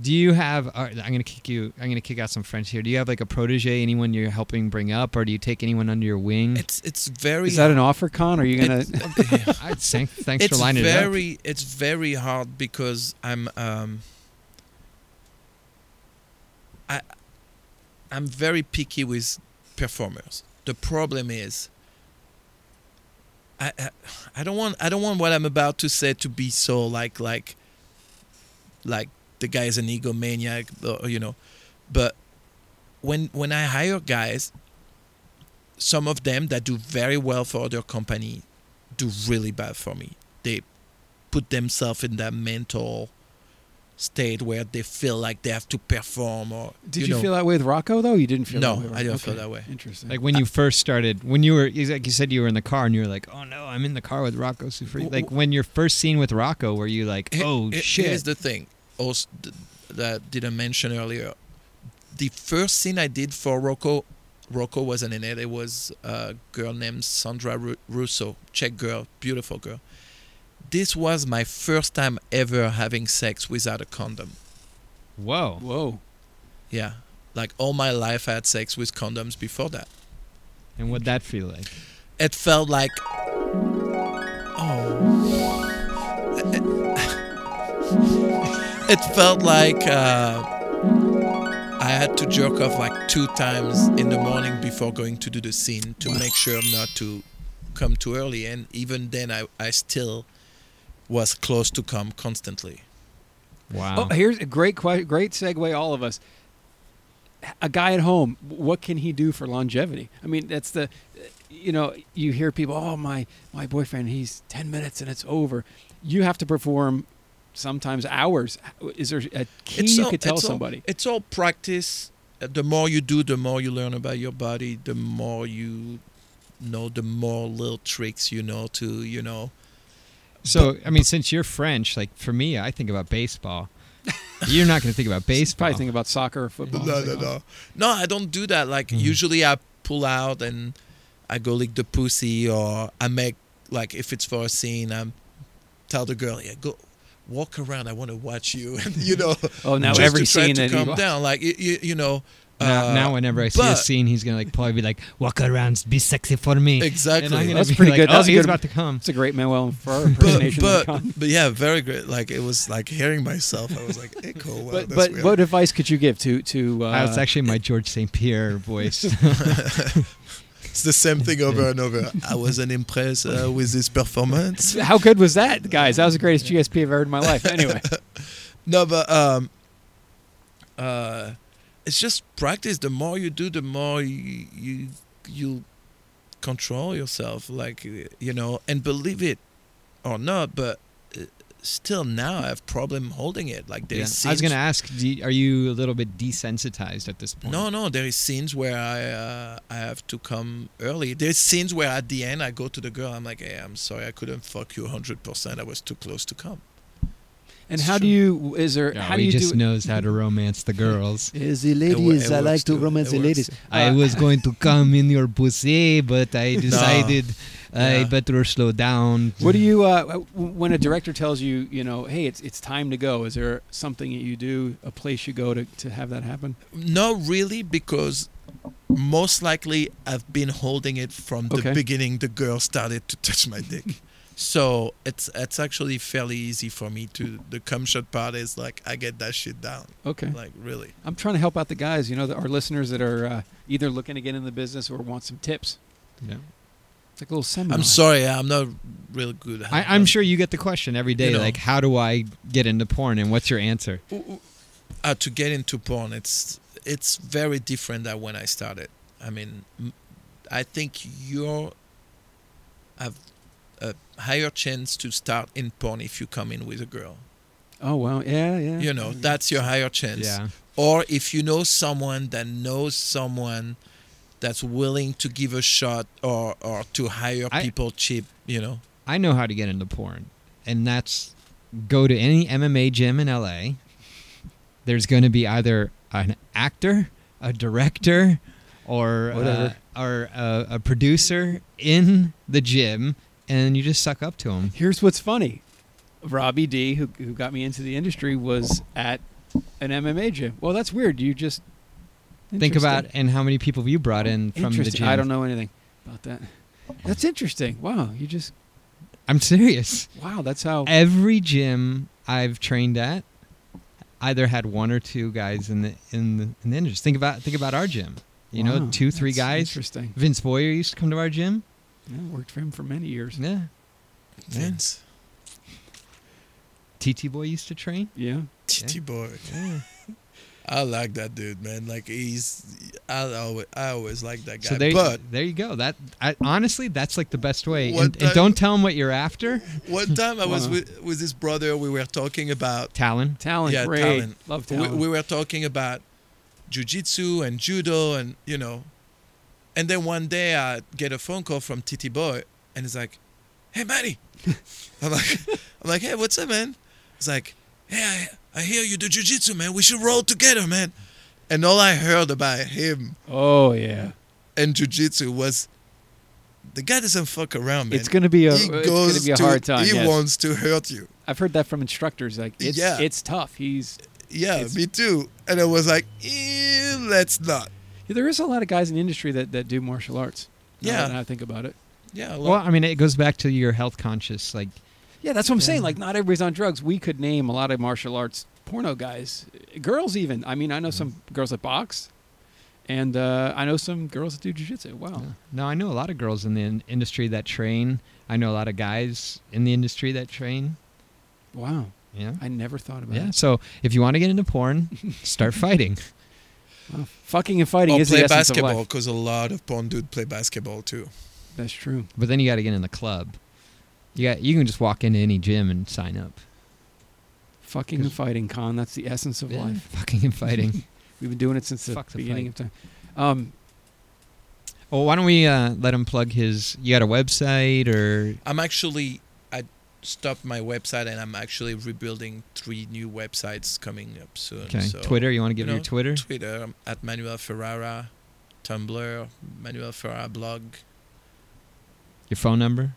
[SPEAKER 4] do you have? all right, I'm gonna kick you. I'm gonna kick out some French here. Do you have like a protege, anyone you're helping bring up, or do you take anyone under your wing?
[SPEAKER 3] It's it's very.
[SPEAKER 1] Is that an offer con? Or are you gonna?
[SPEAKER 4] I'd say- thanks
[SPEAKER 3] it's
[SPEAKER 4] for lining it up.
[SPEAKER 3] very it's very hard because I'm um. I, I'm very picky with performers. The problem is. I, I I don't want I don't want what I'm about to say to be so like like. Like the guy is an egomaniac, or, you know, but when when I hire guys, some of them that do very well for other company do really bad for me. They put themselves in that mental state where they feel like they have to perform or
[SPEAKER 1] Did you,
[SPEAKER 3] know,
[SPEAKER 1] feel that way with Rocco though? You didn't feel
[SPEAKER 3] No,
[SPEAKER 1] that way. with
[SPEAKER 3] I didn't
[SPEAKER 1] Rocco.
[SPEAKER 3] feel
[SPEAKER 1] Okay.
[SPEAKER 3] that way.
[SPEAKER 1] Interesting.
[SPEAKER 4] Like when you first started, when you were like you said you were in the car and you were like, "Oh no, I'm in the car with Rocco Siffredi." Like when your first scene with Rocco, were you like,
[SPEAKER 3] He-
[SPEAKER 4] "Oh
[SPEAKER 3] he-
[SPEAKER 4] shit"?
[SPEAKER 3] Here's the thing, also, th- that I didn't mention earlier. The first scene I did for Rocco, Rocco wasn't in it. It was a girl named Sandra Ru- Russo, Czech girl, beautiful girl. This was my first time ever having sex without a condom.
[SPEAKER 4] Whoa!
[SPEAKER 1] Whoa.
[SPEAKER 3] Yeah, like all my life I had sex with condoms before that.
[SPEAKER 4] And what'd that feel like?
[SPEAKER 3] It felt like, oh, it felt like uh, I had to jerk off like two times in the morning before going to do the scene to make sure not to come too early. And even then, I, I still was close to come constantly.
[SPEAKER 4] Wow!
[SPEAKER 1] Oh,
[SPEAKER 3] Uh-huh.
[SPEAKER 1] here's a great que- great segue. All of us. A guy at home, what can he do for longevity? I mean, that's the, you know, you hear people, oh my my boyfriend, he's ten minutes and it's over. You have to perform sometimes hours. Is there a key you could tell
[SPEAKER 3] it's
[SPEAKER 1] somebody?
[SPEAKER 3] it's all practice. Uh, The more you do, the more you learn about your body. The more you know, the more little tricks you know to you know.
[SPEAKER 4] so I mean, since you're French, like for me, I think about baseball. you're not going to think about baseball.
[SPEAKER 1] Probably think about soccer or football.
[SPEAKER 3] No, I don't do that.
[SPEAKER 1] Mm.
[SPEAKER 3] Like usually, I pull out and I go lick the pussy, or I make like if it's for a scene, I tell the girl, yeah, go walk around. I want to watch you, and you know.
[SPEAKER 1] Oh, now
[SPEAKER 3] just
[SPEAKER 1] every
[SPEAKER 3] to try
[SPEAKER 1] scene
[SPEAKER 3] to
[SPEAKER 1] that he
[SPEAKER 3] calm
[SPEAKER 1] wa-
[SPEAKER 3] down, like you, you, you know.
[SPEAKER 4] now,
[SPEAKER 3] uh,
[SPEAKER 4] now whenever I see a
[SPEAKER 3] but-
[SPEAKER 4] scene, he's going to like probably be like, "Walk around, be sexy for me."
[SPEAKER 3] Exactly.
[SPEAKER 4] And I'm gonna
[SPEAKER 1] That's
[SPEAKER 4] be
[SPEAKER 1] pretty
[SPEAKER 4] like,
[SPEAKER 1] good.
[SPEAKER 4] Oh,
[SPEAKER 1] That's a
[SPEAKER 4] he's
[SPEAKER 1] good-
[SPEAKER 4] about to come.
[SPEAKER 1] It's a great Manuel Ferrer impersonation.
[SPEAKER 3] but
[SPEAKER 1] that
[SPEAKER 3] but, but yeah, very great. Like it was like hearing myself. I was like, echo. Wow,
[SPEAKER 1] but,
[SPEAKER 3] that's
[SPEAKER 1] but
[SPEAKER 3] weird.
[SPEAKER 1] what advice could you give to to? Uh,
[SPEAKER 4] Uh, it's actually my George St. Pierre voice.
[SPEAKER 3] it's the same thing over and over. I wasn't impressed uh, with this performance.
[SPEAKER 1] how good was that, guys? That was the greatest GSP I've ever heard in my life. Anyway,
[SPEAKER 3] No, but um, uh, it's just practice. The more you do, the more you you you control yourself. Like you know, and believe it or not, but. uh, Still now, I have problem holding it. Like
[SPEAKER 4] Yeah.
[SPEAKER 3] there's
[SPEAKER 4] I was
[SPEAKER 3] scenes
[SPEAKER 4] going to ask, do you- are you a little bit desensitized at this point?
[SPEAKER 3] No, no. There is scenes where I uh, I have to come early. There's scenes where at the end I go to the girl. I'm like, hey, I'm sorry, I couldn't fuck you 100. percent I was too close to come.
[SPEAKER 1] and
[SPEAKER 3] It's
[SPEAKER 1] how do
[SPEAKER 3] true.
[SPEAKER 1] you? Is there?
[SPEAKER 4] No,
[SPEAKER 1] how do
[SPEAKER 4] he
[SPEAKER 1] you
[SPEAKER 4] just
[SPEAKER 1] do?
[SPEAKER 4] knows how to romance the girls.
[SPEAKER 1] Is the
[SPEAKER 3] It wo- it works too. It works too.
[SPEAKER 4] I
[SPEAKER 1] Uh,
[SPEAKER 4] was going to come in your pussy, but I decided I
[SPEAKER 3] Yeah.
[SPEAKER 4] better slow down.
[SPEAKER 1] What do you? Uh, w- when a director tells you, you know, hey, it's it's time to go. Is there something that you do? A place you go to to have that happen?
[SPEAKER 3] Not really, because most likely I've been holding it from the
[SPEAKER 1] Okay.
[SPEAKER 3] beginning. The girl started to touch my dick. So it's it's actually fairly easy for me to the cum shot part is like I get that shit down
[SPEAKER 1] Okay,
[SPEAKER 3] like really
[SPEAKER 1] I'm trying to help out the guys. You know, the, our listeners that are uh, either looking to get in the business or want some tips.
[SPEAKER 4] Yeah.
[SPEAKER 1] It's like a little seminar.
[SPEAKER 3] I'm sorry I'm not real good at
[SPEAKER 4] Hmm. I, I'm sure you get the question every day,
[SPEAKER 3] know.
[SPEAKER 4] like, how do I get into porn? And what's your answer?
[SPEAKER 3] uh, to get into porn it's it's very different than when i started i mean m- i think you have a higher chance to start in porn if you come in with a girl
[SPEAKER 1] Oh wow, yeah, yeah.
[SPEAKER 3] you know that's your higher chance
[SPEAKER 4] Yeah.
[SPEAKER 3] or if you know someone that knows someone that's willing to give a shot or or to hire
[SPEAKER 4] I-
[SPEAKER 3] people cheap you know
[SPEAKER 4] I know how to get into porn, and that's go to any MMA gym in LA. There's going to be either an actor, a director, or uh,
[SPEAKER 1] Whatever.
[SPEAKER 4] or a, a producer in the gym, and you just suck up to them.
[SPEAKER 1] Here's what's funny. Robbie D, who, who got me into the industry, was at an MMA gym. Well, that's weird. You just
[SPEAKER 4] Think
[SPEAKER 1] Interesting.
[SPEAKER 4] about and how many people you brought in from the
[SPEAKER 1] interesting.
[SPEAKER 4] gym.
[SPEAKER 1] I don't know anything about that. That's interesting. Wow, you just
[SPEAKER 4] I'm serious.
[SPEAKER 1] wow. That's how.
[SPEAKER 4] Every gym I've trained at either had one or two guys in the in the, in the industry. Think about think about our gym. You know,
[SPEAKER 1] Wow,
[SPEAKER 4] two three
[SPEAKER 1] that's
[SPEAKER 4] guys.
[SPEAKER 1] Interesting.
[SPEAKER 4] Vince Boyer used to come to our gym.
[SPEAKER 1] Yeah, worked for him for many years.
[SPEAKER 4] Yeah. Yeah.
[SPEAKER 3] Vince,
[SPEAKER 4] TT Boy used to train.
[SPEAKER 1] Yeah.
[SPEAKER 3] TT boy
[SPEAKER 4] Yeah.
[SPEAKER 3] I like that dude, man. Like he's, I always, I always like that guy.
[SPEAKER 4] So there,
[SPEAKER 3] but
[SPEAKER 4] there you go. That I, honestly, that's like the best way.
[SPEAKER 3] What
[SPEAKER 4] And, and
[SPEAKER 3] the-
[SPEAKER 4] don't tell him what you're after,
[SPEAKER 3] one time I was
[SPEAKER 1] Wow.
[SPEAKER 3] with, with his brother. We were talking about
[SPEAKER 4] Talon.
[SPEAKER 1] Talent,
[SPEAKER 3] Yeah,
[SPEAKER 1] great.
[SPEAKER 3] talent.
[SPEAKER 1] Love
[SPEAKER 3] we,
[SPEAKER 1] talent.
[SPEAKER 3] we were talking about jujitsu and judo and you know, and then one day I get a phone call from Titi Boy and he's like, "Hey, Manny," I'm like, "I'm like, hey, what's up, man?" He's like, "Hey, I, I hear you do jujitsu, man. We should roll together, man." And all I heard about him
[SPEAKER 1] oh yeah,
[SPEAKER 3] and jujitsu was the guy doesn't fuck around, man.
[SPEAKER 1] it's gonna be a
[SPEAKER 3] he
[SPEAKER 1] it's gonna
[SPEAKER 3] goes
[SPEAKER 1] be a
[SPEAKER 3] to- E
[SPEAKER 1] hard time.
[SPEAKER 3] He
[SPEAKER 1] yes.
[SPEAKER 3] wants to hurt you.
[SPEAKER 1] I've heard that from instructors. Like it's
[SPEAKER 3] Yeah.
[SPEAKER 1] it's tough. He's
[SPEAKER 3] Yeah,
[SPEAKER 1] It's-
[SPEAKER 3] me too. And I was like, eh, let's not.
[SPEAKER 1] there is a lot of guys in the industry that, that do martial arts. now
[SPEAKER 3] Yeah.
[SPEAKER 1] that I think about it.
[SPEAKER 3] Yeah,
[SPEAKER 4] Well, I mean, it goes back to your health conscious. Like,
[SPEAKER 1] Yeah, that's what I'm saying.
[SPEAKER 4] Yeah.
[SPEAKER 1] Like, not everybody's on drugs. We could name a lot of martial arts porno guys, girls even. I mean, I know some girls that box, and uh, I know some girls that do jujitsu. Wow.
[SPEAKER 4] no, I know a lot of girls in the in- industry that train. I know a lot of guys in the industry that train.
[SPEAKER 1] Wow.
[SPEAKER 4] Yeah.
[SPEAKER 1] I never thought about
[SPEAKER 4] Yeah.
[SPEAKER 1] it.
[SPEAKER 4] So if you want to get into porn, start fighting.
[SPEAKER 1] Wow. Fucking and fighting
[SPEAKER 3] or
[SPEAKER 1] is the
[SPEAKER 3] play
[SPEAKER 1] essence of
[SPEAKER 3] basketball
[SPEAKER 1] life.
[SPEAKER 3] because a lot of porn dude play basketball too.
[SPEAKER 1] That's true.
[SPEAKER 4] But then you got to get in the club. You got you can just walk into any gym and sign up.
[SPEAKER 1] Fucking and fighting, Con. That's the essence of
[SPEAKER 4] Yeah,
[SPEAKER 1] life.
[SPEAKER 4] Fucking and fighting.
[SPEAKER 1] We've been doing it since the,
[SPEAKER 4] Fuck the
[SPEAKER 1] beginning of time. Um,
[SPEAKER 4] well, why don't we uh, let him plug his? You got a website or?
[SPEAKER 3] I'm actually I stopped my website and I'm actually rebuilding three new websites coming up soon.
[SPEAKER 4] Okay,
[SPEAKER 3] Uh, So
[SPEAKER 4] Twitter. You want to give
[SPEAKER 3] you
[SPEAKER 4] your
[SPEAKER 3] know,
[SPEAKER 4] Twitter?
[SPEAKER 3] Twitter I'm at Manuel Ferrara, Tumblr Manuel Ferrara blog.
[SPEAKER 4] Your phone number?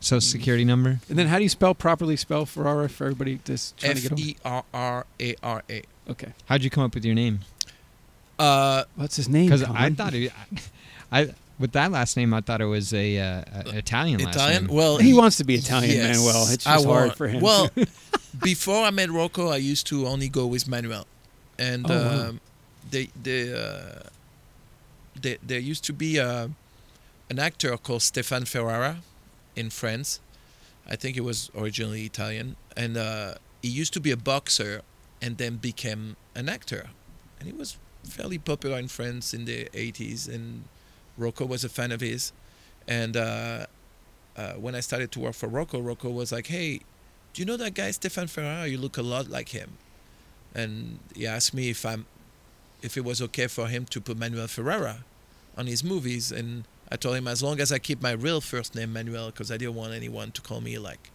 [SPEAKER 4] Social
[SPEAKER 3] Mm.
[SPEAKER 4] security number?
[SPEAKER 1] and then how do you spell properly spell Ferrara for everybody just trying to
[SPEAKER 3] F
[SPEAKER 1] get on?
[SPEAKER 3] E R R A R A.
[SPEAKER 1] Okay.
[SPEAKER 4] How'd you come up with your name?
[SPEAKER 3] Uh,
[SPEAKER 1] What's his name?
[SPEAKER 4] Because
[SPEAKER 1] Con?
[SPEAKER 4] I thought it, I, I with that last name, I thought it was a, uh, a Italian last
[SPEAKER 3] Italian.
[SPEAKER 4] name.
[SPEAKER 3] Well,
[SPEAKER 1] he wants to be Italian,
[SPEAKER 3] yes,
[SPEAKER 1] Manuel. It's just
[SPEAKER 3] I
[SPEAKER 1] hard
[SPEAKER 3] want-
[SPEAKER 1] for him.
[SPEAKER 3] Well, before I met Rocco, I used to only go with Manuel, and
[SPEAKER 1] Oh, wow.
[SPEAKER 3] um, they they uh, they there used to be uh, an actor called Stefan Ferrara in France. I think he was originally Italian, and uh, he used to be a boxer, and then became an actor, and he was fairly popular in France in the 80s, and Rocco was a fan of his. And uh, uh, when I started to work for Rocco, Rocco was like, "Hey, do you know that guy Stefan Ferrara? You look a lot like him." And he asked me if I'm, if it was okay for him to put Manuel Ferrara on his movies, and I told him as long as I keep my real first name Manuel, because I didn't want anyone to call me like.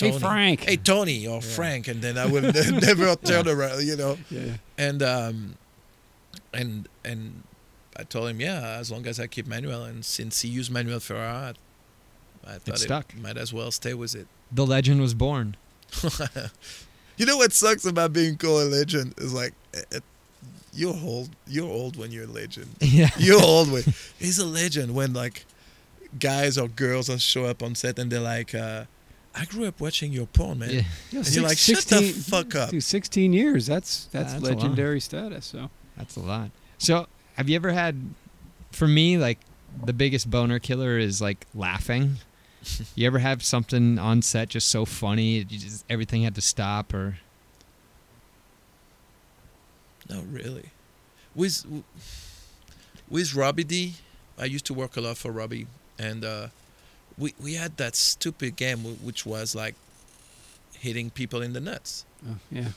[SPEAKER 1] Hey,
[SPEAKER 3] Tony.
[SPEAKER 1] Frank.
[SPEAKER 3] Hey Tony or Frank, and then I will ne- never turn around, you know
[SPEAKER 1] yeah.
[SPEAKER 3] and um, and and I told him, yeah, as long as I keep Manuel, and since he used Manuel Ferrara, I thought it,
[SPEAKER 4] stuck.
[SPEAKER 3] might as well stay with it.
[SPEAKER 4] the legend was born.
[SPEAKER 3] You know what sucks about being called a legend is like, eh, eh, you're old. You're old when you're a legend.
[SPEAKER 4] Yeah.
[SPEAKER 3] You're old when he's a legend when like guys or girls will show up on set and they're like, uh, I grew up watching your porn, man.
[SPEAKER 4] yeah.
[SPEAKER 1] Yeah,
[SPEAKER 3] And you're like, shut the fuck up.
[SPEAKER 1] Dude, 16 years. That's that's,
[SPEAKER 4] That's a lot.
[SPEAKER 1] legendary status. So
[SPEAKER 4] That's a lot. So, have you ever had? For me, like the biggest boner killer is like laughing. you ever have something on set just so funny, you just, everything had to stop, or
[SPEAKER 3] No, really. With with Robbie D, I used to work a lot for Robbie, and uh, we we had that stupid game wh- which was like hitting people in the nuts.
[SPEAKER 1] oh, yeah,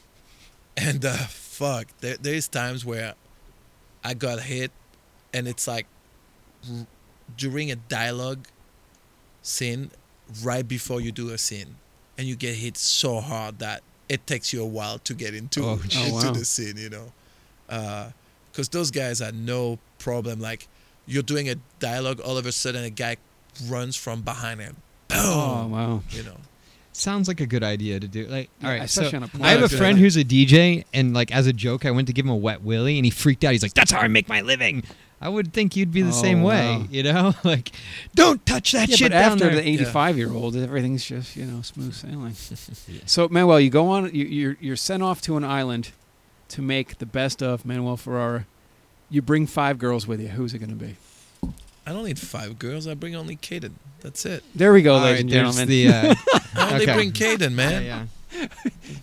[SPEAKER 3] And uh, fuck, there there's times where I got hit, and it's like r- during a dialogue scene, right before you do a scene, and you get hit so hard that it takes you a while to get into
[SPEAKER 4] Oh,
[SPEAKER 3] into
[SPEAKER 1] oh, wow.
[SPEAKER 3] the scene, you know, because those guys had no problem. Like you're doing a dialogue, all of a sudden a guy runs from behind him, boom,
[SPEAKER 1] oh wow,
[SPEAKER 3] you know.
[SPEAKER 4] sounds like a good idea to do. Like,
[SPEAKER 1] Yeah,
[SPEAKER 4] all right, so
[SPEAKER 1] especially on a
[SPEAKER 4] I have a
[SPEAKER 1] plane.
[SPEAKER 4] friend who's a DJ, and like as a joke, I went to give him a wet willy, and he freaked out. He's like, "That's how I make my living." I would think you'd be the
[SPEAKER 1] Oh,
[SPEAKER 4] same
[SPEAKER 1] wow.
[SPEAKER 4] way, you know? Like, don't touch that
[SPEAKER 1] yeah,
[SPEAKER 4] shit
[SPEAKER 1] but
[SPEAKER 4] down
[SPEAKER 1] after
[SPEAKER 4] there.
[SPEAKER 1] the 85 year old, everything's just you know smooth sailing. So Manuel, you go on. You, you're you're sent off to an island to make the best of Manuel Ferrara. You bring five girls with you. Who's it going to be?
[SPEAKER 3] I don't need five girls. I bring only Caden. That's it.
[SPEAKER 1] There we go,
[SPEAKER 4] All
[SPEAKER 1] ladies
[SPEAKER 4] right,
[SPEAKER 1] and
[SPEAKER 4] there's
[SPEAKER 1] gentlemen.
[SPEAKER 4] the uh,
[SPEAKER 3] I only
[SPEAKER 4] Okay.
[SPEAKER 3] bring Caden, man.
[SPEAKER 4] yeah.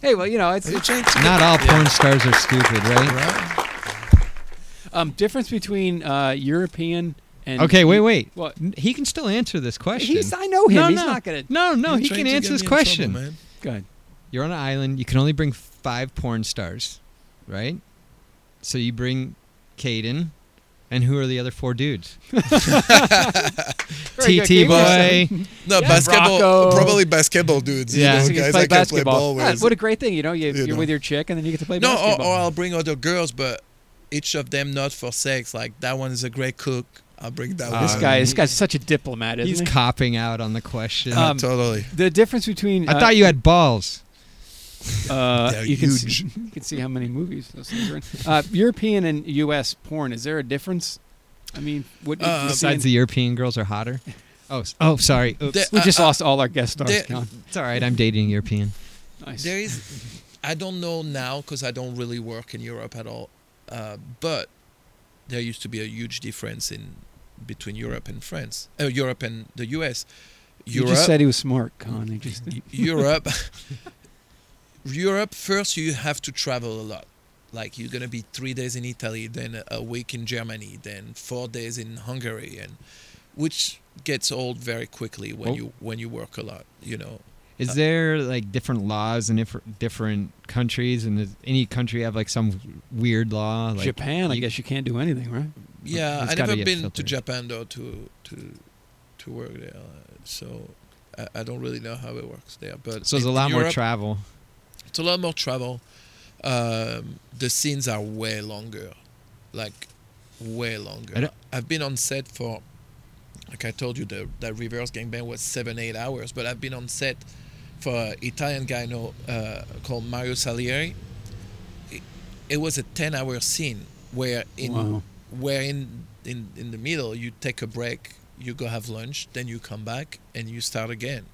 [SPEAKER 4] Hey, well, you know, it's,
[SPEAKER 3] Well, you
[SPEAKER 4] it's
[SPEAKER 3] changed it.
[SPEAKER 4] not all
[SPEAKER 3] Yeah.
[SPEAKER 4] porn stars are stupid, right?
[SPEAKER 3] Right.
[SPEAKER 1] Um, difference between uh, European and
[SPEAKER 4] Okay, wait, wait.
[SPEAKER 1] What?
[SPEAKER 4] N- He can still answer this question.
[SPEAKER 1] He's I know him.
[SPEAKER 4] No,
[SPEAKER 1] He's
[SPEAKER 4] no.
[SPEAKER 1] not gonna.
[SPEAKER 4] No, no,
[SPEAKER 3] You're
[SPEAKER 4] he
[SPEAKER 3] trying
[SPEAKER 4] can
[SPEAKER 3] to
[SPEAKER 4] answer
[SPEAKER 3] get
[SPEAKER 4] this
[SPEAKER 3] me in trouble,
[SPEAKER 4] question.
[SPEAKER 3] man.
[SPEAKER 1] Go ahead.
[SPEAKER 4] You're on an island. You can only bring five porn stars, right? So you bring Caden, and who are the other four dudes?
[SPEAKER 1] Very good.
[SPEAKER 4] TT
[SPEAKER 1] Give yourself-
[SPEAKER 4] boy.
[SPEAKER 3] No,
[SPEAKER 1] Yeah.
[SPEAKER 3] basketball.
[SPEAKER 1] Rocco.
[SPEAKER 3] Probably basketball dudes.
[SPEAKER 4] Yeah.
[SPEAKER 1] So
[SPEAKER 3] you
[SPEAKER 4] So
[SPEAKER 1] you
[SPEAKER 3] know, guys
[SPEAKER 1] play
[SPEAKER 3] I can play
[SPEAKER 1] basketball.
[SPEAKER 3] ball
[SPEAKER 1] Ah,
[SPEAKER 3] with.
[SPEAKER 1] what a great thing, you know. You,
[SPEAKER 3] You
[SPEAKER 1] you're
[SPEAKER 3] know.
[SPEAKER 1] with your chick, and then you get to play
[SPEAKER 3] no, oh, or,
[SPEAKER 1] basketball.
[SPEAKER 3] or I'll bring other girls, but each of them not for sex. Like that one is a great cook. I'll bring that
[SPEAKER 4] Ah,
[SPEAKER 3] one.
[SPEAKER 1] Uh, this guy, this
[SPEAKER 4] he-
[SPEAKER 1] guy's such a diplomat, isn't
[SPEAKER 4] He's
[SPEAKER 1] he?
[SPEAKER 4] copping out on the question.
[SPEAKER 1] Uh,
[SPEAKER 3] Yeah,
[SPEAKER 1] um,
[SPEAKER 3] totally.
[SPEAKER 1] the difference between
[SPEAKER 4] I
[SPEAKER 1] uh,
[SPEAKER 4] thought you had balls.
[SPEAKER 1] uh,
[SPEAKER 3] They're
[SPEAKER 1] you can see,
[SPEAKER 3] huge.
[SPEAKER 1] you can see how many movies those things are in. Uh, European and U.S. porn. Is there a difference? I mean, what
[SPEAKER 3] Uh,
[SPEAKER 1] you're seeing-
[SPEAKER 4] Besides, the European girls are hotter. Oh, s- oh, sorry. Oops.
[SPEAKER 3] There-
[SPEAKER 1] we just
[SPEAKER 3] uh, uh,
[SPEAKER 1] lost all our guest stars.
[SPEAKER 3] there-
[SPEAKER 1] Con.
[SPEAKER 4] It's all right. I'm dating a European.
[SPEAKER 1] Nice.
[SPEAKER 3] There is. I don't know now because I don't really work in Europe at all. Uh, but there used to be a huge difference in between Europe and France, uh, Europe and the U.S.
[SPEAKER 1] you
[SPEAKER 3] Europe,
[SPEAKER 1] just said he was smart, Con. You just
[SPEAKER 3] Europe, Europe. First, you have to travel a lot. Like you're gonna be three days in Italy, then a week in Germany, then four days in Hungary, and which gets old very quickly when
[SPEAKER 4] Oh.
[SPEAKER 3] you when you work a lot. You know, Uh,
[SPEAKER 4] Is there like different laws in differ- different countries? And does any country have like some weird law? Like
[SPEAKER 1] Japan. I
[SPEAKER 4] you-
[SPEAKER 1] guess you can't do anything, right?
[SPEAKER 3] Yeah,
[SPEAKER 4] It's
[SPEAKER 3] I
[SPEAKER 4] gotta
[SPEAKER 3] never
[SPEAKER 4] get
[SPEAKER 3] been to
[SPEAKER 4] filtered.
[SPEAKER 3] Japan though to to to work there, uh, so I, I don't really know how it works there. But
[SPEAKER 4] So there's a
[SPEAKER 3] in
[SPEAKER 4] lot more
[SPEAKER 3] Europe,
[SPEAKER 4] travel.
[SPEAKER 3] It's a lot more travel. Um, the scenes are way longer, like way
[SPEAKER 4] I
[SPEAKER 3] longer.
[SPEAKER 4] don't-
[SPEAKER 3] I've been on set for, like I told you, the that reverse gangbang was seven eight hours, but I've been on set for an Italian guy I know uh, called Mario Salieri. It, it was a ten hour scene where in
[SPEAKER 1] Wow.
[SPEAKER 3] where in, in in the middle you take a break you go have lunch then you come back and you start again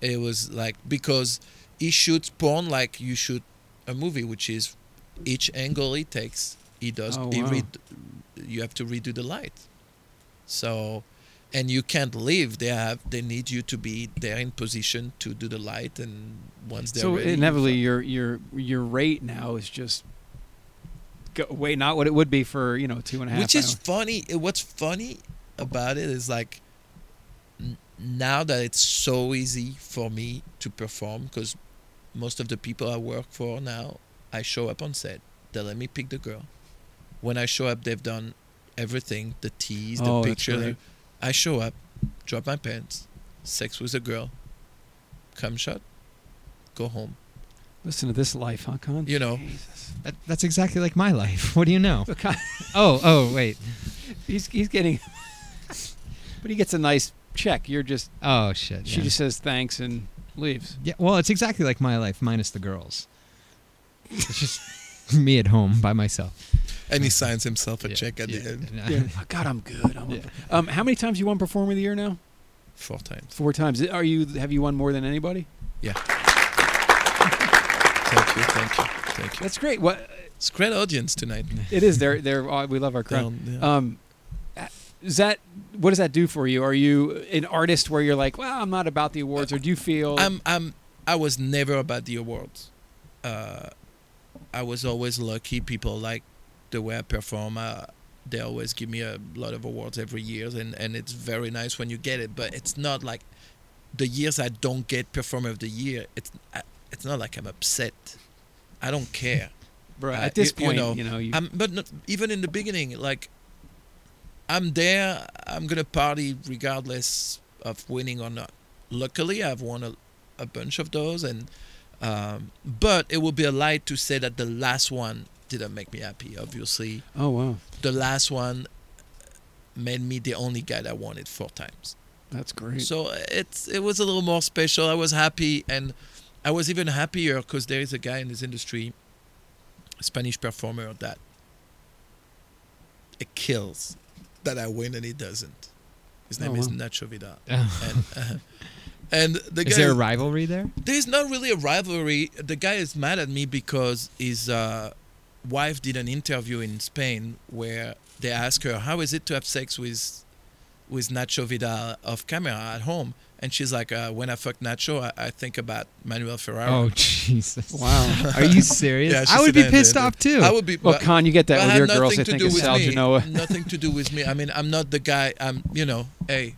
[SPEAKER 3] it was like because he shoots porn like you shoot a movie which is each angle he takes he does
[SPEAKER 1] Oh,
[SPEAKER 3] he
[SPEAKER 1] wow.
[SPEAKER 3] read you have to redo the light so and you can't leave they have they need you to be there in position to do the light and once they're
[SPEAKER 1] So
[SPEAKER 3] ready you
[SPEAKER 1] inevitably,
[SPEAKER 3] fi-
[SPEAKER 1] your your your rate now is just go, way not what it would be for you know two and a half.
[SPEAKER 3] which is
[SPEAKER 1] hours.
[SPEAKER 3] funny eh, what's funny about it is like n- now that it's so easy for me to perform because most of the people i work for now i show up on set they let me pick the girl when i show up they've done everything the tease the
[SPEAKER 1] Oh, that's
[SPEAKER 3] picture
[SPEAKER 1] great.
[SPEAKER 3] i show up drop my pants sex with a girl come shot go home
[SPEAKER 1] listen to this life, huh, Con?
[SPEAKER 3] You know.
[SPEAKER 1] Jesus.
[SPEAKER 4] That, that's exactly like my life. What do you know?
[SPEAKER 1] Look, Con,
[SPEAKER 4] Oh, oh, wait.
[SPEAKER 1] he's he's getting, but he gets a nice check. You're just
[SPEAKER 4] Oh shit.
[SPEAKER 1] she
[SPEAKER 4] yeah.
[SPEAKER 1] just says thanks and leaves.
[SPEAKER 4] Yeah, well, it's exactly like my life minus the girls. It's just me at home by myself.
[SPEAKER 3] and he signs himself a
[SPEAKER 4] Yeah,
[SPEAKER 3] check at
[SPEAKER 4] yeah,
[SPEAKER 3] the end
[SPEAKER 4] and I-
[SPEAKER 1] Yeah. oh, God, I'm good. I'm
[SPEAKER 4] Yeah.
[SPEAKER 1] um, how many times you won Performer of the Year now?
[SPEAKER 3] four times
[SPEAKER 1] Four times. Are you have you won more than anybody?
[SPEAKER 3] thank you thank you thank you
[SPEAKER 1] That's great. What
[SPEAKER 3] it's a great audience tonight
[SPEAKER 1] it is. They're they're uh, we love our crowd.
[SPEAKER 3] Down there.
[SPEAKER 1] Um, is that what does that do for you? Are you an artist where you're like, well, I'm not about the awards, or do you feel?
[SPEAKER 3] I'm I'm I was never about the awards. Uh, I was always lucky. People like the way I perform. Uh, they always give me a lot of awards every year, and and it's very nice when you get it. But it's not like the years I don't get performer of the year. It's I, it's not like I'm upset. I don't care.
[SPEAKER 1] Bruh,
[SPEAKER 3] uh,
[SPEAKER 1] at this
[SPEAKER 3] you- you
[SPEAKER 1] point, you know,
[SPEAKER 3] know,
[SPEAKER 1] you,
[SPEAKER 3] I'm Um, but not, even in the beginning, like I'm there. I'm gonna party regardless of winning or not. Luckily, I've won a, a bunch of those, and um, but it would be a lie to say that the last one didn't make me happy. Obviously,
[SPEAKER 1] oh wow,
[SPEAKER 3] the last one made me the only guy that won it four times.
[SPEAKER 1] that's great.
[SPEAKER 3] So uh, it's it was a little more special. I was happy, and I was even happier because there is a guy in this industry, a Spanish performer that it kills that I win and he doesn't. His
[SPEAKER 1] Oh,
[SPEAKER 3] name is
[SPEAKER 1] wow.
[SPEAKER 3] Nacho Vidal,
[SPEAKER 4] Oh.
[SPEAKER 3] and uh, and the guy
[SPEAKER 4] Is there a rivalry there?
[SPEAKER 3] there's not really a rivalry. The guy is mad at me because his uh, wife did an interview in Spain where they asked her, "How is it to have sex with with Nacho Vidal off camera at home, and she's like, uh, "When I fuck Nacho, I, I think about Manuel Ferraro."
[SPEAKER 4] Oh Jesus!
[SPEAKER 1] Wow.
[SPEAKER 4] Are you serious?
[SPEAKER 3] Yeah, she
[SPEAKER 4] I
[SPEAKER 3] said
[SPEAKER 4] would be
[SPEAKER 3] that-
[SPEAKER 4] pissed
[SPEAKER 3] that-
[SPEAKER 4] off too.
[SPEAKER 3] I would be.
[SPEAKER 1] Well,
[SPEAKER 3] but-
[SPEAKER 1] Con, you get
[SPEAKER 3] but
[SPEAKER 1] that
[SPEAKER 3] it
[SPEAKER 1] with
[SPEAKER 3] had
[SPEAKER 1] your girls.
[SPEAKER 3] nothing
[SPEAKER 1] They
[SPEAKER 3] to
[SPEAKER 1] think
[SPEAKER 3] do
[SPEAKER 1] it's
[SPEAKER 3] with
[SPEAKER 1] Sal
[SPEAKER 3] me.
[SPEAKER 1] Genoa.
[SPEAKER 3] Nothing to do with me. I mean, I'm not the guy. I'm, you know, hey,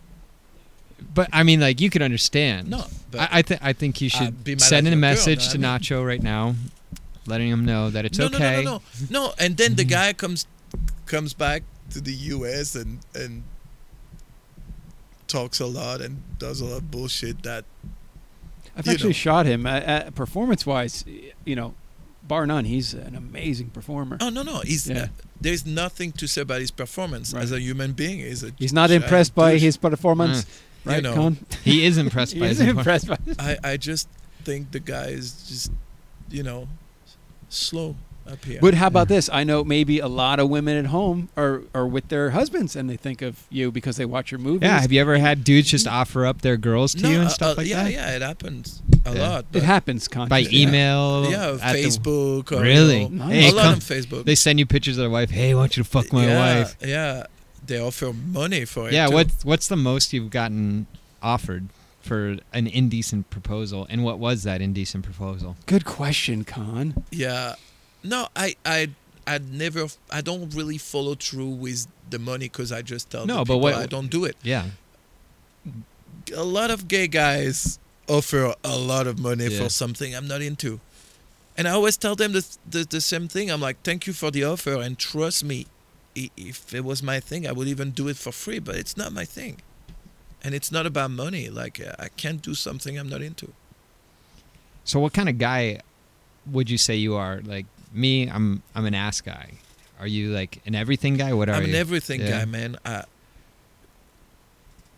[SPEAKER 4] but I mean, like you could understand.
[SPEAKER 3] no. But
[SPEAKER 4] I I, th- I think you
[SPEAKER 3] Uh,
[SPEAKER 4] should
[SPEAKER 3] be mad
[SPEAKER 4] send
[SPEAKER 3] at
[SPEAKER 4] in a
[SPEAKER 3] your girl, no,
[SPEAKER 4] message to
[SPEAKER 3] I mean-
[SPEAKER 4] Nacho right now, letting him know that it's
[SPEAKER 3] no,
[SPEAKER 4] okay. Mm-hmm.
[SPEAKER 3] no, no, no, no, no. And then the guy comes comes back to the U.S. and and talks a lot and does a lot of bullshit that
[SPEAKER 1] I've
[SPEAKER 3] you
[SPEAKER 1] actually
[SPEAKER 3] know.
[SPEAKER 1] shot him. Uh, uh, performance-wise, you know, bar none, he's an amazing performer.
[SPEAKER 3] Oh no, no, he's
[SPEAKER 1] Yeah.
[SPEAKER 3] uh, there's nothing to say about his performance
[SPEAKER 1] Right.
[SPEAKER 3] as a human being. He's a
[SPEAKER 1] He's not
[SPEAKER 3] giant
[SPEAKER 1] impressed by
[SPEAKER 3] douche. Mm.
[SPEAKER 1] his performance,
[SPEAKER 3] you
[SPEAKER 1] right,
[SPEAKER 3] know.
[SPEAKER 1] Con?
[SPEAKER 4] He is impressed
[SPEAKER 1] He
[SPEAKER 4] by his
[SPEAKER 1] isn't impressed by.
[SPEAKER 3] I I just think the guy is just you know s- slow up here.
[SPEAKER 1] But how about
[SPEAKER 4] Yeah.
[SPEAKER 1] this? I know maybe a lot of women at home are, are with their husbands and they think of you because they watch your movies.
[SPEAKER 4] Yeah, have you ever had dudes just
[SPEAKER 1] Mm-hmm.
[SPEAKER 4] offer up their girls to
[SPEAKER 3] no,
[SPEAKER 4] you and
[SPEAKER 3] uh,
[SPEAKER 4] stuff
[SPEAKER 3] uh,
[SPEAKER 4] like
[SPEAKER 3] yeah,
[SPEAKER 4] that?
[SPEAKER 3] yeah, it happens a
[SPEAKER 4] Yeah.
[SPEAKER 3] lot.
[SPEAKER 1] it
[SPEAKER 3] But
[SPEAKER 1] happens, Con.
[SPEAKER 4] By
[SPEAKER 1] Yeah.
[SPEAKER 4] email,
[SPEAKER 3] yeah,
[SPEAKER 4] at the-
[SPEAKER 3] Facebook. Or, you
[SPEAKER 4] Really?
[SPEAKER 3] know,
[SPEAKER 1] Hey,
[SPEAKER 3] a lot
[SPEAKER 4] come-
[SPEAKER 3] on Facebook.
[SPEAKER 4] they send you pictures of their wife. Hey, I want you to fuck my
[SPEAKER 3] yeah,
[SPEAKER 4] wife.
[SPEAKER 3] Yeah, they offer money for it.
[SPEAKER 4] Yeah.
[SPEAKER 3] too.
[SPEAKER 4] What What's the most you've gotten offered for an indecent proposal? And what was that indecent proposal?
[SPEAKER 1] Good question, Con.
[SPEAKER 3] Yeah, no, I I. I never, I don't really follow through with the money because I just tell
[SPEAKER 4] No,
[SPEAKER 3] the
[SPEAKER 4] but
[SPEAKER 3] people
[SPEAKER 4] what-
[SPEAKER 3] I don't do it.
[SPEAKER 4] Yeah.
[SPEAKER 3] a lot of gay guys offer a lot of money
[SPEAKER 4] Yeah.
[SPEAKER 3] for something I'm not into. And I always tell them the, the, the same thing. I'm like, thank you for the offer, and trust me, i- if it was my thing, I would even do it for free, but it's not my thing. And it's not about money. Like, uh, I can't do something I'm not into.
[SPEAKER 4] So what kind of guy would you say you are? Like me, I'm I'm an ass guy. Are you like an everything guy? What are
[SPEAKER 3] I'm
[SPEAKER 4] you?
[SPEAKER 3] an everything
[SPEAKER 4] Yeah.
[SPEAKER 3] guy, man. I,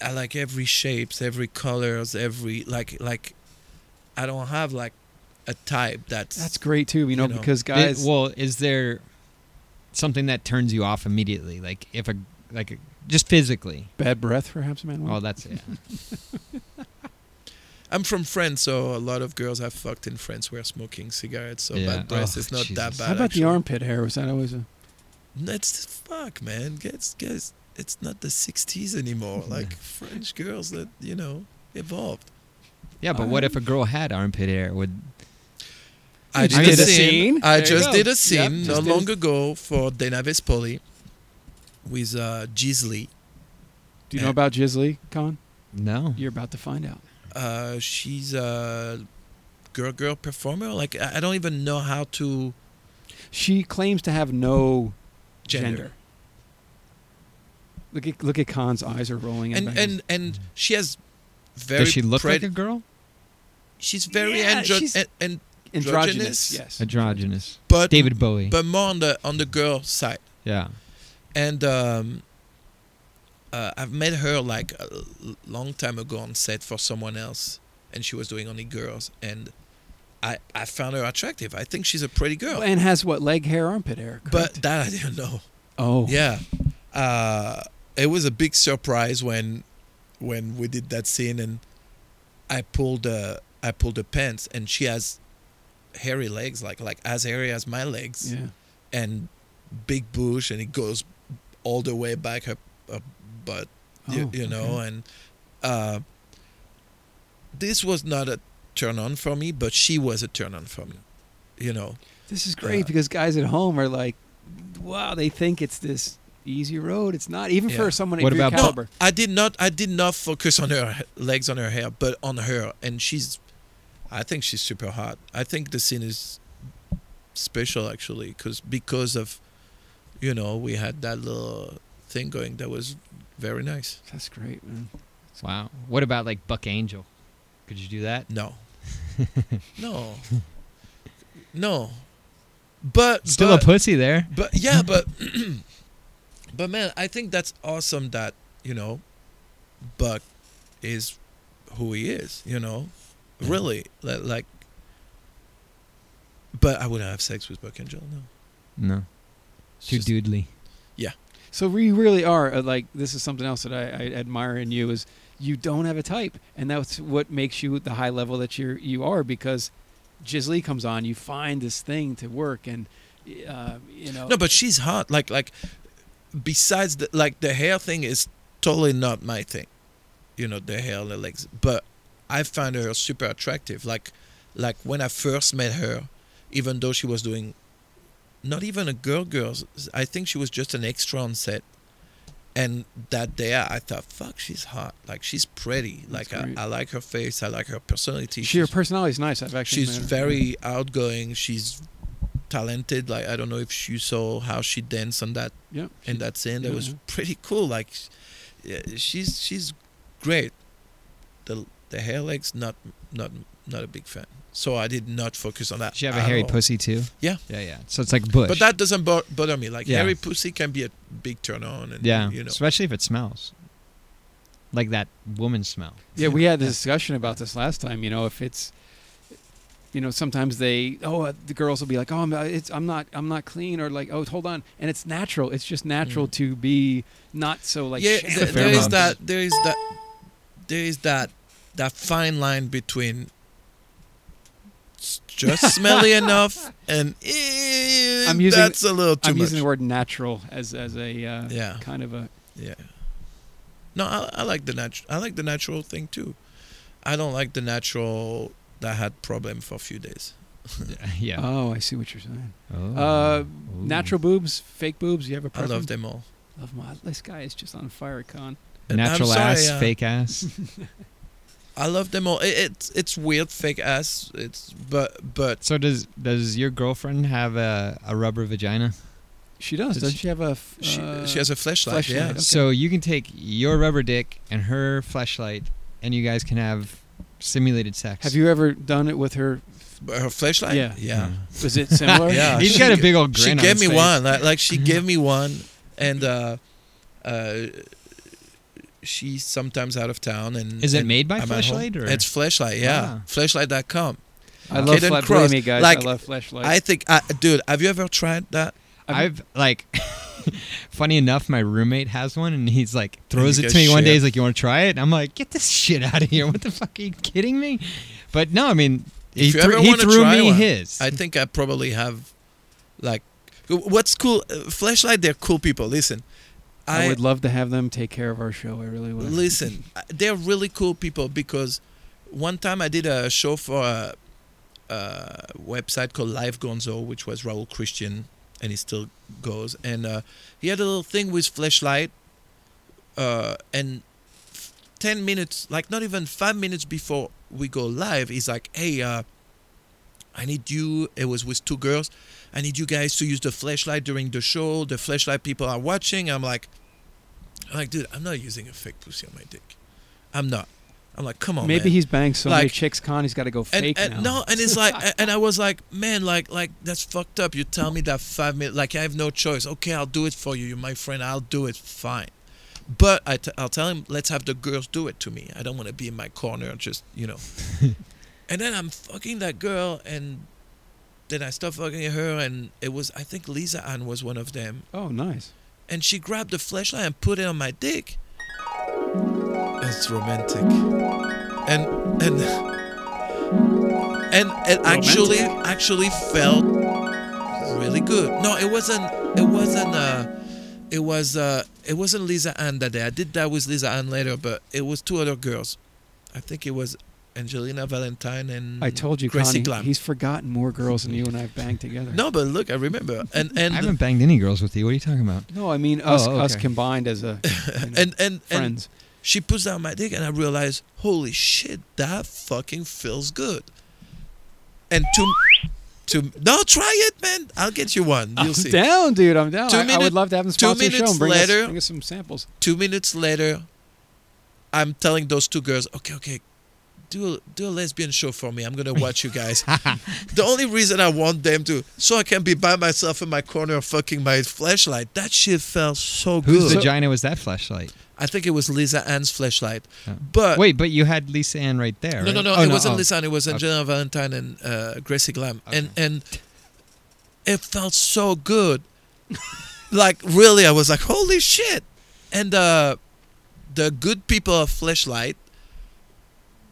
[SPEAKER 3] I like every shapes, every colors, every like like. I don't have like a type that's
[SPEAKER 1] That's great too, you know,
[SPEAKER 3] know.
[SPEAKER 1] because
[SPEAKER 4] Th-
[SPEAKER 1] guys.
[SPEAKER 4] well, is there something that turns you off immediately? Like if a like a, just physically.
[SPEAKER 1] bad breath, perhaps, man.
[SPEAKER 4] Oh, that's yeah.
[SPEAKER 3] I'm from France, so a lot of girls I fucked in France were smoking cigarettes. So
[SPEAKER 4] Yeah.
[SPEAKER 3] bad breath
[SPEAKER 4] Oh,
[SPEAKER 3] is not
[SPEAKER 4] Jesus.
[SPEAKER 3] that bad.
[SPEAKER 1] how about
[SPEAKER 3] actually.
[SPEAKER 1] the armpit hair? Was that always a.
[SPEAKER 3] That's fuck, man. Guess, guess, it's not the '60s anymore. Like French girls that you know evolved.
[SPEAKER 4] Yeah, but what if a girl had armpit hair? Would
[SPEAKER 3] I
[SPEAKER 1] just
[SPEAKER 4] did a
[SPEAKER 1] scene.
[SPEAKER 3] I
[SPEAKER 1] There you
[SPEAKER 3] just
[SPEAKER 1] go.
[SPEAKER 3] did a
[SPEAKER 1] Yep,
[SPEAKER 3] scene
[SPEAKER 1] just
[SPEAKER 3] not
[SPEAKER 1] did a-
[SPEAKER 3] long ago for De Naves Poli with uh, Gisli.
[SPEAKER 1] Do you know about Jisley, Con?
[SPEAKER 4] no?
[SPEAKER 1] You're about to find out.
[SPEAKER 3] Uh, she's a girl girl performer. Like I I don't even know how to
[SPEAKER 1] She claims to have no
[SPEAKER 3] gender.
[SPEAKER 1] gender. Look at look at Khan's eyes are rolling. in
[SPEAKER 3] And
[SPEAKER 1] back.
[SPEAKER 3] and and she has very
[SPEAKER 4] Does she look
[SPEAKER 3] pretty,
[SPEAKER 4] like a girl?
[SPEAKER 3] she's very
[SPEAKER 1] Yeah,
[SPEAKER 3] andro-
[SPEAKER 1] she's-
[SPEAKER 3] and, and
[SPEAKER 1] androgynous.
[SPEAKER 3] androgynous?
[SPEAKER 1] Yes.
[SPEAKER 4] Androgynous.
[SPEAKER 3] but
[SPEAKER 4] David Bowie.
[SPEAKER 3] but more on the on the girl side
[SPEAKER 4] yeah.
[SPEAKER 3] and um uh, I've met her like a l- long time ago on set for someone else and she was doing only girls and I I found her attractive I think she's a pretty girl
[SPEAKER 1] Oh, and has what leg hair, armpit hair.
[SPEAKER 3] but
[SPEAKER 1] correct?
[SPEAKER 3] that I didn't know
[SPEAKER 1] oh,
[SPEAKER 3] yeah uh it was a big surprise when when we did that scene and I pulled uh I pulled the pants and she has hairy legs like like as hairy as my legs
[SPEAKER 1] yeah.
[SPEAKER 3] and big bush and it goes all the way back up, up butt you,
[SPEAKER 1] Oh,
[SPEAKER 3] you know and uh, this was not a turn on for me but she was a turn on for me you know
[SPEAKER 1] This is great
[SPEAKER 3] Uh,
[SPEAKER 1] because guys at home are like, wow, they think it's this easy road. It's not even
[SPEAKER 3] Yeah.
[SPEAKER 1] for someone
[SPEAKER 4] What
[SPEAKER 1] of your
[SPEAKER 4] about-
[SPEAKER 1] caliber.
[SPEAKER 3] no i did not i did not focus on her legs on her hair but on her and she's i think she's super hot i think the scene is special actually because because of you know we had that little thing going that was very nice
[SPEAKER 1] That's great, man.
[SPEAKER 4] Wow. What about like Buck Angel? Could you do that?
[SPEAKER 3] No. no. No. But
[SPEAKER 4] Still
[SPEAKER 3] but,
[SPEAKER 4] a pussy there.
[SPEAKER 3] but yeah, but but man, I think that's awesome that, you know, Buck is who he is, you know. Really. li- Like but I wouldn't have sex with Buck Angel, no.
[SPEAKER 4] No.
[SPEAKER 3] It's
[SPEAKER 4] Too
[SPEAKER 3] just-
[SPEAKER 4] doodly.
[SPEAKER 1] So we really are uh, like this is something else that I, I admire in you is you don't have a type, and that's what makes you the high level that you you are because Jisley comes on, you find this thing to work, and uh, you know
[SPEAKER 3] No, but she's hot. Like like besides the like the hair thing is totally not my thing. You know, the hair, the legs. But I find her super attractive. Like, like when I first met her, even though she was doing, not even a girl, girl. I think she was just an extra on set. And that day, I I thought, fuck, she's hot. Like she's pretty. Like I,
[SPEAKER 1] great.
[SPEAKER 3] I like her face. I like her personality.
[SPEAKER 1] She, her
[SPEAKER 3] She's-
[SPEAKER 1] personality's nice. I've actually.
[SPEAKER 3] she's
[SPEAKER 1] met her.
[SPEAKER 3] very outgoing she's talented like i don't know if you saw how she danced on that
[SPEAKER 1] Yeah.
[SPEAKER 3] in that scene that was
[SPEAKER 1] yeah.
[SPEAKER 3] pretty cool like yeah, she's she's great the the hair legs not not not a big fan so i did not focus on that
[SPEAKER 4] Does she have a
[SPEAKER 3] at
[SPEAKER 4] hairy
[SPEAKER 3] all.
[SPEAKER 4] pussy too?
[SPEAKER 3] Yeah.
[SPEAKER 4] Yeah, yeah. So it's like bush.
[SPEAKER 3] but that doesn't bo- bother me like
[SPEAKER 4] Yeah.
[SPEAKER 3] hairy pussy can be a big turn on and
[SPEAKER 4] yeah,
[SPEAKER 3] you know
[SPEAKER 4] especially if it smells like that woman smell.
[SPEAKER 1] Yeah, we had a discussion about this last time. You know, if it's, you know, sometimes they, oh, uh, the girls will be like, oh, I'm, uh, it's, I'm not, I'm not clean, or like, oh, hold on, and it's natural. It's just natural to be not so like.
[SPEAKER 3] Mm. yeah,
[SPEAKER 1] shallow.
[SPEAKER 3] th- there is
[SPEAKER 4] pheromones.
[SPEAKER 3] that. There is that. There is that. That fine line between s- just smelly enough and eh,
[SPEAKER 1] I'm using-
[SPEAKER 3] that's a little too
[SPEAKER 1] I'm
[SPEAKER 3] much.
[SPEAKER 1] using the word natural as as a uh,
[SPEAKER 3] Yeah.
[SPEAKER 1] kind of a.
[SPEAKER 3] yeah. No, I, I like the natural. I like the natural thing too. I don't like the natural that had problem for a few days. Uh,
[SPEAKER 4] yeah.
[SPEAKER 1] Oh, I see what you're saying.
[SPEAKER 4] Oh.
[SPEAKER 1] uh,
[SPEAKER 4] Ooh.
[SPEAKER 1] Natural boobs, fake boobs. You have a
[SPEAKER 3] I
[SPEAKER 1] preference?
[SPEAKER 3] love them all.
[SPEAKER 1] Love my, this guy is just on fire, con.
[SPEAKER 3] And I'm
[SPEAKER 4] natural
[SPEAKER 3] sorry,
[SPEAKER 4] ass,
[SPEAKER 3] uh,
[SPEAKER 4] fake ass.
[SPEAKER 3] I love them all. It, it's it's weird, fake ass. It's but but
[SPEAKER 4] So does does your girlfriend have a, a rubber vagina?
[SPEAKER 1] She does.
[SPEAKER 4] Does
[SPEAKER 1] Doesn't
[SPEAKER 4] she-
[SPEAKER 1] she have a? f-
[SPEAKER 3] she
[SPEAKER 1] uh,
[SPEAKER 3] she has a flashlight.
[SPEAKER 1] fleshlight,
[SPEAKER 3] Yeah.
[SPEAKER 1] okay.
[SPEAKER 4] So you can take your rubber dick and her flashlight, and you guys can have simulated sex.
[SPEAKER 1] Have you ever done it with her?
[SPEAKER 3] Her flashlight.
[SPEAKER 1] Yeah. Mm.
[SPEAKER 3] Yeah.
[SPEAKER 1] Was it similar?
[SPEAKER 3] Yeah.
[SPEAKER 4] He's
[SPEAKER 3] She
[SPEAKER 4] got a
[SPEAKER 3] g-
[SPEAKER 4] big old grin.
[SPEAKER 3] she
[SPEAKER 4] on
[SPEAKER 3] gave
[SPEAKER 4] his
[SPEAKER 3] me
[SPEAKER 4] face.
[SPEAKER 3] one like, like she gave me one and uh uh she's sometimes out of town and
[SPEAKER 4] Is it
[SPEAKER 3] and
[SPEAKER 4] made by
[SPEAKER 3] I'm at home.
[SPEAKER 4] flashlight or?
[SPEAKER 3] it's flashlight yeah
[SPEAKER 4] Ah.
[SPEAKER 3] flashlight.com
[SPEAKER 1] I love
[SPEAKER 3] Caden
[SPEAKER 1] flashlight.
[SPEAKER 3] Cross,
[SPEAKER 1] Believe me, guys, I
[SPEAKER 3] like,
[SPEAKER 1] love flashlight.
[SPEAKER 3] i think I, dude have you ever tried that
[SPEAKER 4] I've like, funny enough, my roommate has one, and he's like throws
[SPEAKER 3] you
[SPEAKER 4] it
[SPEAKER 3] go,
[SPEAKER 4] to me one day.
[SPEAKER 3] "Shit."
[SPEAKER 4] He's like, "You want to try it?" And I'm like, "Get this shit out of here! What the fuck are you kidding me?" But no, I mean, he,
[SPEAKER 3] If you
[SPEAKER 4] thre-
[SPEAKER 3] ever
[SPEAKER 4] he
[SPEAKER 3] wanna
[SPEAKER 4] threw
[SPEAKER 3] try
[SPEAKER 4] me
[SPEAKER 3] one,
[SPEAKER 4] his.
[SPEAKER 3] i think i probably have like what's cool uh, flashlight they're cool people listen
[SPEAKER 1] I, would love to have them take care of our show. I really would.
[SPEAKER 3] Listen, I- they're really cool people because one time I did a show for a, a website called Live Gonzo, which was Raul Christian, and he still goes. And uh, he had a little thing with flashlight, uh, and f- ten minutes, like not even five minutes before we go live, he's like, "Hey, uh, I need you." It was with two girls. I need you guys to use the flashlight during the show. The flashlight people are watching. I'm like, I'm like, dude, I'm not using a fake pussy on my dick. I'm not. I'm like, come on.
[SPEAKER 1] Maybe
[SPEAKER 3] man.
[SPEAKER 1] he's banged so many
[SPEAKER 3] Like-
[SPEAKER 1] chicks, Con. He's got to go
[SPEAKER 3] and,
[SPEAKER 1] fake
[SPEAKER 3] and
[SPEAKER 1] now.
[SPEAKER 3] no, and it's like, and I was like, man, like, like that's fucked up. You tell me that five minutes, like I have no choice. Okay, I'll do it for you. You're my friend. I'll do it. Fine. But I t- I'll tell him, let's have the girls do it to me. I don't want to be in my corner, and just you know. and then I'm fucking that girl, and then I start fucking her, and it was I think Lisa Ann was one of them,
[SPEAKER 1] Oh, nice.
[SPEAKER 3] and she grabbed the flashlight and put it on my dick. It's romantic. And and and it actually actually felt really good. No, it wasn't it wasn't uh it was uh it wasn't Lisa Ann that day. I did that with Lisa Ann later, but it was two other girls. I think it was Angelina Valentine and
[SPEAKER 1] I told you,
[SPEAKER 3] Mm. Gracie
[SPEAKER 1] Con.
[SPEAKER 3] Glam.
[SPEAKER 1] He's forgotten more girls than you and I have banged together.
[SPEAKER 3] No, but look, I remember. And
[SPEAKER 4] I
[SPEAKER 3] and
[SPEAKER 4] haven't banged any girls with you. What are you talking about?
[SPEAKER 1] No, I mean us,
[SPEAKER 4] Oh,
[SPEAKER 1] us
[SPEAKER 4] okay.
[SPEAKER 1] combined as a you know,
[SPEAKER 3] and and, and
[SPEAKER 1] friends.
[SPEAKER 3] she puts down my dick and I realize, holy shit, that fucking feels good. And to to no, try it, man. I'll get you one. You'll
[SPEAKER 1] I'm
[SPEAKER 3] see.
[SPEAKER 1] down, dude. I'm down.
[SPEAKER 3] Two
[SPEAKER 1] I, I
[SPEAKER 3] minute-
[SPEAKER 1] would love to have them
[SPEAKER 3] two
[SPEAKER 1] sponsor the show
[SPEAKER 3] minutes
[SPEAKER 1] and bring us,
[SPEAKER 3] later-
[SPEAKER 1] bring us some samples.
[SPEAKER 3] Two minutes later, I'm telling those two girls, okay, okay, do a, do a lesbian show for me. I'm gonna watch you guys. the only reason I want them to, so I can be by myself in my corner, fucking my flashlight. That shit felt so
[SPEAKER 4] Whose
[SPEAKER 3] good.
[SPEAKER 4] vagina was that flashlight?
[SPEAKER 3] I think it was Lisa Ann's flashlight,
[SPEAKER 4] Oh.
[SPEAKER 3] but
[SPEAKER 4] Wait, but you had Lisa Ann right there.
[SPEAKER 3] Uh, No, no,
[SPEAKER 4] right?
[SPEAKER 3] no.
[SPEAKER 4] Oh,
[SPEAKER 3] it wasn't
[SPEAKER 4] oh.
[SPEAKER 3] Lisanne. It was
[SPEAKER 4] Okay.
[SPEAKER 3] Angelina Valentine and uh, Gracie Glam. And
[SPEAKER 4] Okay.
[SPEAKER 3] and it felt so good. like really, I was like, holy shit! And uh, the good people of Flashlight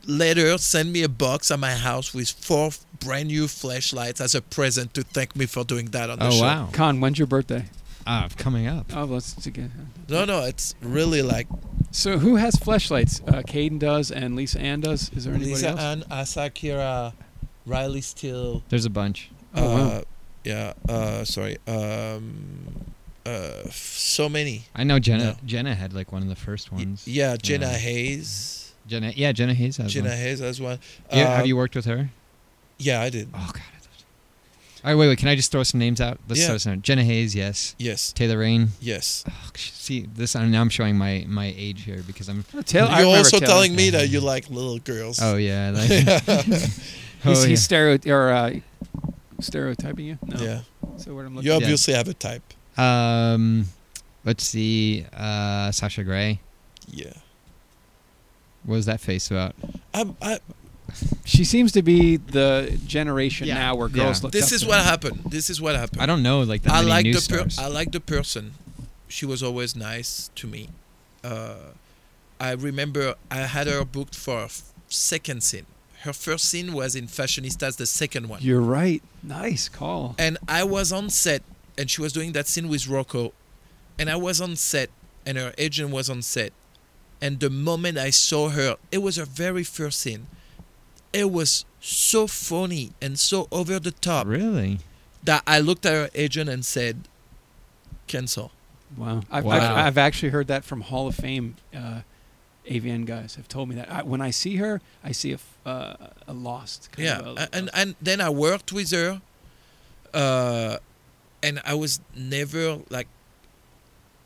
[SPEAKER 3] later sent me a box at my house with four brand new flashlights as a present to thank me for doing that on the
[SPEAKER 4] Oh
[SPEAKER 3] show.
[SPEAKER 4] wow!
[SPEAKER 1] Con, when's your birthday?
[SPEAKER 4] Ah, coming up.
[SPEAKER 1] Oh, let's again.
[SPEAKER 3] No, no, it's really like
[SPEAKER 1] So who has flashlights? Uh, Caden does, and Lisa Ann does. Is there anybody
[SPEAKER 3] Lisa uh,
[SPEAKER 1] else?
[SPEAKER 3] Ann, Asakira, Riley Steele.
[SPEAKER 4] There's a bunch.
[SPEAKER 1] Oh, wow.
[SPEAKER 3] uh, Yeah. Uh, sorry. Um, uh, f- so many.
[SPEAKER 4] I know Jenna.
[SPEAKER 3] No.
[SPEAKER 4] Jenna had like one of the first
[SPEAKER 3] Y-
[SPEAKER 4] ones.
[SPEAKER 3] yeah. Jenna
[SPEAKER 4] Yeah.
[SPEAKER 3] Hayes.
[SPEAKER 4] Jenna. Yeah, Jenna Hayes has
[SPEAKER 3] Jenna
[SPEAKER 4] one.
[SPEAKER 3] Hayes as well.
[SPEAKER 4] Yeah,
[SPEAKER 3] Uh,
[SPEAKER 4] have you worked with her?
[SPEAKER 3] Yeah, I did.
[SPEAKER 4] Oh God. I thought- All right, wait, wait. Can I just throw some names out? Let's
[SPEAKER 3] Yeah.
[SPEAKER 4] throw some. Jenna Hayes, yes.
[SPEAKER 3] Yes.
[SPEAKER 4] Taylor Rain.
[SPEAKER 3] Yes.
[SPEAKER 4] Oh, sh- see, this I'm, now I'm showing my my age here because I'm.
[SPEAKER 1] Oh, Taylor, I
[SPEAKER 3] You're
[SPEAKER 1] remember
[SPEAKER 3] also
[SPEAKER 1] Taylor.
[SPEAKER 3] telling me that you like little girls.
[SPEAKER 4] Oh yeah, like,
[SPEAKER 1] He's,
[SPEAKER 4] oh, yeah.
[SPEAKER 1] he's stereo or uh, stereotyping you. No.
[SPEAKER 3] yeah.
[SPEAKER 1] So what I'm looking.
[SPEAKER 3] You obviously have a type.
[SPEAKER 4] Um, let's see. Uh, Sasha Grey.
[SPEAKER 3] Yeah.
[SPEAKER 4] What was that face about?
[SPEAKER 3] I'm, Um, I,
[SPEAKER 1] She seems to be the generation
[SPEAKER 4] Yeah.
[SPEAKER 1] now where girls
[SPEAKER 4] Yeah.
[SPEAKER 1] look.
[SPEAKER 3] this
[SPEAKER 1] up
[SPEAKER 3] is
[SPEAKER 1] to
[SPEAKER 3] what
[SPEAKER 1] them.
[SPEAKER 3] happened. This is what happened.
[SPEAKER 4] I don't know. Like that
[SPEAKER 3] I
[SPEAKER 4] many
[SPEAKER 3] like
[SPEAKER 4] news
[SPEAKER 3] the per-
[SPEAKER 4] stars.
[SPEAKER 3] I like the person. She was always nice to me. Uh, I remember I had her booked for a f- second scene. Her first scene was in Fashionistas, the second one.
[SPEAKER 1] You're right. Nice call.
[SPEAKER 3] And I was on set, and she was doing that scene with Rocco, and I was on set, and her agent was on set, and the moment I saw her, it was her very first scene. It was so funny and so over the top
[SPEAKER 4] really?
[SPEAKER 3] that I looked at her agent and said, "Cancel."
[SPEAKER 1] Wow. I've,
[SPEAKER 4] Wow.
[SPEAKER 1] I've, I've actually heard that from Hall of Fame uh, AVN guys. Have told me that I, when I see her, I see a f- uh, a lost. Kind
[SPEAKER 3] yeah
[SPEAKER 1] Of a,
[SPEAKER 3] a- and and then i worked with her uh and i was never like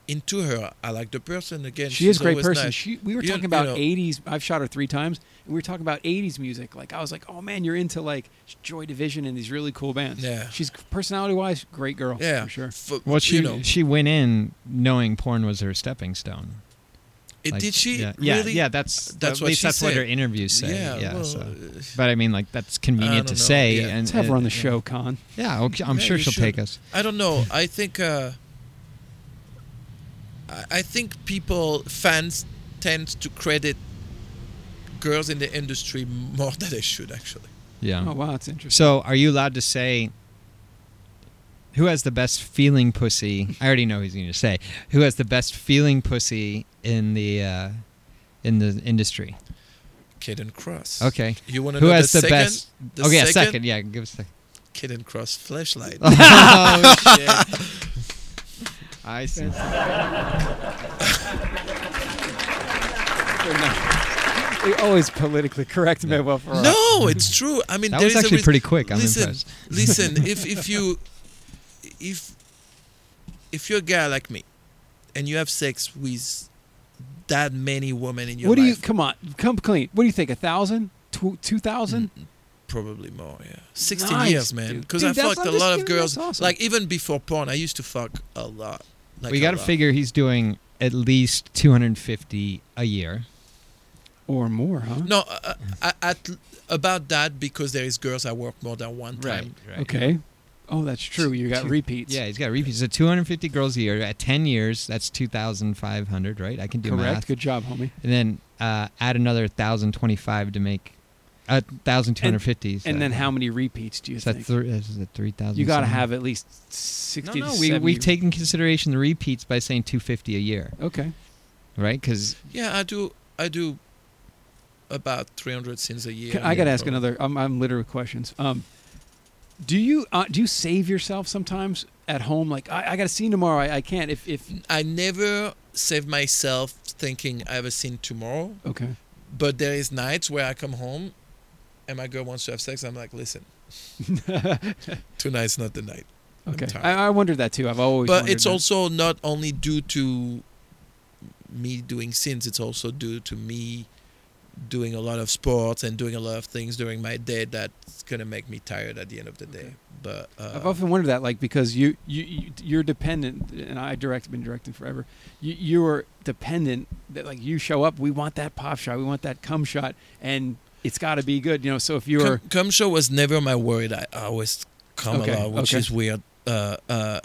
[SPEAKER 3] into her i like the person again
[SPEAKER 1] she is
[SPEAKER 3] she's
[SPEAKER 1] a great
[SPEAKER 3] always
[SPEAKER 1] person.
[SPEAKER 3] nice.
[SPEAKER 1] She, we were
[SPEAKER 3] You-
[SPEAKER 1] talking
[SPEAKER 3] you
[SPEAKER 1] about
[SPEAKER 3] know-
[SPEAKER 1] 80s. I've shot her three times, and we were talking about 80s music. Like I was like, oh man, you're into like Joy Division and these really cool bands.
[SPEAKER 3] Yeah.
[SPEAKER 1] She's personality wise, great girl.
[SPEAKER 3] yeah
[SPEAKER 1] for sure.
[SPEAKER 3] For-
[SPEAKER 4] Well, she
[SPEAKER 3] you know
[SPEAKER 4] she went in knowing porn was her stepping stone.
[SPEAKER 3] it-
[SPEAKER 4] Like,
[SPEAKER 3] did she
[SPEAKER 4] Yeah, yeah,
[SPEAKER 3] really
[SPEAKER 4] yeah, that's
[SPEAKER 3] That's
[SPEAKER 4] at
[SPEAKER 3] what
[SPEAKER 4] least
[SPEAKER 3] she
[SPEAKER 4] that's what her
[SPEAKER 3] said.
[SPEAKER 4] interviews say.
[SPEAKER 3] yeah,
[SPEAKER 4] Yeah.
[SPEAKER 3] well,
[SPEAKER 4] so.
[SPEAKER 3] uh,
[SPEAKER 4] But I mean, like that's
[SPEAKER 3] don't
[SPEAKER 4] convenient to
[SPEAKER 3] know,
[SPEAKER 4] say.
[SPEAKER 3] yeah.
[SPEAKER 4] And
[SPEAKER 1] Let's have her on
[SPEAKER 4] and-
[SPEAKER 1] the show, Con.
[SPEAKER 4] Yeah, okay, I'm
[SPEAKER 3] Yeah,
[SPEAKER 4] sure
[SPEAKER 3] you
[SPEAKER 4] she'll
[SPEAKER 3] should.
[SPEAKER 4] take us.
[SPEAKER 3] i don't know i think uh I, I think people fans tend to credit girls in the industry more than they should actually
[SPEAKER 4] Yeah.
[SPEAKER 1] Oh wow, it's interesting.
[SPEAKER 4] So, are you allowed to say who has the best feeling pussy? I already know who's going to say who has the best feeling pussy in the uh, in the industry.
[SPEAKER 3] Caden Cross.
[SPEAKER 4] Okay.
[SPEAKER 3] You want to
[SPEAKER 4] Who
[SPEAKER 3] know
[SPEAKER 4] has
[SPEAKER 3] the,
[SPEAKER 4] the,
[SPEAKER 3] second?
[SPEAKER 4] best?
[SPEAKER 3] The
[SPEAKER 4] okay,
[SPEAKER 3] second,
[SPEAKER 4] a second. Yeah, give us a second.
[SPEAKER 3] Caden Cross flashlight.
[SPEAKER 4] oh shit! I see.
[SPEAKER 1] They're not- They always politically correct Manuel Ferrara.
[SPEAKER 3] No, it's true. I mean,
[SPEAKER 4] That
[SPEAKER 3] there
[SPEAKER 4] was
[SPEAKER 3] is a
[SPEAKER 4] actually
[SPEAKER 3] reas-
[SPEAKER 4] pretty quick. I'm
[SPEAKER 3] listen,
[SPEAKER 4] impressed.
[SPEAKER 3] listen. If if you if if you're a guy like me, and you have sex with that many women in your
[SPEAKER 1] What do you?
[SPEAKER 3] life,
[SPEAKER 1] Come on, come clean. What do you think? A thousand? Two two thousand?
[SPEAKER 3] probably more. Yeah, sixteen
[SPEAKER 1] Nice,
[SPEAKER 3] years, man.
[SPEAKER 1] dude.
[SPEAKER 3] Because
[SPEAKER 1] Dude,
[SPEAKER 3] I
[SPEAKER 1] that's-
[SPEAKER 3] fucked a
[SPEAKER 1] I'm just
[SPEAKER 3] lot of
[SPEAKER 1] giving- that's
[SPEAKER 3] girls.
[SPEAKER 1] awesome.
[SPEAKER 3] Like even before porn, I used to fuck a lot. Like
[SPEAKER 4] we
[SPEAKER 3] a
[SPEAKER 4] got to
[SPEAKER 3] lot.
[SPEAKER 4] figure he's doing at least 250 a year.
[SPEAKER 1] or more? Huh?
[SPEAKER 3] No, uh, uh, at, about that because there is girls I work more than one time.
[SPEAKER 1] Okay. Oh, that's true. You got
[SPEAKER 4] Two-
[SPEAKER 1] repeats.
[SPEAKER 4] Yeah, he's got repeats. So 250 girls a year at 10 years. That's 2,500, right? I can do
[SPEAKER 1] Correct.
[SPEAKER 4] math.
[SPEAKER 1] Good job, homie.
[SPEAKER 4] and then uh, add another 1,025 to make uh, 1,250. so-
[SPEAKER 1] And then how many repeats do you
[SPEAKER 4] So
[SPEAKER 1] think?
[SPEAKER 4] that's three- is it 3,000?
[SPEAKER 1] you got to have at least sixty.
[SPEAKER 4] No,
[SPEAKER 1] to
[SPEAKER 4] no, we,
[SPEAKER 1] 70
[SPEAKER 4] we've taken consideration the repeats by saying 250 a year,
[SPEAKER 1] Okay.
[SPEAKER 4] right? Because
[SPEAKER 3] Yeah, I do. I do about 300 scenes a year.
[SPEAKER 1] Can- I got to
[SPEAKER 3] Yeah,
[SPEAKER 1] ask
[SPEAKER 3] probably.
[SPEAKER 1] another. I'm, I'm literate questions. Um, do you uh, do you save yourself sometimes at home? Like I, I got a scene tomorrow. I, I can't. If if
[SPEAKER 3] I never save myself thinking I have a scene tomorrow,
[SPEAKER 1] okay.
[SPEAKER 3] but there is nights where I come home and my girl wants to have sex. I'm like, listen, tonight's not the night.
[SPEAKER 1] Okay.
[SPEAKER 3] tired.
[SPEAKER 1] I, I wondered that too. I've always.
[SPEAKER 3] but
[SPEAKER 1] wondered
[SPEAKER 3] it's
[SPEAKER 1] that.
[SPEAKER 3] also not only due to me doing scenes. It's also due to me doing a lot of sports and doing a lot of things during my day that's gonna make me tired at the end of the day. But uh,
[SPEAKER 1] I've often wondered that, like, because you, you, you you're dependent, and I direct, been directing forever. You, you are dependent that, like, you show up. We want that pop shot. We want that cum shot, and it's got to be good, you know. So if you're,
[SPEAKER 3] Cum, cum show was never my word. I I always come
[SPEAKER 1] Okay,
[SPEAKER 3] a lot, which
[SPEAKER 1] okay.
[SPEAKER 3] is weird. Uh, uh,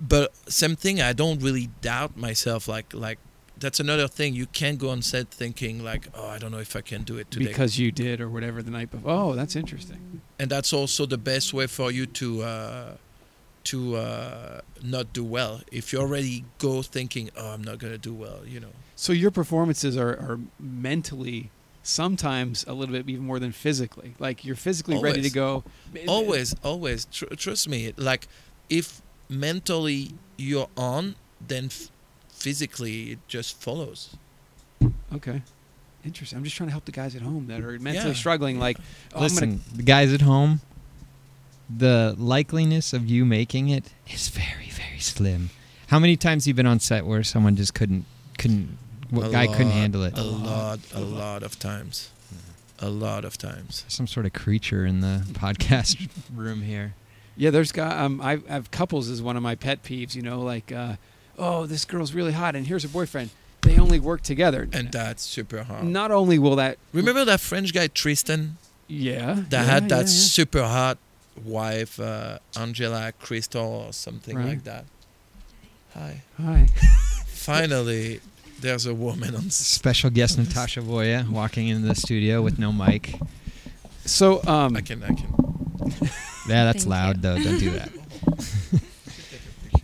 [SPEAKER 3] but something I don't really doubt myself. Like like that's another thing. You can't go on set thinking like, oh, I don't know if I can do it today.
[SPEAKER 1] because you did or whatever the night before. Oh, that's interesting.
[SPEAKER 3] and that's also the best way for you to uh, to uh, not do well if you already go thinking oh i'm not gonna do well you know
[SPEAKER 1] So your performances are, are mentally sometimes a little bit even more than physically. Like you're physically ready to go.
[SPEAKER 3] always always tr- trust me like if mentally you're on then f- physically it just follows
[SPEAKER 1] Okay. Interesting. I'm just trying to help the guys at home that are mentally
[SPEAKER 3] Yeah.
[SPEAKER 1] struggling. Like, oh,
[SPEAKER 4] Listen,
[SPEAKER 1] I'm gonna,
[SPEAKER 4] the guys at home, the likeliness of you making it is very, very slim. How many times have you been on set where someone just couldn't, couldn't, what
[SPEAKER 3] A
[SPEAKER 4] guy couldn't
[SPEAKER 3] lot,
[SPEAKER 4] handle it?
[SPEAKER 3] a lot a lot of times a lot of times
[SPEAKER 4] Some sort of creature in the podcast room here.
[SPEAKER 1] yeah, there's guy. Um, I I have couples is one of my pet peeves. You know, like, uh, oh, this girl's really hot, and here's her boyfriend. They only work together.
[SPEAKER 3] and uh, that's super hard
[SPEAKER 1] not only will that,
[SPEAKER 3] remember that french guy tristan
[SPEAKER 1] yeah,
[SPEAKER 3] that
[SPEAKER 1] yeah,
[SPEAKER 3] had that
[SPEAKER 1] yeah, yeah.
[SPEAKER 3] super hot wife, uh, Angela Crystal or something
[SPEAKER 1] Right.
[SPEAKER 3] like that. Hi.
[SPEAKER 1] Hi.
[SPEAKER 3] Finally, there's a woman on. s-
[SPEAKER 4] Special guest Natasha Voya walking into the studio with no mic.
[SPEAKER 1] So, um,
[SPEAKER 3] I can, I can.
[SPEAKER 4] Yeah, that's
[SPEAKER 5] Thank
[SPEAKER 4] loud
[SPEAKER 5] you.
[SPEAKER 4] though. Don't do that.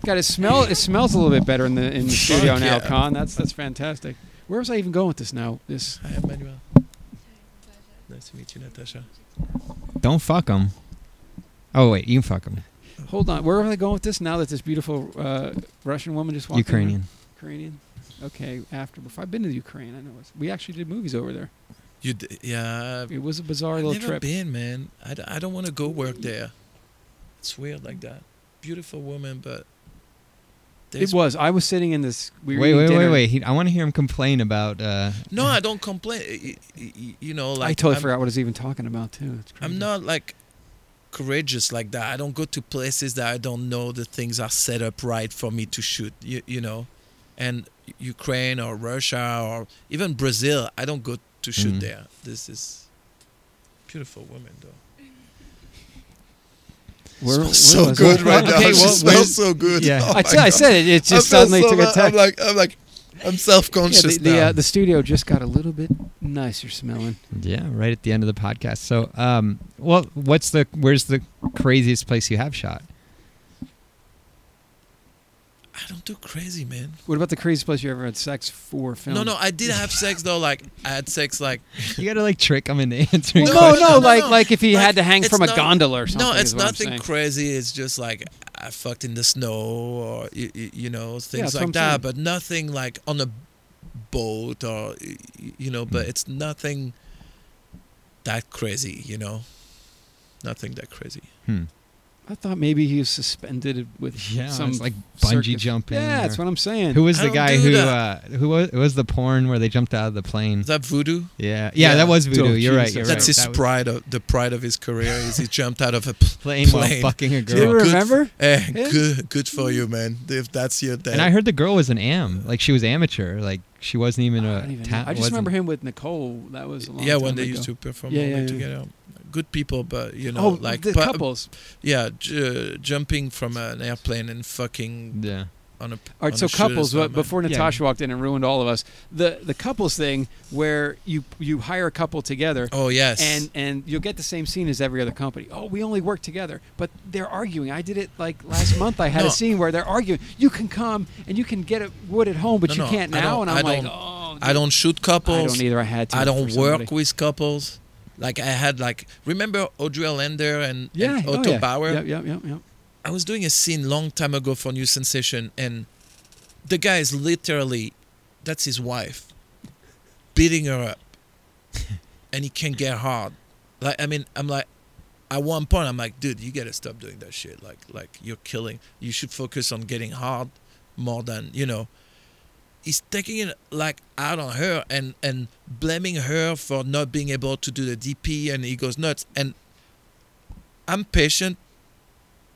[SPEAKER 1] God, it smell it smells a little bit better in the in the studio
[SPEAKER 3] Fuck
[SPEAKER 1] now,
[SPEAKER 3] yeah.
[SPEAKER 1] Con. That's that's fantastic. Where was I even going with this now? This
[SPEAKER 3] Hi, Emmanuel. Nice to meet you, Natasha.
[SPEAKER 4] Don't fuck them. Oh wait, you can fuck them.
[SPEAKER 1] hold on. Where am I going with this now that this beautiful uh, Russian woman just walked in?
[SPEAKER 4] Ukrainian.
[SPEAKER 1] Ukrainian. Okay, after before I've been to the Ukraine, I know it's, we actually did movies over there.
[SPEAKER 3] You, d- yeah. I've
[SPEAKER 1] It was a bizarre little
[SPEAKER 3] never
[SPEAKER 1] trip.
[SPEAKER 3] been, man. I, d- I don't want to go work there. It's weird like that. Beautiful woman, but.
[SPEAKER 1] It was. I was sitting in this. We were
[SPEAKER 4] Wait,
[SPEAKER 1] eating
[SPEAKER 4] wait, wait,
[SPEAKER 1] dinner.
[SPEAKER 4] wait. He, I want to hear him complain about. Uh,
[SPEAKER 3] No, I don't complain. Y- y- y- You know, like
[SPEAKER 1] I totally
[SPEAKER 3] I'm-
[SPEAKER 1] forgot what I was even talking about too. It's crazy.
[SPEAKER 3] I'm not like courageous like that. I don't go to places that I don't know the things are set up right for me to shoot. You, you know, and Ukraine or Russia or even Brazil, I don't go to shoot
[SPEAKER 1] Mm-hmm.
[SPEAKER 3] there.
[SPEAKER 4] Mhm.
[SPEAKER 3] This is beautiful women though.
[SPEAKER 1] Where- where was I?
[SPEAKER 4] now.
[SPEAKER 1] Okay,
[SPEAKER 4] She
[SPEAKER 1] well,
[SPEAKER 4] smells
[SPEAKER 1] where-
[SPEAKER 3] so good.
[SPEAKER 4] Yeah. Oh
[SPEAKER 1] I, t- I said it. It just suddenly took a
[SPEAKER 3] I'm
[SPEAKER 1] turn.
[SPEAKER 3] like, I'm like, I'm
[SPEAKER 1] Yeah,
[SPEAKER 3] self-conscious
[SPEAKER 1] the the, uh, the studio just got a little bit nicer smelling.
[SPEAKER 4] yeah, right at the end of the podcast. So, um, well, what's the where's the craziest place you have shot?
[SPEAKER 3] I don't do crazy, man.
[SPEAKER 1] What about the craziest place you ever had sex for film?
[SPEAKER 3] No, no, I did have sex though. Like, I had sex like
[SPEAKER 4] You gotta like trick him into answering.
[SPEAKER 1] Well,
[SPEAKER 4] questions.
[SPEAKER 1] no, no,
[SPEAKER 3] No, no,
[SPEAKER 1] like
[SPEAKER 3] no.
[SPEAKER 1] like if he
[SPEAKER 3] Like,
[SPEAKER 1] had to hang
[SPEAKER 3] it's
[SPEAKER 1] from a
[SPEAKER 3] not-
[SPEAKER 1] gondola or something.
[SPEAKER 3] No, it's
[SPEAKER 1] is what I'm saying.
[SPEAKER 3] nothing crazy. It's just like I fucked in the snow or you, you know
[SPEAKER 1] that's
[SPEAKER 3] things
[SPEAKER 1] what I'm
[SPEAKER 3] like that,
[SPEAKER 1] saying.
[SPEAKER 3] but nothing like on a boat or y- y- you know. But
[SPEAKER 4] Mm.
[SPEAKER 3] it's nothing that crazy, you know. Nothing that crazy.
[SPEAKER 4] Hmm.
[SPEAKER 1] I thought maybe he was suspended with
[SPEAKER 4] Yeah,
[SPEAKER 1] some
[SPEAKER 4] it's like bungee
[SPEAKER 1] circus-
[SPEAKER 4] jumping.
[SPEAKER 1] Yeah,
[SPEAKER 4] or-
[SPEAKER 1] that's what I'm saying.
[SPEAKER 4] Who was
[SPEAKER 3] I
[SPEAKER 4] the
[SPEAKER 3] don't
[SPEAKER 4] guy
[SPEAKER 3] do
[SPEAKER 4] who uh,
[SPEAKER 3] that.
[SPEAKER 4] who was, it was the porn where they jumped out of the plane?
[SPEAKER 3] Is that voodoo?
[SPEAKER 4] Yeah, yeah,
[SPEAKER 3] Yeah.
[SPEAKER 4] that was voodoo.
[SPEAKER 1] Oh,
[SPEAKER 4] you're right.
[SPEAKER 1] Jesus.
[SPEAKER 4] You're
[SPEAKER 3] That's
[SPEAKER 4] right.
[SPEAKER 3] his
[SPEAKER 4] That was
[SPEAKER 3] pride of the pride of his career. is he jumped out of a pl-
[SPEAKER 4] plane while
[SPEAKER 3] plane.
[SPEAKER 4] fucking a
[SPEAKER 1] Do you
[SPEAKER 4] girl.
[SPEAKER 3] Good.
[SPEAKER 1] remember?
[SPEAKER 3] eh?
[SPEAKER 1] Yeah.
[SPEAKER 3] Good, good for you, man. If that's your thing.
[SPEAKER 4] And I heard the girl was an am, like she was amateur, like she wasn't even
[SPEAKER 1] I,
[SPEAKER 4] a.
[SPEAKER 1] don't even know.
[SPEAKER 4] ta-
[SPEAKER 1] I just remember
[SPEAKER 4] wasn't-
[SPEAKER 1] him with Nicole. That was a long
[SPEAKER 3] yeah,
[SPEAKER 1] time
[SPEAKER 3] when they
[SPEAKER 1] ago.
[SPEAKER 3] used to perform
[SPEAKER 1] Yeah,
[SPEAKER 3] all
[SPEAKER 1] yeah, yeah.
[SPEAKER 3] together. Good people, but you know,
[SPEAKER 1] oh,
[SPEAKER 3] like
[SPEAKER 1] the
[SPEAKER 3] but-
[SPEAKER 1] couples.
[SPEAKER 3] Yeah, j- jumping from an airplane and fucking
[SPEAKER 4] Yeah.
[SPEAKER 3] on a.
[SPEAKER 1] All right,
[SPEAKER 3] on
[SPEAKER 1] so
[SPEAKER 3] a shooter
[SPEAKER 1] couples.
[SPEAKER 3] or
[SPEAKER 1] But
[SPEAKER 3] something.
[SPEAKER 1] before
[SPEAKER 4] Yeah.
[SPEAKER 1] Natasha walked in and ruined all of us, the the couples thing where you you hire a couple together.
[SPEAKER 3] Oh yes.
[SPEAKER 1] And and you'll get the same scene as every other company. Oh, we only work together, but they're arguing. I did it like last month. I had
[SPEAKER 3] No.
[SPEAKER 1] a scene where they're arguing. You can come and you can get a wood at home, but
[SPEAKER 3] No,
[SPEAKER 1] you
[SPEAKER 3] no,
[SPEAKER 1] can't
[SPEAKER 3] I
[SPEAKER 1] now.
[SPEAKER 3] don't-
[SPEAKER 1] And I'm
[SPEAKER 3] I
[SPEAKER 1] like,
[SPEAKER 3] don't-
[SPEAKER 1] oh,
[SPEAKER 3] I don't shoot couples.
[SPEAKER 1] I don't either. I had to.
[SPEAKER 3] I
[SPEAKER 1] for
[SPEAKER 3] don't
[SPEAKER 1] somebody.
[SPEAKER 3] work with couples. Like I had like remember Audrey Lander and,
[SPEAKER 1] Yeah,
[SPEAKER 3] and
[SPEAKER 1] oh,
[SPEAKER 3] Otto
[SPEAKER 1] yeah.
[SPEAKER 3] Bauer.
[SPEAKER 1] Yep, yep, yep, yep.
[SPEAKER 3] I was doing a scene long time ago for New Sensation, and the guy is literally, that's his wife, beating her up, and he can get hard. Like I mean, I'm like, at one point I'm like, dude, you gotta stop doing that shit. Like like you're killing. You should focus on getting hard more than you know. He's taking it like out on her and and blaming her for not being able to do the DP, and he goes nuts. And I'm patient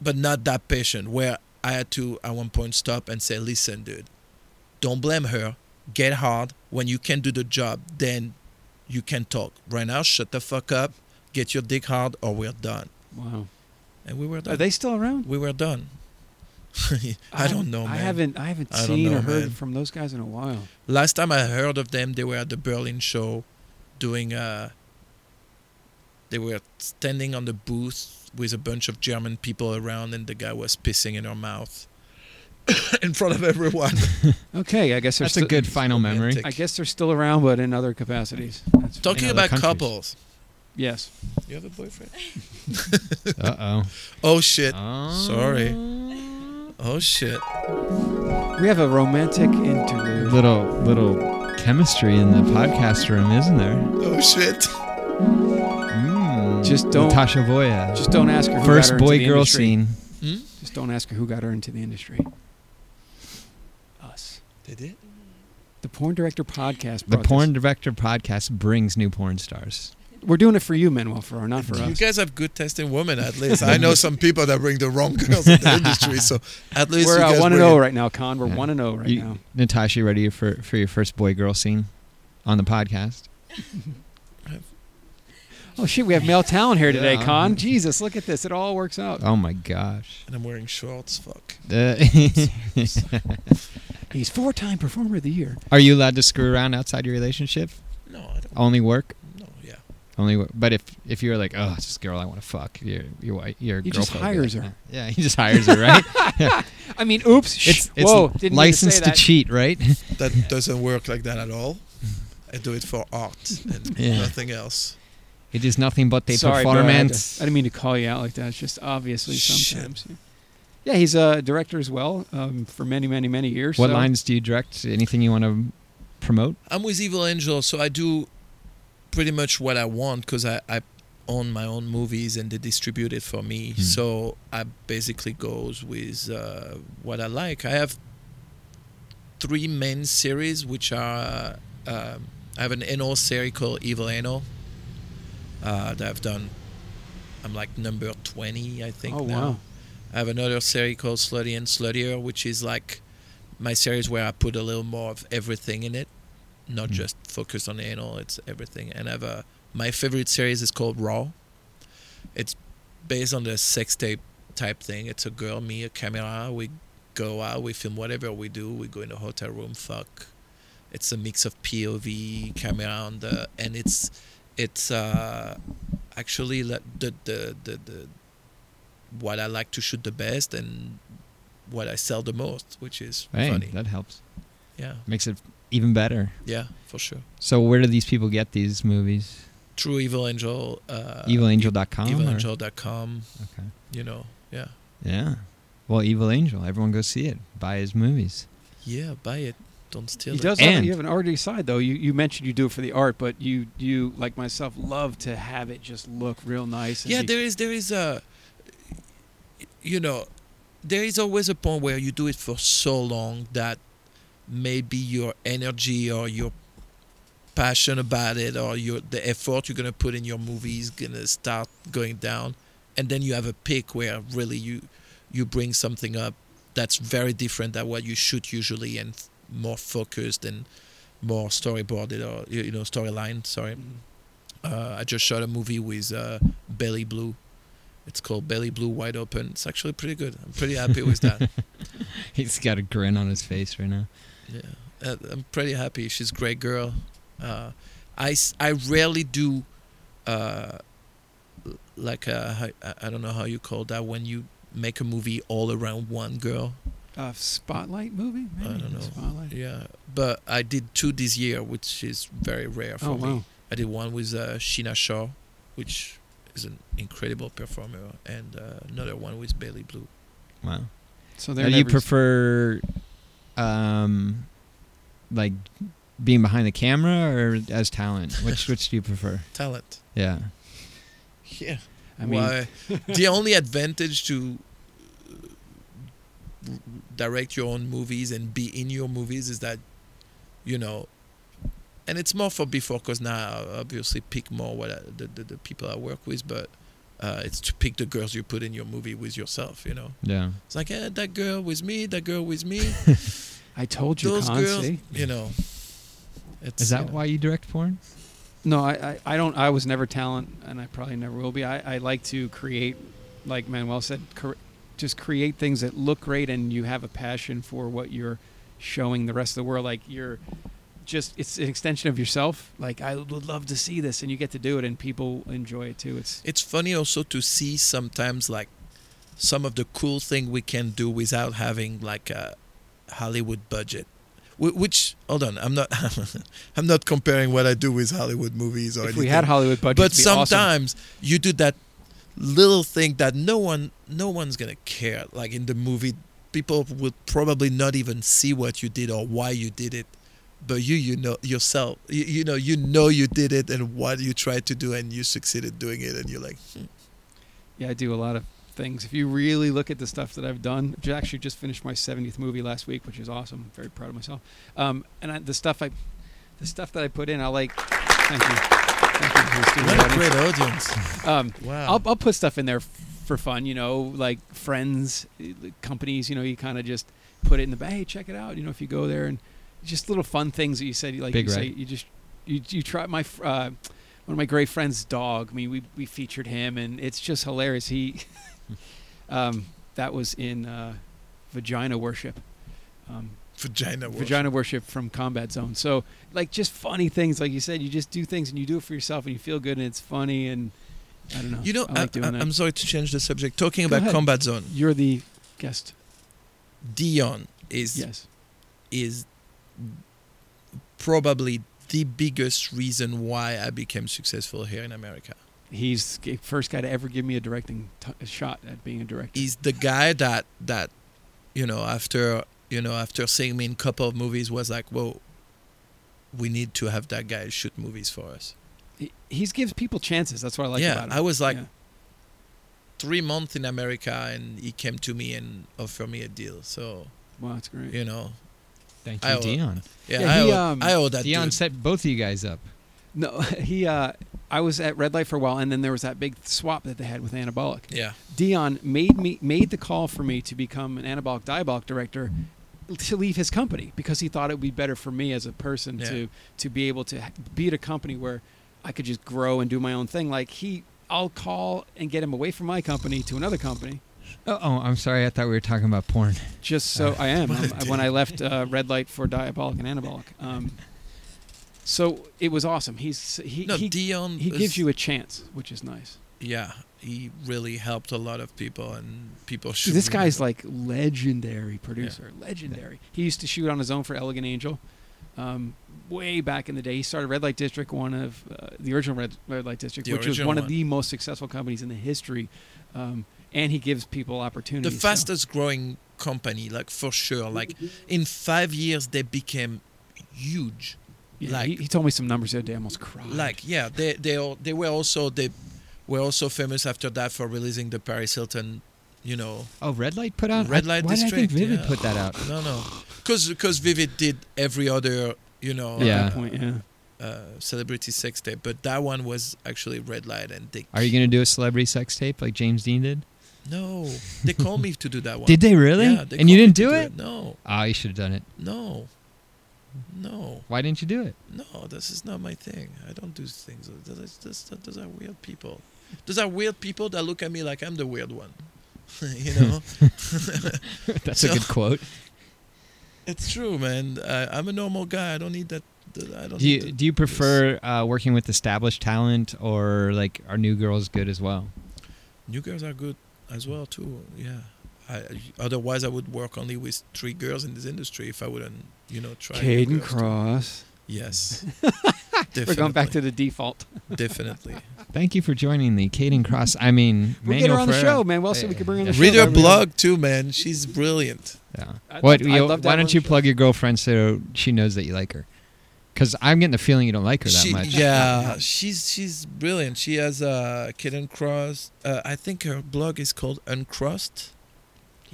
[SPEAKER 3] but not that patient where I had to at one point stop and say, listen, dude, don't blame her. Get hard. When you can do the job, then you can talk. Right now, shut the fuck up, get your dick hard, or we're done.
[SPEAKER 1] Wow.
[SPEAKER 3] And we were
[SPEAKER 1] Are
[SPEAKER 3] done.
[SPEAKER 1] they still around?
[SPEAKER 3] we were done. I don't know, man.
[SPEAKER 1] I haven't. I haven't
[SPEAKER 3] I don't
[SPEAKER 1] seen or
[SPEAKER 3] know,
[SPEAKER 1] heard
[SPEAKER 3] man.
[SPEAKER 1] from those guys in a while.
[SPEAKER 3] Last time I heard of them, they were at the Berlin show doing uh, They were standing on the booth with a bunch of German people around, and the guy was pissing in her mouth in front of everyone.
[SPEAKER 1] Okay, I guess they're
[SPEAKER 4] That's a
[SPEAKER 1] still-
[SPEAKER 4] good final memory.
[SPEAKER 3] romantic.
[SPEAKER 1] I guess they're still around, but in other capacities. That's fine.
[SPEAKER 3] Talking
[SPEAKER 4] other
[SPEAKER 3] about
[SPEAKER 4] countries.
[SPEAKER 3] couples,
[SPEAKER 1] Yes.
[SPEAKER 3] you have a boyfriend?
[SPEAKER 4] Uh
[SPEAKER 3] Oh shit!
[SPEAKER 4] oh.
[SPEAKER 3] Sorry. Oh shit!
[SPEAKER 1] We have a romantic interlude.
[SPEAKER 4] Um, Little little chemistry in the podcast room, isn't there?
[SPEAKER 3] Oh shit!
[SPEAKER 4] Mm.
[SPEAKER 1] Just don't-
[SPEAKER 4] Natasha Voya.
[SPEAKER 1] Just don't ask her who
[SPEAKER 4] First
[SPEAKER 1] got her into
[SPEAKER 4] boy
[SPEAKER 1] the
[SPEAKER 4] girl
[SPEAKER 1] industry.
[SPEAKER 4] scene.
[SPEAKER 3] Hmm?
[SPEAKER 1] Just don't ask her who got her into the industry. Us.
[SPEAKER 3] They did.
[SPEAKER 1] The Porn Director Podcast.
[SPEAKER 4] The
[SPEAKER 1] brought this.
[SPEAKER 4] Porn Director Podcast brings new porn stars.
[SPEAKER 1] We're doing it for you, Manuel Ferrer, not for
[SPEAKER 3] You
[SPEAKER 1] us.
[SPEAKER 3] guys have good taste in women, at least. I know some people that bring the wrong girls in the industry, so at least
[SPEAKER 1] We're
[SPEAKER 3] you
[SPEAKER 1] uh,
[SPEAKER 3] guys
[SPEAKER 1] 1
[SPEAKER 3] bring
[SPEAKER 1] and 0
[SPEAKER 3] it.
[SPEAKER 1] right now, Con. We're
[SPEAKER 4] Yeah.
[SPEAKER 1] 1 and 0 right
[SPEAKER 4] You-
[SPEAKER 1] now.
[SPEAKER 4] Natasha, you ready for for your first boy girl scene on the podcast?
[SPEAKER 1] Oh, shit. We have male talent here today,
[SPEAKER 4] Yeah.
[SPEAKER 1] Con. Jesus, look at this. It all works out.
[SPEAKER 4] Oh my gosh.
[SPEAKER 3] And I'm wearing shorts. Fuck.
[SPEAKER 4] Uh,
[SPEAKER 1] He's four time performer of the year.
[SPEAKER 4] are you allowed to screw around outside your relationship?
[SPEAKER 3] No, I don't.
[SPEAKER 4] Only work?
[SPEAKER 3] No, yeah.
[SPEAKER 4] Only work. But if if you're like, oh, it's this girl I want to fuck, your your wife, your
[SPEAKER 1] He
[SPEAKER 4] girl
[SPEAKER 1] just
[SPEAKER 4] probably be
[SPEAKER 1] hires
[SPEAKER 4] like,
[SPEAKER 1] her.
[SPEAKER 4] Yeah, he just hires her, right?
[SPEAKER 1] I mean, oops. shh,
[SPEAKER 4] It's it's
[SPEAKER 1] Whoa, didn't mean
[SPEAKER 4] licensed
[SPEAKER 1] to, say that.
[SPEAKER 4] cheat, right?
[SPEAKER 3] That doesn't work like that at all. I do it for art and
[SPEAKER 4] Yeah.
[SPEAKER 3] nothing else.
[SPEAKER 4] It is nothing but the
[SPEAKER 1] Sorry, bro, I had to- I
[SPEAKER 4] performance.
[SPEAKER 1] didn't mean to call you out like that. It's just obviously
[SPEAKER 3] Shit.
[SPEAKER 1] sometimes. Yeah, he's a director as well um, for many, many, many years.
[SPEAKER 4] what
[SPEAKER 1] so-
[SPEAKER 4] lines do you direct? Anything you want to promote?
[SPEAKER 3] I'm with Evil Angel, so I do pretty much what I want because I, I own my own movies and they distribute it for me.
[SPEAKER 4] Hmm.
[SPEAKER 3] So I basically goes with uh, what I like. I have three main series, which are um I have an Eno series called Evil Eno uh, that I've done. I'm like number 20, I think.
[SPEAKER 1] Oh,
[SPEAKER 3] now.
[SPEAKER 1] wow.
[SPEAKER 3] I have another series called Slutty and Sluttier, which is like my series where I put a little more of everything in it, not
[SPEAKER 1] Hmm.
[SPEAKER 4] Mm.
[SPEAKER 3] just focused on anal. It's everything. And I have a my favorite series is called Raw. It's based on the sex tape type thing. It's a girl, me, a camera. We go out, we film whatever we do. We go in a hotel room, fuck. It's a mix of POV, camera, on the, and it's it's uh, actually like the the the, the what I like to shoot the best and what I sell the most, which is
[SPEAKER 4] Hey,
[SPEAKER 3] funny.
[SPEAKER 4] that helps.
[SPEAKER 3] yeah,
[SPEAKER 4] Makes it even better.
[SPEAKER 3] yeah, for sure.
[SPEAKER 4] So where do these people get these movies?
[SPEAKER 3] True Evil Angel. Uh,
[SPEAKER 4] Evilangel.com. or-
[SPEAKER 3] Evilangel.com.
[SPEAKER 4] Okay.
[SPEAKER 3] You know, yeah,
[SPEAKER 4] Yeah. Well, Evil Angel. Everyone go see it. Buy his movies.
[SPEAKER 3] yeah. Buy it. Don't steal
[SPEAKER 1] He
[SPEAKER 3] it.
[SPEAKER 1] does. Have,
[SPEAKER 4] And-
[SPEAKER 1] you have an arty side though. You you mentioned you do it for the art, but you you like myself love to have it just look real nice. And
[SPEAKER 3] yeah
[SPEAKER 1] be-
[SPEAKER 3] there is there is a you know there is always a point where you do it for so long that maybe your energy or your passion about it or your the effort you're gonna put in your movie is gonna start going down and then you have a pick where really you you bring something up that's very different than what you shoot usually and f- more focused and more storyboarded or you you know storyline sorry uh, I just shot a movie with uh, Belly Blue. It's called Belly Blue Wide Open. It's actually pretty good. I'm pretty happy with that.
[SPEAKER 4] He's got a grin on his face right now.
[SPEAKER 3] yeah, Uh, I'm pretty happy. She's a great girl. Uh, I, s- I rarely do uh, l- like a, hi- I- I don't know how you call that when you make a movie all around one girl.
[SPEAKER 1] a uh, spotlight movie.
[SPEAKER 3] I
[SPEAKER 1] Maybe
[SPEAKER 3] don't know.
[SPEAKER 1] Spotlight.
[SPEAKER 3] Yeah, but I did two this year, which is very rare for
[SPEAKER 1] Oh
[SPEAKER 3] me.
[SPEAKER 1] wow.
[SPEAKER 3] I did one with uh, Sheena Shaw, which is an incredible performer, and uh, another one with Bailey Blue.
[SPEAKER 4] Wow.
[SPEAKER 1] So
[SPEAKER 4] Now,
[SPEAKER 1] there.
[SPEAKER 4] do you
[SPEAKER 1] never-
[SPEAKER 4] prefer, um, like being behind the camera or as talent? Which which do you prefer?
[SPEAKER 3] Talent.
[SPEAKER 4] Yeah.
[SPEAKER 3] Yeah.
[SPEAKER 1] I mean,
[SPEAKER 3] Why, the only advantage to uh, direct your own movies and be in your movies is that, you know, and it's more for before because now I obviously pick more what I, the, the the people I work with, but uh, it's to pick the girls you put in your movie with yourself. You know,
[SPEAKER 4] Yeah.
[SPEAKER 3] it's like eh, that girl with me, that girl with me.
[SPEAKER 1] I told you,
[SPEAKER 3] those
[SPEAKER 1] Con.
[SPEAKER 3] girls,
[SPEAKER 1] see?
[SPEAKER 3] you know. It's,
[SPEAKER 4] Is
[SPEAKER 3] you
[SPEAKER 4] that
[SPEAKER 3] know,
[SPEAKER 4] why you direct porn?
[SPEAKER 1] No, I, I I don't. I was never talent, and I probably never will be. I I like to create, like Manuel said, cor- just create things that look great, and you have a passion for what you're showing the rest of the world. Like you're just it's an extension of yourself. Like I would love to see this, and you get to do it, and people enjoy it too. It's
[SPEAKER 3] It's funny also to see sometimes like some of the cool thing we can do without having like a Hollywood budget. Wh- Which hold on, I'm not I'm not comparing what I do with Hollywood movies or
[SPEAKER 1] if
[SPEAKER 3] anything.
[SPEAKER 1] we had Hollywood budget,
[SPEAKER 3] but
[SPEAKER 1] it'd be awesome.
[SPEAKER 3] sometimes you do that little thing that no one no one's gonna care like in the movie people will probably not even see what you did or why you did it but you you know yourself you, you know you know you did it and what you tried to do and you succeeded doing it and you're like hmm.
[SPEAKER 1] Yeah, I do a lot of things. If you really look at the stuff that I've done, I actually just finished my 70th movie last week, which is awesome. I'm very proud of myself. Um, and I, the stuff I, the stuff that I put in, I like. Thank you. Thank you. to the studio
[SPEAKER 3] what a
[SPEAKER 1] audience.
[SPEAKER 3] great audience
[SPEAKER 1] Um,
[SPEAKER 3] wow
[SPEAKER 1] I'll, I'll put stuff in there f- for fun, you know, like friends, eh, companies, you know, you kind of just put it in the bag. Hey, check it out. You know, if you go there and just little fun things that you said, like
[SPEAKER 4] Big
[SPEAKER 1] you say,
[SPEAKER 4] Red.
[SPEAKER 1] you just, you, you try my, fr- uh, one of my great friends' dog. I mean, we, we featured him and it's just hilarious. He, um, that was in, uh, vagina worship. Um,
[SPEAKER 3] vagina worship.
[SPEAKER 1] vagina worship from combat zone so like just funny things like you said you just do things and you do it for yourself and you feel good and it's funny and i don't know
[SPEAKER 3] you know
[SPEAKER 1] i like
[SPEAKER 3] I,
[SPEAKER 1] doing that
[SPEAKER 3] am sorry to change the subject talking
[SPEAKER 1] Go
[SPEAKER 3] about
[SPEAKER 1] ahead.
[SPEAKER 3] combat zone
[SPEAKER 1] you're the guest
[SPEAKER 3] dion is
[SPEAKER 1] yes
[SPEAKER 3] is probably the biggest reason why I became successful here in America.
[SPEAKER 1] he's the first guy to ever give me a directing t- a shot at being a director
[SPEAKER 3] Is the guy that that you know after you know after seeing me in a couple of movies was like, whoa, we need to have that guy shoot movies for us.
[SPEAKER 1] he he's gives people chances that's what i like
[SPEAKER 3] yeah,
[SPEAKER 1] about him
[SPEAKER 3] I was like
[SPEAKER 1] Yeah.
[SPEAKER 3] three months in America, and he came to me and offered me a deal. So
[SPEAKER 1] wow that's great
[SPEAKER 3] you know,
[SPEAKER 4] Thank you,
[SPEAKER 3] I will-
[SPEAKER 4] Dion.
[SPEAKER 3] yeah,
[SPEAKER 1] Yeah,
[SPEAKER 3] I,
[SPEAKER 1] he,
[SPEAKER 3] owe,
[SPEAKER 1] um,
[SPEAKER 3] I owe that
[SPEAKER 4] Dion
[SPEAKER 3] dude.
[SPEAKER 4] set both of you guys up.
[SPEAKER 1] no he uh i was at red light for a while and then there was that big swap that they had with anabolic
[SPEAKER 3] Yeah,
[SPEAKER 1] Dion made me made the call for me to become an anabolic diabolic director to leave his company because he thought it would be better for me as a person
[SPEAKER 3] Yeah.
[SPEAKER 1] to to be able to ha- be at a company where I could just grow and do my own thing. Like he, I'll call and get him away from my company to another company.
[SPEAKER 4] Oh, oh, I'm sorry. I thought we were talking about porn.
[SPEAKER 1] Just so I am
[SPEAKER 3] What a
[SPEAKER 1] I'm- when I left uh, red light for diabolic and anabolic. Um, so it was awesome. He's he
[SPEAKER 3] no,
[SPEAKER 1] he,
[SPEAKER 3] Dion.
[SPEAKER 1] he
[SPEAKER 3] was-
[SPEAKER 1] gives you a chance, which is nice.
[SPEAKER 3] yeah, he really helped a lot of people, and people should.
[SPEAKER 1] Dude, this
[SPEAKER 3] remember.
[SPEAKER 1] guy's like legendary producer, legendary. He used to shoot on his own for Elegant Angel, um, way back in the day. He started Red Light District, one of uh, the original Red, Red Light District,
[SPEAKER 3] The
[SPEAKER 1] which was
[SPEAKER 3] original
[SPEAKER 1] one, of
[SPEAKER 3] one.
[SPEAKER 1] the most successful companies in the history. Um, and he gives people
[SPEAKER 3] the
[SPEAKER 1] opportunities. so-
[SPEAKER 3] fastest growing company like for sure like in five years they became huge
[SPEAKER 1] Yeah,
[SPEAKER 3] like-
[SPEAKER 1] he, he told me some numbers the other day. I almost cried.
[SPEAKER 3] like yeah they they all, they were also they were also famous after that for releasing the paris hilton you know
[SPEAKER 4] Oh, Red Light put out.
[SPEAKER 3] red
[SPEAKER 4] I-
[SPEAKER 3] light
[SPEAKER 4] Why
[SPEAKER 3] district
[SPEAKER 4] did I think Vivid
[SPEAKER 3] yeah.
[SPEAKER 4] put that out?
[SPEAKER 3] no no because vivid did every other you know
[SPEAKER 1] at
[SPEAKER 4] Yeah.
[SPEAKER 1] that point, yeah.
[SPEAKER 3] uh, celebrity sex tape but that one was actually red light and they
[SPEAKER 4] Are you gonna do a celebrity sex tape like James Dean did?
[SPEAKER 3] no they called me to do that one
[SPEAKER 4] Did they really?
[SPEAKER 3] Yeah, they
[SPEAKER 4] and you
[SPEAKER 3] called me
[SPEAKER 4] didn't
[SPEAKER 3] to
[SPEAKER 4] do it?
[SPEAKER 3] no
[SPEAKER 4] Ah, you should have done it.
[SPEAKER 3] no no
[SPEAKER 4] Why didn't you do it?
[SPEAKER 3] No, this is not my thing. I don't do things. Those, those, those, those are weird people. Those are weird people that look at me like I'm the weird one. you know,
[SPEAKER 4] That's
[SPEAKER 3] So-
[SPEAKER 4] a good quote.
[SPEAKER 3] it's true, man. I, I'm a normal guy. I don't need that. that I don't.
[SPEAKER 4] Do you
[SPEAKER 3] need
[SPEAKER 4] do you prefer uh, working with established talent or like are new girls good as well?
[SPEAKER 3] that. new girls are good as well too. Yeah. I, otherwise, I would work only with three girls in this industry if I wouldn't, you know, try. new
[SPEAKER 1] Caden
[SPEAKER 3] girls.
[SPEAKER 1] Cross.
[SPEAKER 3] Yes.
[SPEAKER 1] We're going back to the default.
[SPEAKER 3] definitely.
[SPEAKER 4] Thank you for joining the Caden Cross. I mean,
[SPEAKER 1] We'll get
[SPEAKER 4] Manuel
[SPEAKER 1] her on the
[SPEAKER 4] Ferreira.
[SPEAKER 1] show, man. We'll see if we can bring her on the show.
[SPEAKER 3] Read her
[SPEAKER 1] That'd be-
[SPEAKER 3] blog too, man. She's brilliant.
[SPEAKER 4] Yeah.
[SPEAKER 1] I'd
[SPEAKER 4] What?
[SPEAKER 1] love-
[SPEAKER 4] you-
[SPEAKER 1] I'd love to
[SPEAKER 4] why
[SPEAKER 1] have her on
[SPEAKER 4] don't
[SPEAKER 1] the
[SPEAKER 4] you
[SPEAKER 1] show.
[SPEAKER 4] plug your girlfriend so she knows that you like her? Because I'm getting the feeling you don't like her that
[SPEAKER 3] She-
[SPEAKER 4] much.
[SPEAKER 3] Yeah, she's she's brilliant. She has a kid and cross. Uh, I think her blog is called Uncrossed.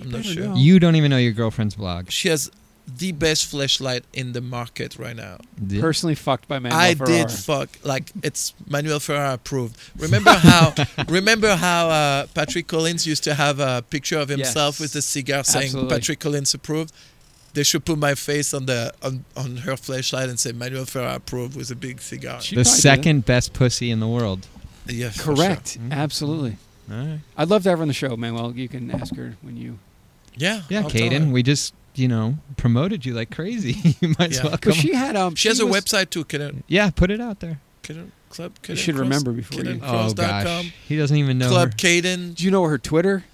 [SPEAKER 3] I'm not
[SPEAKER 1] better
[SPEAKER 3] sure.
[SPEAKER 1] know.
[SPEAKER 4] You don't even know your girlfriend's blog.
[SPEAKER 3] She has the best flashlight in the market right now.
[SPEAKER 4] D-
[SPEAKER 1] Personally fucked by Manuel
[SPEAKER 3] I
[SPEAKER 1] Ferrara.
[SPEAKER 3] did fuck like it's Manuel Ferrara approved. Remember how remember how uh, Patrick Collins used to have a picture of himself
[SPEAKER 1] Yes.
[SPEAKER 3] with a cigar saying
[SPEAKER 1] Absolutely.
[SPEAKER 3] Patrick Collins approved. They should put my face on the on, on her flashlight and say Manuel Ferrara approved with a big cigar.
[SPEAKER 1] She
[SPEAKER 4] the
[SPEAKER 1] probably did it.
[SPEAKER 4] second best pussy in the world.
[SPEAKER 3] yeah, for sure.
[SPEAKER 1] Correct.
[SPEAKER 4] Mm.
[SPEAKER 1] Absolutely.
[SPEAKER 4] All right.
[SPEAKER 1] I'd love to have her on the show, Manuel. You can ask her when you.
[SPEAKER 3] Yeah.
[SPEAKER 4] Yeah,
[SPEAKER 3] I'll tell her.
[SPEAKER 4] Caden, we just you know, promoted you like crazy. you might as
[SPEAKER 3] Yeah.
[SPEAKER 4] well
[SPEAKER 3] But
[SPEAKER 4] come.
[SPEAKER 1] But she had um.
[SPEAKER 3] She has a
[SPEAKER 1] was-
[SPEAKER 3] website too. Cadet
[SPEAKER 4] yeah, put it out there.
[SPEAKER 3] Cadet Club.
[SPEAKER 1] You should remember before you-
[SPEAKER 4] Oh gosh,
[SPEAKER 3] Cadencross.com.
[SPEAKER 4] he doesn't even know.
[SPEAKER 3] Club
[SPEAKER 4] her.
[SPEAKER 3] Caden.
[SPEAKER 1] Do you know her Twitter?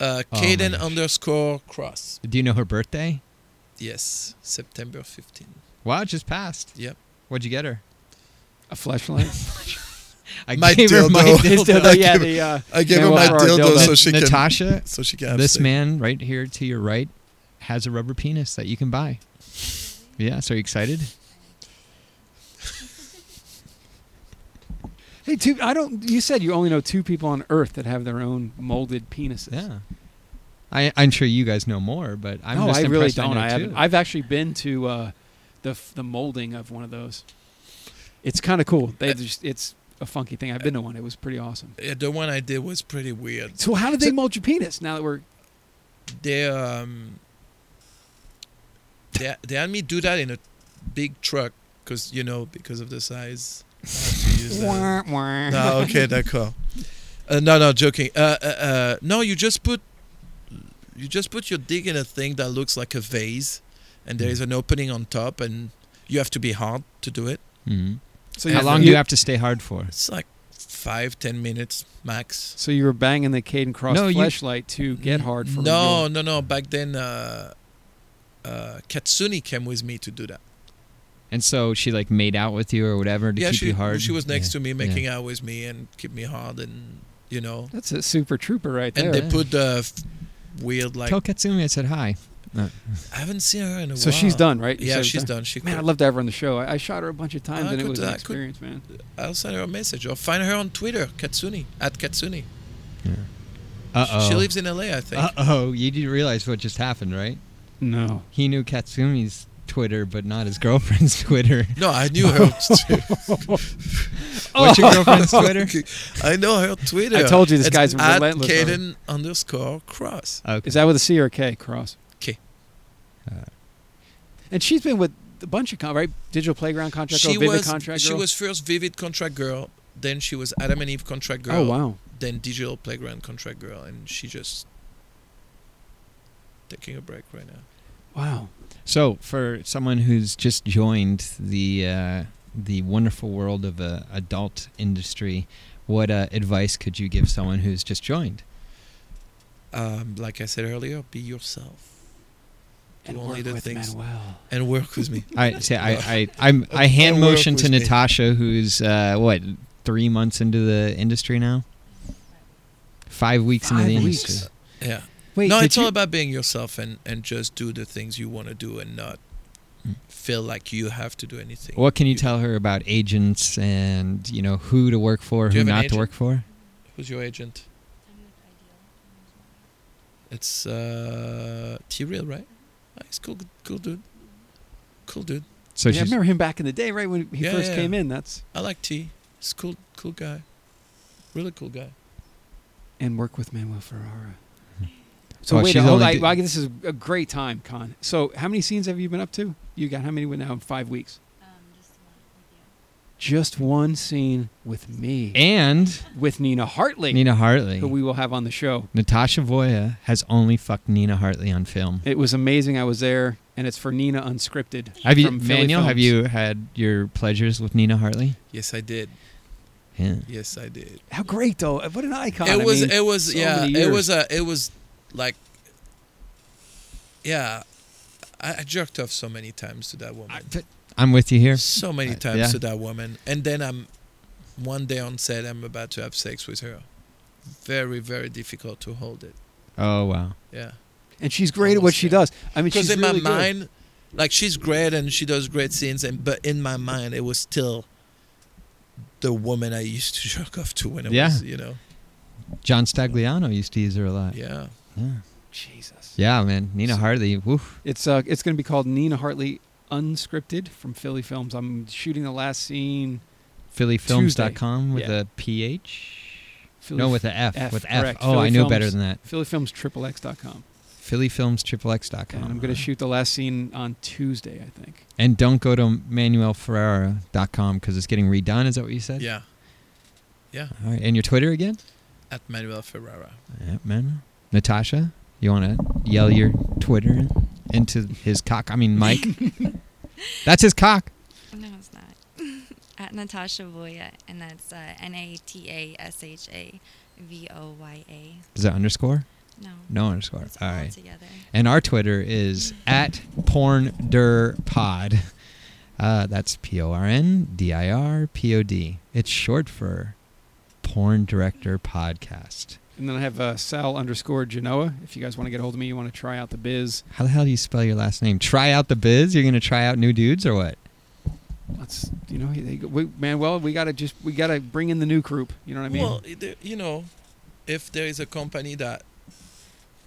[SPEAKER 3] Uh,
[SPEAKER 4] Oh, my
[SPEAKER 3] Caden
[SPEAKER 4] gosh.
[SPEAKER 3] underscore cross.
[SPEAKER 4] Do you know her birthday?
[SPEAKER 3] Yes, September 15.
[SPEAKER 4] Wow, it just passed.
[SPEAKER 3] Yep.
[SPEAKER 4] What'd you get her?
[SPEAKER 1] A flashlight.
[SPEAKER 4] I
[SPEAKER 3] My
[SPEAKER 4] my
[SPEAKER 3] dildo.
[SPEAKER 1] It's
[SPEAKER 4] dildo.
[SPEAKER 1] the-
[SPEAKER 3] I
[SPEAKER 1] yeah,
[SPEAKER 3] give-
[SPEAKER 1] the, uh,
[SPEAKER 3] I gave
[SPEAKER 1] Yeah,
[SPEAKER 3] her
[SPEAKER 1] well,
[SPEAKER 3] my
[SPEAKER 1] for our
[SPEAKER 3] dildo
[SPEAKER 1] dildo.
[SPEAKER 3] so she can.
[SPEAKER 4] Natasha,
[SPEAKER 3] So she can. have
[SPEAKER 4] this
[SPEAKER 3] sex.
[SPEAKER 4] man right here to your right has a rubber penis that you can buy. Yeah, so are you excited?
[SPEAKER 1] hey, two. I don't. You said you only know two people on Earth that have their own molded penises.
[SPEAKER 4] Yeah. I, I'm sure you guys know more, but I'm
[SPEAKER 1] no,
[SPEAKER 4] just
[SPEAKER 1] I really
[SPEAKER 4] impressed
[SPEAKER 1] don't.
[SPEAKER 4] know
[SPEAKER 1] I, haven't.
[SPEAKER 4] too.
[SPEAKER 1] I've actually been to uh, the f- the molding of one of those. It's kind of cool.
[SPEAKER 4] Uh,
[SPEAKER 1] They just it's a funky thing. I've been to one. It was pretty awesome.
[SPEAKER 3] Yeah, the one I did was pretty weird.
[SPEAKER 1] So how did they
[SPEAKER 3] So-
[SPEAKER 1] mold your penis? Now that we're
[SPEAKER 3] They um, they, they had me do that in a big truck because you know because of the size. I have to use that. No, okay, d'accord. Uh, no, no, joking. Uh, uh, uh, no, you just put you just put your dick in a thing that looks like a vase, and there is an opening on top, and you have to be hard to do it.
[SPEAKER 4] Mhm.
[SPEAKER 1] so
[SPEAKER 4] How
[SPEAKER 1] you-
[SPEAKER 4] long do you have to stay hard for?
[SPEAKER 3] It's like five, ten minutes max.
[SPEAKER 1] So you were banging the Caden Cross
[SPEAKER 4] No, you-
[SPEAKER 1] flashlight to get hard for
[SPEAKER 3] No, no, no. Back then, uh, uh, Katsuni came with me to do that.
[SPEAKER 4] And so she like made out with you or whatever to
[SPEAKER 3] yeah,
[SPEAKER 4] keep
[SPEAKER 3] she
[SPEAKER 4] you hard.
[SPEAKER 3] she was next
[SPEAKER 4] Yeah.
[SPEAKER 3] to me, making out with me, and keep me hard, and you know.
[SPEAKER 1] That's a super trooper right there.
[SPEAKER 3] And they
[SPEAKER 4] yeah.
[SPEAKER 3] put the f- weird like
[SPEAKER 4] Tell Katsumi I said hi.
[SPEAKER 3] I haven't seen her in a
[SPEAKER 1] so
[SPEAKER 3] while.
[SPEAKER 1] she's done, right? You
[SPEAKER 3] Yeah,
[SPEAKER 1] said
[SPEAKER 3] she's
[SPEAKER 1] it's
[SPEAKER 3] done. Uh, She
[SPEAKER 1] Man,
[SPEAKER 3] quit.
[SPEAKER 1] I'd love to have her on the show. I, I shot her a bunch of times,
[SPEAKER 3] I
[SPEAKER 1] and it
[SPEAKER 3] could-
[SPEAKER 1] was
[SPEAKER 3] I
[SPEAKER 1] an
[SPEAKER 3] could-
[SPEAKER 1] experience, man.
[SPEAKER 3] I'll send her a message or find her on Twitter, Katsuni at Katsuni.
[SPEAKER 4] Uh oh.
[SPEAKER 3] She lives in LA, I think.
[SPEAKER 4] Uh oh. You didn't realize what just happened, right?
[SPEAKER 1] No,
[SPEAKER 4] He knew Katsumi's Twitter, but not his girlfriend's Twitter.
[SPEAKER 3] no, I knew her. too.
[SPEAKER 4] What's your girlfriend's Twitter?
[SPEAKER 3] Oh. Okay. I know her Twitter.
[SPEAKER 1] I told you this
[SPEAKER 3] It's
[SPEAKER 1] guy's
[SPEAKER 3] at
[SPEAKER 1] relentless, huh? Uh,
[SPEAKER 3] Caden underscore cross.
[SPEAKER 4] Okay.
[SPEAKER 1] is that with a C or a K? Cross
[SPEAKER 3] K.
[SPEAKER 4] Uh.
[SPEAKER 1] and she's been with a bunch of con- right digital playground contract girl,
[SPEAKER 3] She
[SPEAKER 1] Vivid
[SPEAKER 3] was
[SPEAKER 1] contract
[SPEAKER 3] she
[SPEAKER 1] girl.
[SPEAKER 3] was first Vivid contract girl, then she was Adam and Eve contract girl,
[SPEAKER 1] Oh wow,
[SPEAKER 3] then Digital Playground contract girl, and she just taking a break right now.
[SPEAKER 1] wow.
[SPEAKER 4] So, for someone who's just joined the uh, the wonderful world of uh, adult industry, what uh, advice could you give someone who's just joined?
[SPEAKER 3] Um, like I said earlier, be yourself
[SPEAKER 1] And
[SPEAKER 3] only
[SPEAKER 1] work
[SPEAKER 3] the
[SPEAKER 1] with
[SPEAKER 3] things-
[SPEAKER 1] Manuel.
[SPEAKER 3] and work with me.
[SPEAKER 4] I say I I I'm, I hand
[SPEAKER 3] Don't work
[SPEAKER 4] motion to
[SPEAKER 3] with me.
[SPEAKER 4] Natasha, who's uh, what three months into the industry now. Five weeks into
[SPEAKER 1] Five
[SPEAKER 4] the
[SPEAKER 1] weeks.
[SPEAKER 4] industry.
[SPEAKER 3] Yeah.
[SPEAKER 1] Wait,
[SPEAKER 3] no,
[SPEAKER 1] did
[SPEAKER 3] it's
[SPEAKER 1] you-
[SPEAKER 3] all about being yourself and, and just do the things you want to do and not
[SPEAKER 4] Mm.
[SPEAKER 3] feel like you have to do anything.
[SPEAKER 4] What can you tell her about agents and you know who to work for,
[SPEAKER 3] Do you
[SPEAKER 4] who
[SPEAKER 3] have an
[SPEAKER 4] not to
[SPEAKER 3] agent?
[SPEAKER 4] work for?
[SPEAKER 3] Who's your agent? It's uh, T Real, right? Nice, cool, cool dude. Cool dude.
[SPEAKER 4] So
[SPEAKER 1] yeah, I
[SPEAKER 4] she's
[SPEAKER 1] remember him back in the day, right when he
[SPEAKER 3] Yeah,
[SPEAKER 1] first
[SPEAKER 3] yeah.
[SPEAKER 1] came in. That's
[SPEAKER 3] I like T. He's cool, cool guy. Really cool guy.
[SPEAKER 1] and work with Manuel Ferrara. So
[SPEAKER 4] Oh,
[SPEAKER 1] wait,
[SPEAKER 4] she's
[SPEAKER 1] hold, I,
[SPEAKER 4] only do-
[SPEAKER 1] I- this is a great time, Con. So how many scenes have you been up to? You got how many now in five weeks? Just one scene with me,
[SPEAKER 4] and
[SPEAKER 1] with Nina Hartley,
[SPEAKER 4] Nina Hartley.
[SPEAKER 1] who we will have on the show.
[SPEAKER 4] Natasha Voya has only fucked Nina Hartley on film.
[SPEAKER 1] It was amazing. I was there, and it's for Nina Unscripted.
[SPEAKER 4] Have you,
[SPEAKER 1] from Philly
[SPEAKER 4] Manuel? Have
[SPEAKER 1] Films.
[SPEAKER 4] you had your pleasures with Nina Hartley?
[SPEAKER 3] Yes, I did.
[SPEAKER 4] Yeah.
[SPEAKER 3] Yes, I did.
[SPEAKER 1] How great though! What an icon! I
[SPEAKER 3] it was.
[SPEAKER 1] mean,
[SPEAKER 3] it was.
[SPEAKER 1] so
[SPEAKER 3] yeah.
[SPEAKER 1] many
[SPEAKER 3] It
[SPEAKER 1] years.
[SPEAKER 3] was. A, it was like. Yeah, I, I jerked off so many times to that woman.
[SPEAKER 4] I'm with you here.
[SPEAKER 3] so many
[SPEAKER 4] Uh,
[SPEAKER 3] times
[SPEAKER 4] yeah.
[SPEAKER 3] to that woman and then i'm one day on set i'm about to have sex with her very very difficult to hold it
[SPEAKER 4] Oh wow.
[SPEAKER 3] yeah
[SPEAKER 1] and she's great at what
[SPEAKER 3] Almost,
[SPEAKER 1] she
[SPEAKER 3] yeah.
[SPEAKER 1] does. I mean,
[SPEAKER 3] because
[SPEAKER 1] she's
[SPEAKER 3] in
[SPEAKER 1] really
[SPEAKER 3] my
[SPEAKER 1] good.
[SPEAKER 3] mind like she's great and she does great scenes and but in my mind it was still the woman i used to jerk off to when i
[SPEAKER 4] Yeah.
[SPEAKER 3] was you know
[SPEAKER 4] John Stagliano used to use her a lot.
[SPEAKER 3] yeah
[SPEAKER 4] Yeah.
[SPEAKER 1] Jesus,
[SPEAKER 4] Yeah, man. Nina
[SPEAKER 1] So-
[SPEAKER 4] Hartley. Woo.
[SPEAKER 1] It's uh, it's going to be called Nina Hartley Unscripted from Philly Films. I'm shooting the last scene.
[SPEAKER 4] PhillyFilms.com with
[SPEAKER 1] Yeah.
[SPEAKER 4] a PH.
[SPEAKER 1] Philly
[SPEAKER 4] no, with a F.
[SPEAKER 1] F,
[SPEAKER 4] with F.
[SPEAKER 1] correct.
[SPEAKER 4] Oh, I
[SPEAKER 1] Philly
[SPEAKER 4] know
[SPEAKER 1] Films.
[SPEAKER 4] better than that.
[SPEAKER 1] PhillyFilmsXXX.com.
[SPEAKER 4] PhillyFilmsXXX.com.
[SPEAKER 1] And I'm going to shoot the last scene on Tuesday, I think.
[SPEAKER 4] And don't go to ManuelFerrara.com because it's getting redone. Is that what you said?
[SPEAKER 3] yeah yeah
[SPEAKER 4] All right. And your Twitter again?
[SPEAKER 3] at manuel ferrara
[SPEAKER 4] Yeah, man. Natasha, you want to yell your Twitter into his cock. I mean, Mike. That's his cock.
[SPEAKER 5] No, it's not. At Natasha Voya, and that's uh, N A T A S H A V O Y A.
[SPEAKER 4] Is that underscore?
[SPEAKER 5] No.
[SPEAKER 4] No underscore.
[SPEAKER 5] It's
[SPEAKER 4] All
[SPEAKER 5] all
[SPEAKER 4] right.
[SPEAKER 5] together.
[SPEAKER 4] And our Twitter is at porndirpod. Uh, that's P O R N D I R P O D. It's short for Porn Director Podcast.
[SPEAKER 1] And then I have uh, Sal underscore Genoa. If you guys want to get a hold of me, you want to try out the biz.
[SPEAKER 4] How the hell do you spell your last name? Try out the biz? You're going to try out new dudes or what?
[SPEAKER 1] Let's, you know, they, we, man, well, we gotta just, we gotta bring in the new group. You know what I mean?
[SPEAKER 3] well, it- there- you know, if there is a company that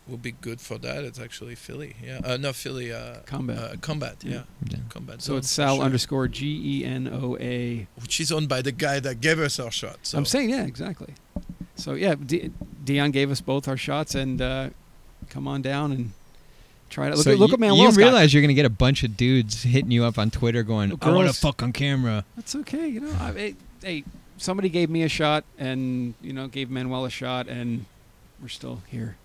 [SPEAKER 3] would be good for that, it's actually Philly. Yeah, uh, not Philly. Uh,
[SPEAKER 1] Combat.
[SPEAKER 3] Uh, combat. Yeah,
[SPEAKER 1] Yeah.
[SPEAKER 4] Yeah.
[SPEAKER 3] combat.
[SPEAKER 1] mm. so
[SPEAKER 3] Zone,
[SPEAKER 1] it's Sal
[SPEAKER 3] sure.
[SPEAKER 1] underscore G E N O A.
[SPEAKER 3] which is owned by the guy that gave us our shot. So
[SPEAKER 1] I'm saying, yeah, exactly. So yeah, De- Dion gave us both our shots, and uh, come on down and try it. out. Look,
[SPEAKER 4] So
[SPEAKER 1] at look
[SPEAKER 4] you,
[SPEAKER 1] at Manuel.
[SPEAKER 4] You
[SPEAKER 1] Scott.
[SPEAKER 4] realize you're going to get a bunch of dudes hitting you up on Twitter going,
[SPEAKER 1] Girls.
[SPEAKER 4] I want to fuck on camera.
[SPEAKER 1] That's okay. You know, I, it, hey, somebody gave me a shot, and you know, gave Manuel a shot, and we're still here.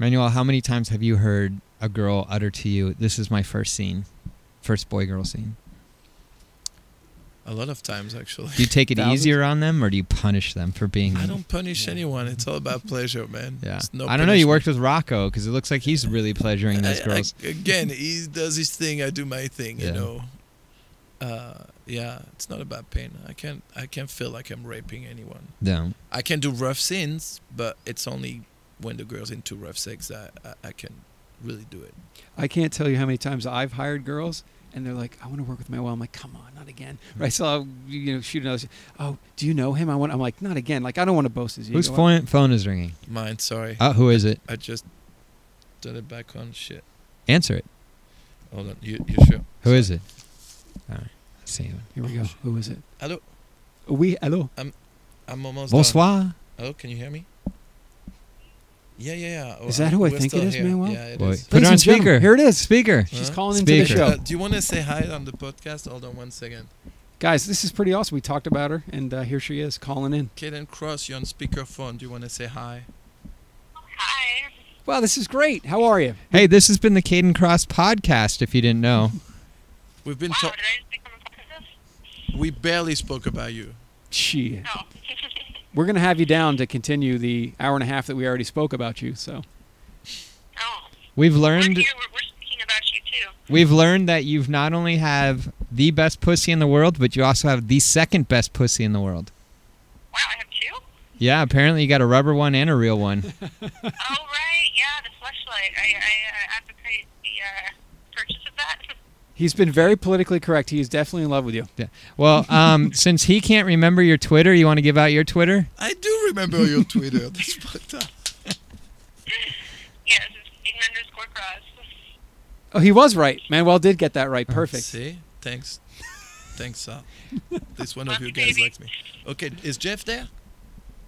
[SPEAKER 4] Manuel, how many times have you heard a girl utter to you, "This is my first scene, first boy-girl scene"?
[SPEAKER 3] a lot of times, actually,
[SPEAKER 4] Do you take it
[SPEAKER 1] Thousands.
[SPEAKER 4] easier on them, or do you punish them for being?
[SPEAKER 3] I don't punish
[SPEAKER 1] Mm. Yeah.
[SPEAKER 3] anyone. It's all about pleasure, man.
[SPEAKER 4] Yeah,
[SPEAKER 3] It's no
[SPEAKER 4] I don't know. You
[SPEAKER 3] punishment.
[SPEAKER 4] worked with Rocco because it looks like he's really pleasuring those
[SPEAKER 3] I- I-
[SPEAKER 4] girls.
[SPEAKER 3] again, he does his thing. I do my thing.
[SPEAKER 4] Yeah.
[SPEAKER 3] You know. Uh, yeah, it's not about pain. I can't. I can't feel like I'm raping anyone.
[SPEAKER 4] No,
[SPEAKER 3] I can do rough scenes, but it's only when the girl's into rough sex that I, I can really do it.
[SPEAKER 1] I can't tell you how many times I've hired girls, and they're like, "I want to work with Manuel." I'm like, "Come on, not again."
[SPEAKER 4] Hmm.
[SPEAKER 1] But I saw you know shoot another. Oh, do you know him? I want. I'm like, not again. Like I don't want to boast his ego.
[SPEAKER 4] whose phone phone is ringing?
[SPEAKER 3] Mine, sorry.
[SPEAKER 1] Uh,
[SPEAKER 4] Oh, who is it?
[SPEAKER 3] I just turned it back on. Shit.
[SPEAKER 4] Answer it.
[SPEAKER 3] Hold on. You, you sure?
[SPEAKER 4] Who is it? All right, let's see.
[SPEAKER 1] Here we go. Who is it?
[SPEAKER 3] Hello.
[SPEAKER 1] Oui, hello.
[SPEAKER 3] I'm almost. Done.
[SPEAKER 4] Bonsoir.
[SPEAKER 3] Hello. Can you hear me? Yeah, yeah, yeah. Oh,
[SPEAKER 1] Is that
[SPEAKER 3] I'm-
[SPEAKER 1] who I
[SPEAKER 3] we're
[SPEAKER 1] think it
[SPEAKER 3] still
[SPEAKER 1] is,
[SPEAKER 3] here.
[SPEAKER 1] Manuel?
[SPEAKER 3] Yeah, it
[SPEAKER 4] Wait.
[SPEAKER 3] is.
[SPEAKER 1] Ladies
[SPEAKER 4] Put her on
[SPEAKER 1] and gentlemen,
[SPEAKER 4] speaker.
[SPEAKER 1] Here it is. Speaker.
[SPEAKER 3] Huh?
[SPEAKER 1] She's calling into
[SPEAKER 4] Speaker.
[SPEAKER 1] the
[SPEAKER 3] Uh,
[SPEAKER 1] show.
[SPEAKER 3] do you want to say hi on the podcast? Hold on one second.
[SPEAKER 1] Guys, this is pretty awesome. We talked about her, and uh, here she is calling in.
[SPEAKER 3] Kaden Cross, you're on speakerphone. Do you want to say hi?
[SPEAKER 6] Hi.
[SPEAKER 1] Wow, this is great. How are you?
[SPEAKER 4] Hey, this has been the Caden Cross podcast. If you didn't know,
[SPEAKER 3] We've been.
[SPEAKER 6] Wow,
[SPEAKER 3] Ta-
[SPEAKER 6] did I just become a publicist?
[SPEAKER 3] we barely spoke about you.
[SPEAKER 1] She.
[SPEAKER 6] No.
[SPEAKER 1] We're going to have you down to continue the hour and a half that we already spoke about you. So
[SPEAKER 6] oh.
[SPEAKER 4] we've
[SPEAKER 6] We're,
[SPEAKER 4] learned
[SPEAKER 6] here. We're, we're speaking about you, too.
[SPEAKER 4] We've learned that you've not only have the best pussy in the world, but you also have the second best pussy in the world.
[SPEAKER 6] Wow, I have two?
[SPEAKER 4] Yeah, apparently you got a rubber one and a real one.
[SPEAKER 6] oh, right. Yeah, the flashlight. I, I uh, advocate the uh, purchase of that.
[SPEAKER 1] he's been very politically correct. He is definitely in love with you.
[SPEAKER 4] Yeah. Well, um, since he can't remember your Twitter, you want to give out your Twitter?
[SPEAKER 3] I do remember your Twitter. That's fucked up.
[SPEAKER 6] yes, it's Aiden underscore cross.
[SPEAKER 1] Oh, he was right. Manuel did get that right. Perfect.
[SPEAKER 3] See? Thanks. Thanks, Sal. This one of
[SPEAKER 6] Love
[SPEAKER 3] you
[SPEAKER 6] you,
[SPEAKER 3] guys
[SPEAKER 6] baby.
[SPEAKER 3] likes me. Okay, is Jeff there?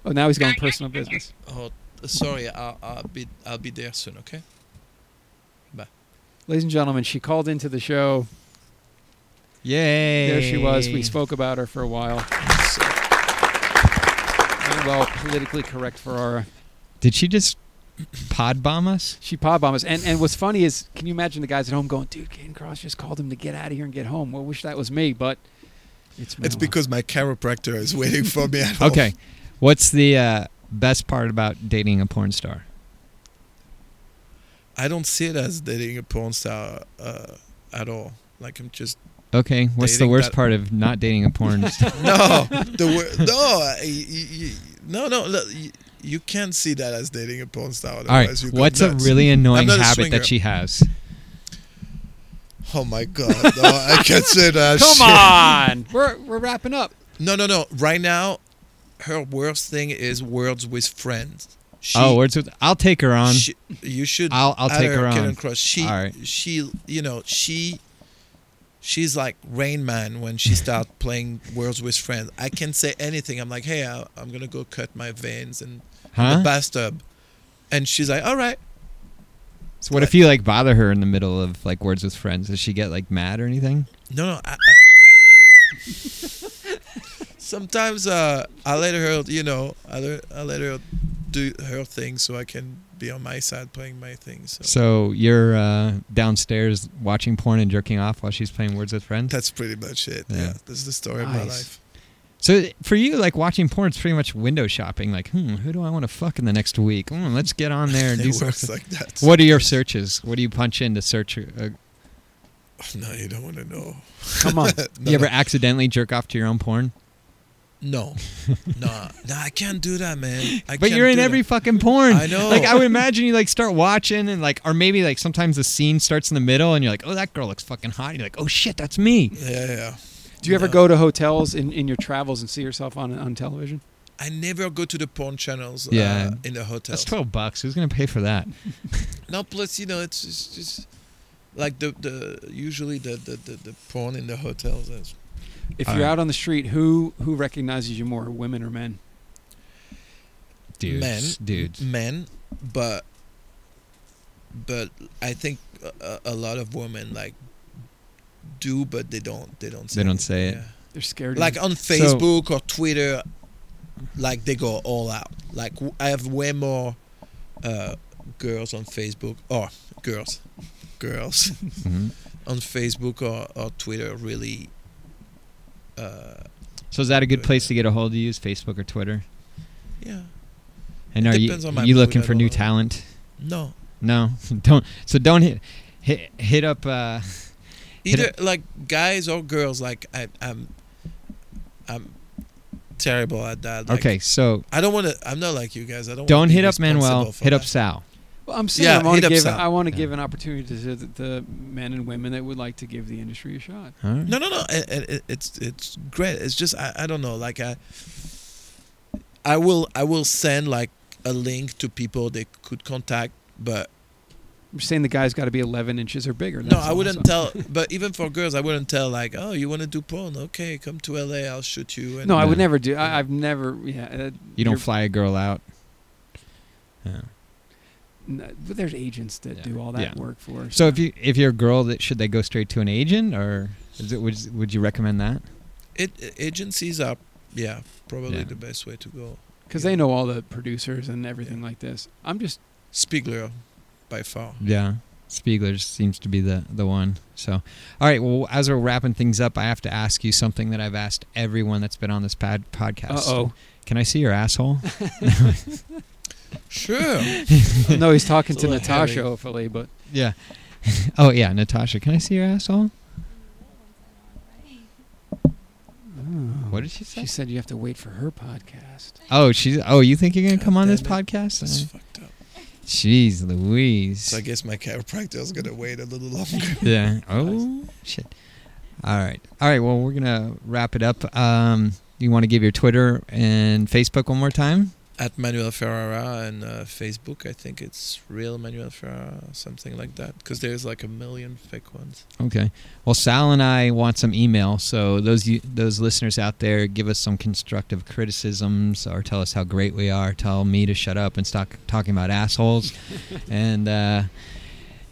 [SPEAKER 1] Oh, now he's going personal business.
[SPEAKER 3] Oh, sorry. I'll, I'll be I'll be there soon. Okay.
[SPEAKER 1] Ladies and gentlemen, she called into the show.
[SPEAKER 4] Yay!
[SPEAKER 1] There she was. We spoke about her for a while. Manuel, politically correct for our
[SPEAKER 4] Did she just pod bomb us?
[SPEAKER 1] She pod bombs. And and what's funny is, can you imagine the guys at home going, dude, Caden Cross just called him to get out of here and get home. Well, wish that was me, but it's Manuel.
[SPEAKER 3] my chiropractor is waiting for me at
[SPEAKER 4] Okay. What's the uh, best part about dating a porn star?
[SPEAKER 3] I don't see it as dating a porn star uh, at all. Like I'm just
[SPEAKER 4] Okay. What's the
[SPEAKER 3] Dating
[SPEAKER 4] worst
[SPEAKER 3] that-
[SPEAKER 4] part of not dating a porn star?
[SPEAKER 3] no the wor- no I, y- y- no no look, y- you can't see that as dating a porn star.
[SPEAKER 4] All right.
[SPEAKER 3] otherwise you go
[SPEAKER 4] What's a
[SPEAKER 3] nuts.
[SPEAKER 4] really annoying
[SPEAKER 3] not a
[SPEAKER 4] habit
[SPEAKER 3] swinger.
[SPEAKER 4] that she has?
[SPEAKER 3] Oh my god! No, I can't say that.
[SPEAKER 1] Come
[SPEAKER 3] Shit.
[SPEAKER 1] on. we're, we're wrapping up.
[SPEAKER 3] No, no, no. Right now, her worst thing is words with friends. She,
[SPEAKER 4] oh, words with. I'll take her on.
[SPEAKER 3] she- you should.
[SPEAKER 4] I'll- I'll
[SPEAKER 3] add
[SPEAKER 4] take her
[SPEAKER 3] Kid
[SPEAKER 4] on.
[SPEAKER 3] and Cross. She,
[SPEAKER 4] All right.
[SPEAKER 3] she, you know, she, she's like Rain Man when she starts playing words with friends. I can say anything. I'm like, hey, I, I'm gonna go cut my veins and
[SPEAKER 4] Huh?
[SPEAKER 3] the bathtub, and she's like, all right.
[SPEAKER 4] So what if you like bother her in the middle of like words with friends? Does she get like mad or anything?
[SPEAKER 3] No, no. I, I, sometimes uh, I let her, you know, I let, I let her do her thing so I can be on my side playing my thing. So,
[SPEAKER 4] So you're uh, downstairs watching porn and jerking off while she's playing Words with Friends.
[SPEAKER 3] that's pretty much it.
[SPEAKER 4] Yeah.
[SPEAKER 3] Yeah, that's the story of my
[SPEAKER 1] Nice.
[SPEAKER 3] life.
[SPEAKER 4] so for you, like watching porn is pretty much window shopping. Like, hmm, who do I want to fuck in the next week? Hmm, let's get on there and do
[SPEAKER 3] It works
[SPEAKER 4] something.
[SPEAKER 3] like that.
[SPEAKER 4] What are your searches? What do you punch in to search? Uh,
[SPEAKER 3] No, you don't want to know.
[SPEAKER 1] Come on.
[SPEAKER 3] No,
[SPEAKER 4] you ever accidentally jerk off to your own porn?
[SPEAKER 3] no, no, no, I can't do that, man. I
[SPEAKER 4] But
[SPEAKER 3] can't
[SPEAKER 4] you're in
[SPEAKER 3] do
[SPEAKER 4] every
[SPEAKER 3] that.
[SPEAKER 4] fucking porn.
[SPEAKER 3] I know.
[SPEAKER 4] Like I would imagine you like start watching and like, or maybe like sometimes the scene starts in the middle and you're like, oh that girl looks fucking hot. And you're like, oh shit, that's me.
[SPEAKER 3] Yeah, yeah.
[SPEAKER 1] Do you ever
[SPEAKER 3] No.
[SPEAKER 1] go to hotels in, in your travels and see yourself on on television?
[SPEAKER 3] I never go to the porn channels.
[SPEAKER 4] Yeah.
[SPEAKER 3] Uh, in the hotel.
[SPEAKER 4] That's twelve bucks. Who's gonna pay for that?
[SPEAKER 3] No, plus you know it's just, just like the the usually the the, the, the porn in the hotels. Is,
[SPEAKER 1] If
[SPEAKER 4] All
[SPEAKER 1] you're
[SPEAKER 4] right.
[SPEAKER 1] out on the street, who who recognizes you more, women or men?
[SPEAKER 4] Dudes,
[SPEAKER 3] Men.
[SPEAKER 4] dudes.
[SPEAKER 3] men, but but I think a, a a lot of women like do, but they don't. They don't. Say
[SPEAKER 4] They don't say it.
[SPEAKER 1] They're scared. of
[SPEAKER 3] Like
[SPEAKER 1] you.
[SPEAKER 3] on Facebook or Twitter, like they go all out. Like w- I have way more uh, girls on Facebook or girls, girls
[SPEAKER 4] Mhm.
[SPEAKER 3] on Facebook or, or Twitter really. Uh,
[SPEAKER 4] So is that a good place to get a hold of you? Is Facebook or Twitter?
[SPEAKER 3] yeah.
[SPEAKER 4] And are you
[SPEAKER 3] Depends on my
[SPEAKER 4] you
[SPEAKER 3] mood,
[SPEAKER 4] looking
[SPEAKER 3] I
[SPEAKER 4] for
[SPEAKER 3] don't
[SPEAKER 4] new
[SPEAKER 3] know.
[SPEAKER 4] talent?
[SPEAKER 3] No.
[SPEAKER 4] No, don't. So don't hit hit, hit up. Uh, Hit
[SPEAKER 3] Either like guys or girls. Like I, I'm, I'm terrible at that. Like,
[SPEAKER 4] okay, so
[SPEAKER 3] I don't want to. I'm not like you guys. I don't.
[SPEAKER 4] don't
[SPEAKER 3] wanna be
[SPEAKER 4] hit up Manuel.
[SPEAKER 3] responsible for
[SPEAKER 4] Hit up
[SPEAKER 3] that.
[SPEAKER 4] Sal.
[SPEAKER 1] Well, I'm saying
[SPEAKER 3] Yeah,
[SPEAKER 1] I want
[SPEAKER 3] hit
[SPEAKER 1] to
[SPEAKER 3] up
[SPEAKER 1] give
[SPEAKER 3] some.
[SPEAKER 1] I want to
[SPEAKER 4] Yeah.
[SPEAKER 1] give an opportunity to the, the men and women that would like to give the industry a shot.
[SPEAKER 4] All right.
[SPEAKER 3] No, no, no. It, it, it- it's it's great. It's just I, I don't know. Like I, I will I will send like a link to people they could contact, but
[SPEAKER 1] I'm just saying the guy's got to be 11 inches or bigger.
[SPEAKER 3] no,
[SPEAKER 1] that's
[SPEAKER 3] I
[SPEAKER 1] all,
[SPEAKER 3] wouldn't
[SPEAKER 1] so.
[SPEAKER 3] tell. But even for girls, I wouldn't tell. Like, oh, you want to do porn? Okay, come to LA. I'll shoot you. And
[SPEAKER 1] No, I would
[SPEAKER 4] No.
[SPEAKER 1] never do. I, I've never. Yeah, uh,
[SPEAKER 4] You don't
[SPEAKER 1] you're-
[SPEAKER 4] fly a girl out. Yeah.
[SPEAKER 1] n- but there's agents that
[SPEAKER 4] Yeah.
[SPEAKER 1] do all that
[SPEAKER 4] Yeah.
[SPEAKER 1] work for. us.
[SPEAKER 4] So if you if you're a girl, that should they go straight to an agent or is it would would you recommend that?
[SPEAKER 3] it agencies are yeah probably
[SPEAKER 4] Yeah.
[SPEAKER 3] the best way to go.
[SPEAKER 1] because they know all the producers and everything like this. I'm just
[SPEAKER 3] Spiegler, by far.
[SPEAKER 4] Yeah. Spiegler seems to be the the one. So, all right. Well, as we're wrapping things up, I have to ask you something that I've asked everyone that's been on this pod- podcast.
[SPEAKER 1] uh oh.
[SPEAKER 4] Can I see your asshole?
[SPEAKER 3] Sure.
[SPEAKER 1] no, he's talking
[SPEAKER 3] It's
[SPEAKER 1] to
[SPEAKER 3] a little
[SPEAKER 1] Natasha
[SPEAKER 3] heavy.
[SPEAKER 1] hopefully, but
[SPEAKER 4] Yeah. oh yeah, Natasha. Can I see your asshole? What did she say?
[SPEAKER 1] she said you have to wait for her podcast.
[SPEAKER 4] Oh, she's. Oh, you think you're gonna come on this
[SPEAKER 3] God That's
[SPEAKER 4] podcast?
[SPEAKER 3] fucked up.
[SPEAKER 4] Jeez, Louise.
[SPEAKER 3] So I guess my chiropractor is gonna wait a little longer.
[SPEAKER 4] yeah. Oh shit. All right. All right. Well, we're gonna wrap it up. Um, you want to give your Twitter and Facebook one more time?
[SPEAKER 3] At Manuel Ferrara and uh, Facebook, I think it's real Manuel Ferrara, something like that. Because there's like a million fake ones.
[SPEAKER 4] Okay. Well, Sal and I want some email. So those you, those listeners out there, give us some constructive criticisms, or tell us how great we are. Tell me to shut up and stop talking about assholes, and. Uh,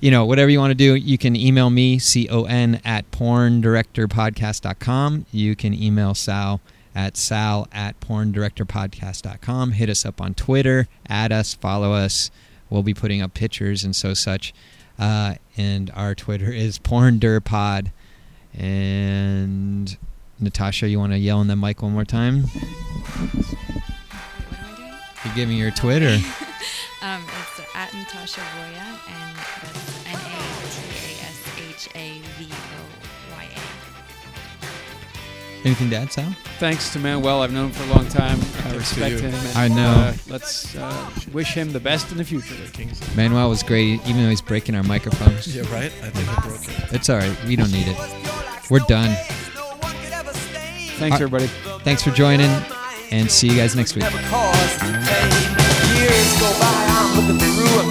[SPEAKER 4] you know, whatever you want to do, you can email me, C-O-N, at porndirectorpodcast.com. You can email Sal at sal at porndirectorpodcast.com. Hit us up on Twitter, add us, follow us. We'll be putting up pictures and so such. Uh, and our Twitter is porndirpod. And Natasha, you want to yell in the mic one more time?
[SPEAKER 5] Wait, what am I doing?
[SPEAKER 4] You give me your Twitter.
[SPEAKER 5] Um, it's at Natasha Voya, and that's N A T A S H A V O Y A.
[SPEAKER 4] Anything to add, Sal?
[SPEAKER 1] Thanks to Manuel. I've known him for a long time. I respect
[SPEAKER 3] you.
[SPEAKER 1] him. and,
[SPEAKER 4] I know.
[SPEAKER 1] Uh, let's uh, wish him the best in the future.
[SPEAKER 4] Manuel was great, even though he's breaking our microphones.
[SPEAKER 3] Yeah, right? I think I broke it.
[SPEAKER 4] It's all right. We don't need it. We're done.
[SPEAKER 1] Thanks,
[SPEAKER 4] All right.
[SPEAKER 1] everybody.
[SPEAKER 4] Thanks for joining, and see you guys next week.
[SPEAKER 2] Never caused pain. Years go by, I'm looking through a